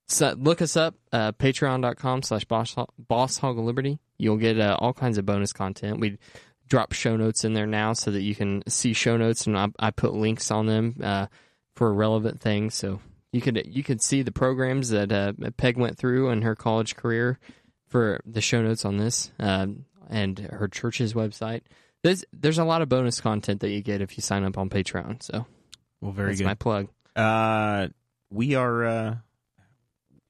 [SPEAKER 2] so look us up uh, patreon.com slash boss Boss hog of liberty you'll get uh, all kinds of bonus content we drop show notes in there now so that you can see show notes and i, I put links on them uh, for relevant things so you could you could see the programs that uh, peg went through in her college career for the show notes on this um, and her church's website there's, there's a lot of bonus content that you get if you sign up on patreon so
[SPEAKER 1] Well, very
[SPEAKER 2] that's
[SPEAKER 1] good.
[SPEAKER 2] my plug
[SPEAKER 1] Uh, we are uh,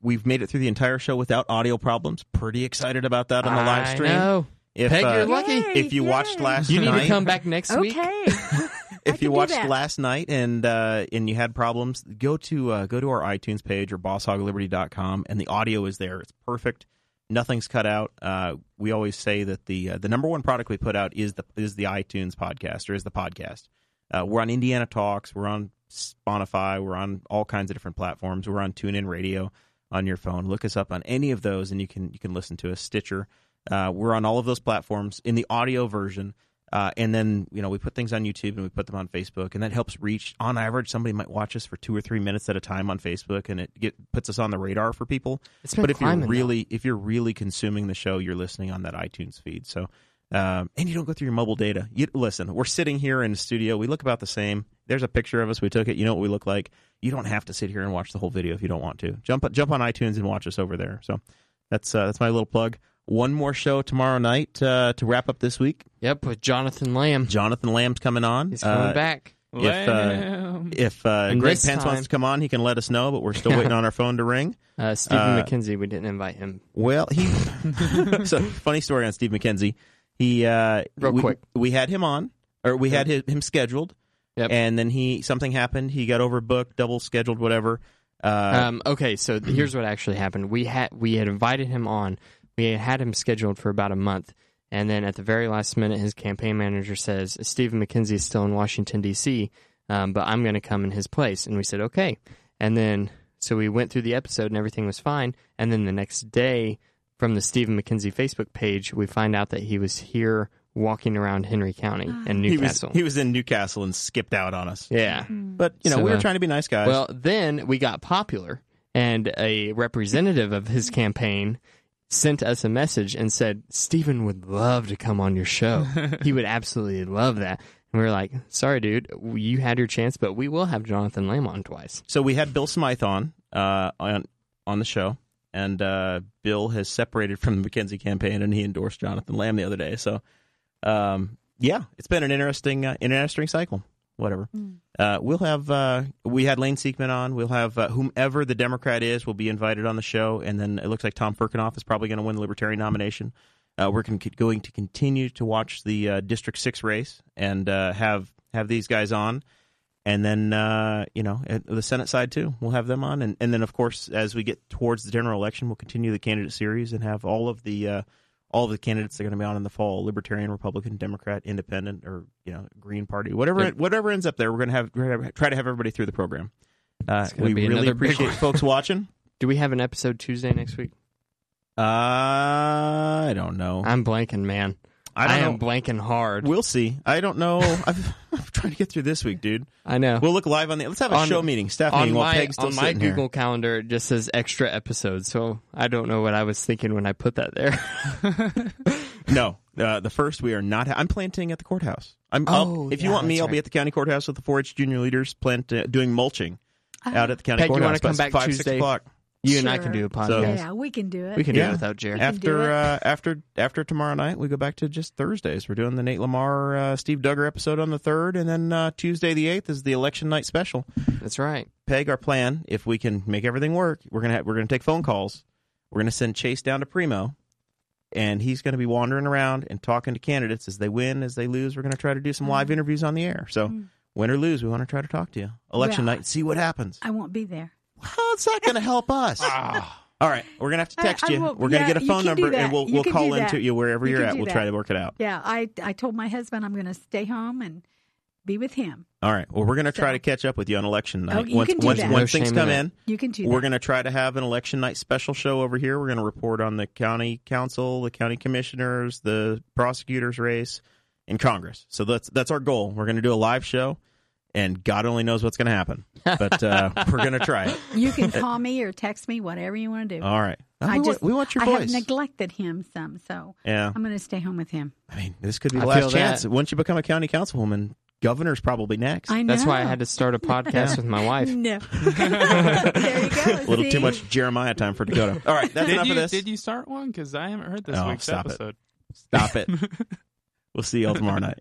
[SPEAKER 1] we've made it through the entire show without audio problems. Pretty excited about that on the live
[SPEAKER 2] I
[SPEAKER 1] stream.
[SPEAKER 2] know.
[SPEAKER 1] If
[SPEAKER 2] Peg,
[SPEAKER 1] uh,
[SPEAKER 2] you're lucky.
[SPEAKER 1] if you watched last
[SPEAKER 2] you need
[SPEAKER 1] night,
[SPEAKER 2] to come back next week
[SPEAKER 3] Okay. I
[SPEAKER 1] if
[SPEAKER 3] can
[SPEAKER 1] you
[SPEAKER 3] do
[SPEAKER 1] watched
[SPEAKER 3] that.
[SPEAKER 1] last night and uh, and you had problems, go to uh, go to our iTunes page or bosshogliberty.com and the audio is there. It's perfect. Nothing's cut out. Uh, we always say that the uh, the number one product we put out is the is the iTunes podcast or is the podcast. Uh, we're on Indiana Talks. We're on Spotify. We're on all kinds of different platforms. We're on TuneIn Radio on your phone. Look us up on any of those, and you can you can listen to us. Stitcher. Uh, we're on all of those platforms in the audio version. Uh, and then you know we put things on YouTube and we put them on Facebook, and that helps reach. On average, somebody might watch us for two or three minutes at a time on Facebook, and it get, puts us on the radar for people.
[SPEAKER 2] It's been
[SPEAKER 1] But if you're
[SPEAKER 2] climbing, though.
[SPEAKER 1] really if you're really consuming the show, you're listening on that iTunes feed. So, um, and you don't go through your mobile data. You listen. We're sitting here in the studio. We look about the same. There's a picture of us. We took it. You know what we look like. You don't have to sit here and watch the whole video if you don't want to. Jump jump on iTunes and watch us over there. So that's uh, that's my little plug. one more show tomorrow night uh, to wrap up this week.
[SPEAKER 2] Yep, with Jonathan Lamb.
[SPEAKER 1] Jonathan Lamb's coming on.
[SPEAKER 2] He's coming
[SPEAKER 1] Uh,
[SPEAKER 2] back.
[SPEAKER 1] If, uh,
[SPEAKER 4] Lamb.
[SPEAKER 1] If uh,
[SPEAKER 2] And
[SPEAKER 1] Greg
[SPEAKER 2] this
[SPEAKER 1] Pence
[SPEAKER 2] time-
[SPEAKER 1] wants to come on, he can let us know, but we're still waiting on our phone to ring.
[SPEAKER 2] Uh, Stephen
[SPEAKER 1] uh,
[SPEAKER 2] McKenzie, we didn't invite him.
[SPEAKER 1] Well, he. so funny story on Steve McKenzie. He uh,
[SPEAKER 2] Real
[SPEAKER 1] we,
[SPEAKER 2] quick.
[SPEAKER 1] We had him on, or we had him, him scheduled,
[SPEAKER 2] Yep.
[SPEAKER 1] and then he something happened. He got overbooked, double scheduled, whatever. Uh,
[SPEAKER 2] Um, okay, so th- here's what actually happened. We had we had invited him on. We had had him scheduled for about a month, and then at the very last minute, his campaign manager says Stephen McKenzie is still in Washington D.C., um, but I'm going to come in his place. And we said okay. And then so we went through the episode, and everything was fine. And then the next day, from the Stephen McKenzie Facebook page, we find out that he was here walking around Henry County and
[SPEAKER 1] he was
[SPEAKER 2] Newcastle.
[SPEAKER 1] he was in Newcastle and skipped out on us.
[SPEAKER 2] yeah.
[SPEAKER 1] But you know,
[SPEAKER 2] So,
[SPEAKER 1] we were
[SPEAKER 2] uh,
[SPEAKER 1] trying to be nice guys.
[SPEAKER 2] Well, then we got popular, and a representative of his campaign sent us a message and said, Stephen would love to come on your show. he would absolutely love that. And we were like, sorry, dude, you had your chance, but we will have Jonathan Lamb on twice.
[SPEAKER 1] so we had Bill Smythe on uh, on on the show, and uh, Bill has separated from the McKenzie campaign, and he endorsed Jonathan Lamb the other day. So, um, yeah, it's been an interesting uh, interesting cycle. Whatever. Uh, we'll have uh, we had Lane Siegman on. We'll have uh, whomever the Democrat is will be invited on the show, and then it looks like Tom Firkinoff is probably going to win the Libertarian nomination. Uh, we're con- going to continue to watch the uh, District Six race and uh, have have these guys on and then uh, you know at the Senate side too. We'll have them on, and, and then of course as we get towards the general election, we'll continue the candidate series and have all of the uh, all of the candidates that are going to be on in the fall: Libertarian, Republican, Democrat, Independent, or you know Green Party, whatever
[SPEAKER 2] Yep.
[SPEAKER 1] whatever ends up there. We're going to have we're gonna have- try to have everybody through the program. Uh,
[SPEAKER 2] gonna
[SPEAKER 1] we
[SPEAKER 2] be
[SPEAKER 1] really
[SPEAKER 2] another big
[SPEAKER 1] appreciate
[SPEAKER 2] one.
[SPEAKER 1] folks watching.
[SPEAKER 2] Do we have an episode Tuesday next week?
[SPEAKER 1] Uh, I don't know.
[SPEAKER 2] I'm blanking, man.
[SPEAKER 1] I don't
[SPEAKER 2] am
[SPEAKER 1] know.
[SPEAKER 2] blanking hard.
[SPEAKER 1] We'll see. I don't know. I've, I'm trying to get through this week, dude.
[SPEAKER 2] I know.
[SPEAKER 1] We'll look live on the. Let's have a
[SPEAKER 2] On-
[SPEAKER 1] show meeting, staff
[SPEAKER 2] on
[SPEAKER 1] meeting. while
[SPEAKER 2] my,
[SPEAKER 1] Peg's still
[SPEAKER 2] on my
[SPEAKER 1] sitting here.
[SPEAKER 2] Google Calendar, it just says extra episodes, so I don't know what I was thinking when I put that there.
[SPEAKER 1] No, uh, the first we are not. Ha- I'm planting at the courthouse. I'm.
[SPEAKER 2] Oh,
[SPEAKER 1] I'll, if you
[SPEAKER 2] yeah,
[SPEAKER 1] want me,
[SPEAKER 2] that's
[SPEAKER 1] I'll be
[SPEAKER 2] right.
[SPEAKER 1] at the county courthouse with the 4-H junior leaders plant uh, doing mulching
[SPEAKER 3] Ah.
[SPEAKER 1] out at the county
[SPEAKER 2] Peg, you wanna
[SPEAKER 1] courthouse.
[SPEAKER 2] come
[SPEAKER 1] about
[SPEAKER 2] back
[SPEAKER 1] five,
[SPEAKER 2] Tuesday?
[SPEAKER 1] Six o'clock.
[SPEAKER 2] you and I can
[SPEAKER 3] Sure.
[SPEAKER 2] do a podcast.
[SPEAKER 1] So-
[SPEAKER 3] Yeah, we can do it.
[SPEAKER 2] We can do
[SPEAKER 1] Yeah.
[SPEAKER 2] it without Jerry.
[SPEAKER 3] can do
[SPEAKER 1] After
[SPEAKER 3] it.
[SPEAKER 1] uh, after after tomorrow night, we go back to just Thursdays. We're doing the Nate Lamar uh, Steve Duggar episode on the third, and then uh, Tuesday the eighth is the election night special.
[SPEAKER 2] That's right.
[SPEAKER 1] Peg, our plan, if we can make everything work, we're gonna have, we're gonna take phone calls. We're gonna send Chase down to Primo, and he's gonna be wandering around and talking to candidates as they win, as they lose. We're gonna try to do some
[SPEAKER 3] Mm.
[SPEAKER 1] live interviews on the air. So win or lose, we want to try to talk to you. Election
[SPEAKER 3] Well,
[SPEAKER 1] night, see what happens.
[SPEAKER 3] I won't be there.
[SPEAKER 1] How's that gonna help us? All right, we're gonna have to
[SPEAKER 3] I-
[SPEAKER 1] text
[SPEAKER 3] I
[SPEAKER 1] you.
[SPEAKER 3] will-
[SPEAKER 1] we're gonna
[SPEAKER 3] yeah,
[SPEAKER 1] get a
[SPEAKER 3] you
[SPEAKER 1] phone
[SPEAKER 3] can do
[SPEAKER 1] number, and
[SPEAKER 3] that.
[SPEAKER 1] we'll
[SPEAKER 3] You
[SPEAKER 1] we'll
[SPEAKER 3] can
[SPEAKER 1] call
[SPEAKER 3] do
[SPEAKER 1] into
[SPEAKER 3] that.
[SPEAKER 1] you wherever
[SPEAKER 3] You
[SPEAKER 1] are
[SPEAKER 3] can
[SPEAKER 1] at.
[SPEAKER 3] do
[SPEAKER 1] We'll
[SPEAKER 3] that.
[SPEAKER 1] try to work it out.
[SPEAKER 3] Yeah, I I told my husband I'm going to stay home and be with him.
[SPEAKER 1] All right. Well, we're gonna try
[SPEAKER 3] So-
[SPEAKER 1] to catch up with you on election night.
[SPEAKER 3] Oh, you
[SPEAKER 1] once
[SPEAKER 3] can do
[SPEAKER 1] once,
[SPEAKER 3] that.
[SPEAKER 1] once
[SPEAKER 2] No shame
[SPEAKER 1] things
[SPEAKER 2] in
[SPEAKER 1] come
[SPEAKER 2] that.
[SPEAKER 1] in.
[SPEAKER 3] You can do
[SPEAKER 1] We're
[SPEAKER 3] that.
[SPEAKER 1] going to try to have an election night special show over here. We're going to report on the county council, the county commissioners, the prosecutors race, and Congress. So that's that's our goal. We're going to do a live show, and God only knows what's going to happen, but uh, we're going to try it.
[SPEAKER 3] You can call me or text me, whatever you want to do.
[SPEAKER 1] All right.
[SPEAKER 3] I
[SPEAKER 1] Oh, we, want-
[SPEAKER 3] just
[SPEAKER 1] we want your
[SPEAKER 3] I
[SPEAKER 1] voice.
[SPEAKER 3] have neglected him some, so
[SPEAKER 1] yeah.
[SPEAKER 3] I'm going to stay home with him.
[SPEAKER 1] I mean, this could be
[SPEAKER 2] I
[SPEAKER 1] the
[SPEAKER 2] feel
[SPEAKER 1] last
[SPEAKER 2] that.
[SPEAKER 1] chance. Once you become a county councilwoman, governor's probably next.
[SPEAKER 3] I know.
[SPEAKER 2] That's why I had to start a podcast with my wife.
[SPEAKER 3] No. there you go.
[SPEAKER 1] a little
[SPEAKER 3] see?
[SPEAKER 1] too much Jeremiah time for Dakota. All right, that's
[SPEAKER 4] Did
[SPEAKER 1] enough
[SPEAKER 4] you,
[SPEAKER 1] of this.
[SPEAKER 4] did you start one? Because I haven't heard this
[SPEAKER 1] Oh,
[SPEAKER 4] week's
[SPEAKER 1] stop it.
[SPEAKER 4] episode.
[SPEAKER 1] Stop it. we'll see y'all tomorrow night.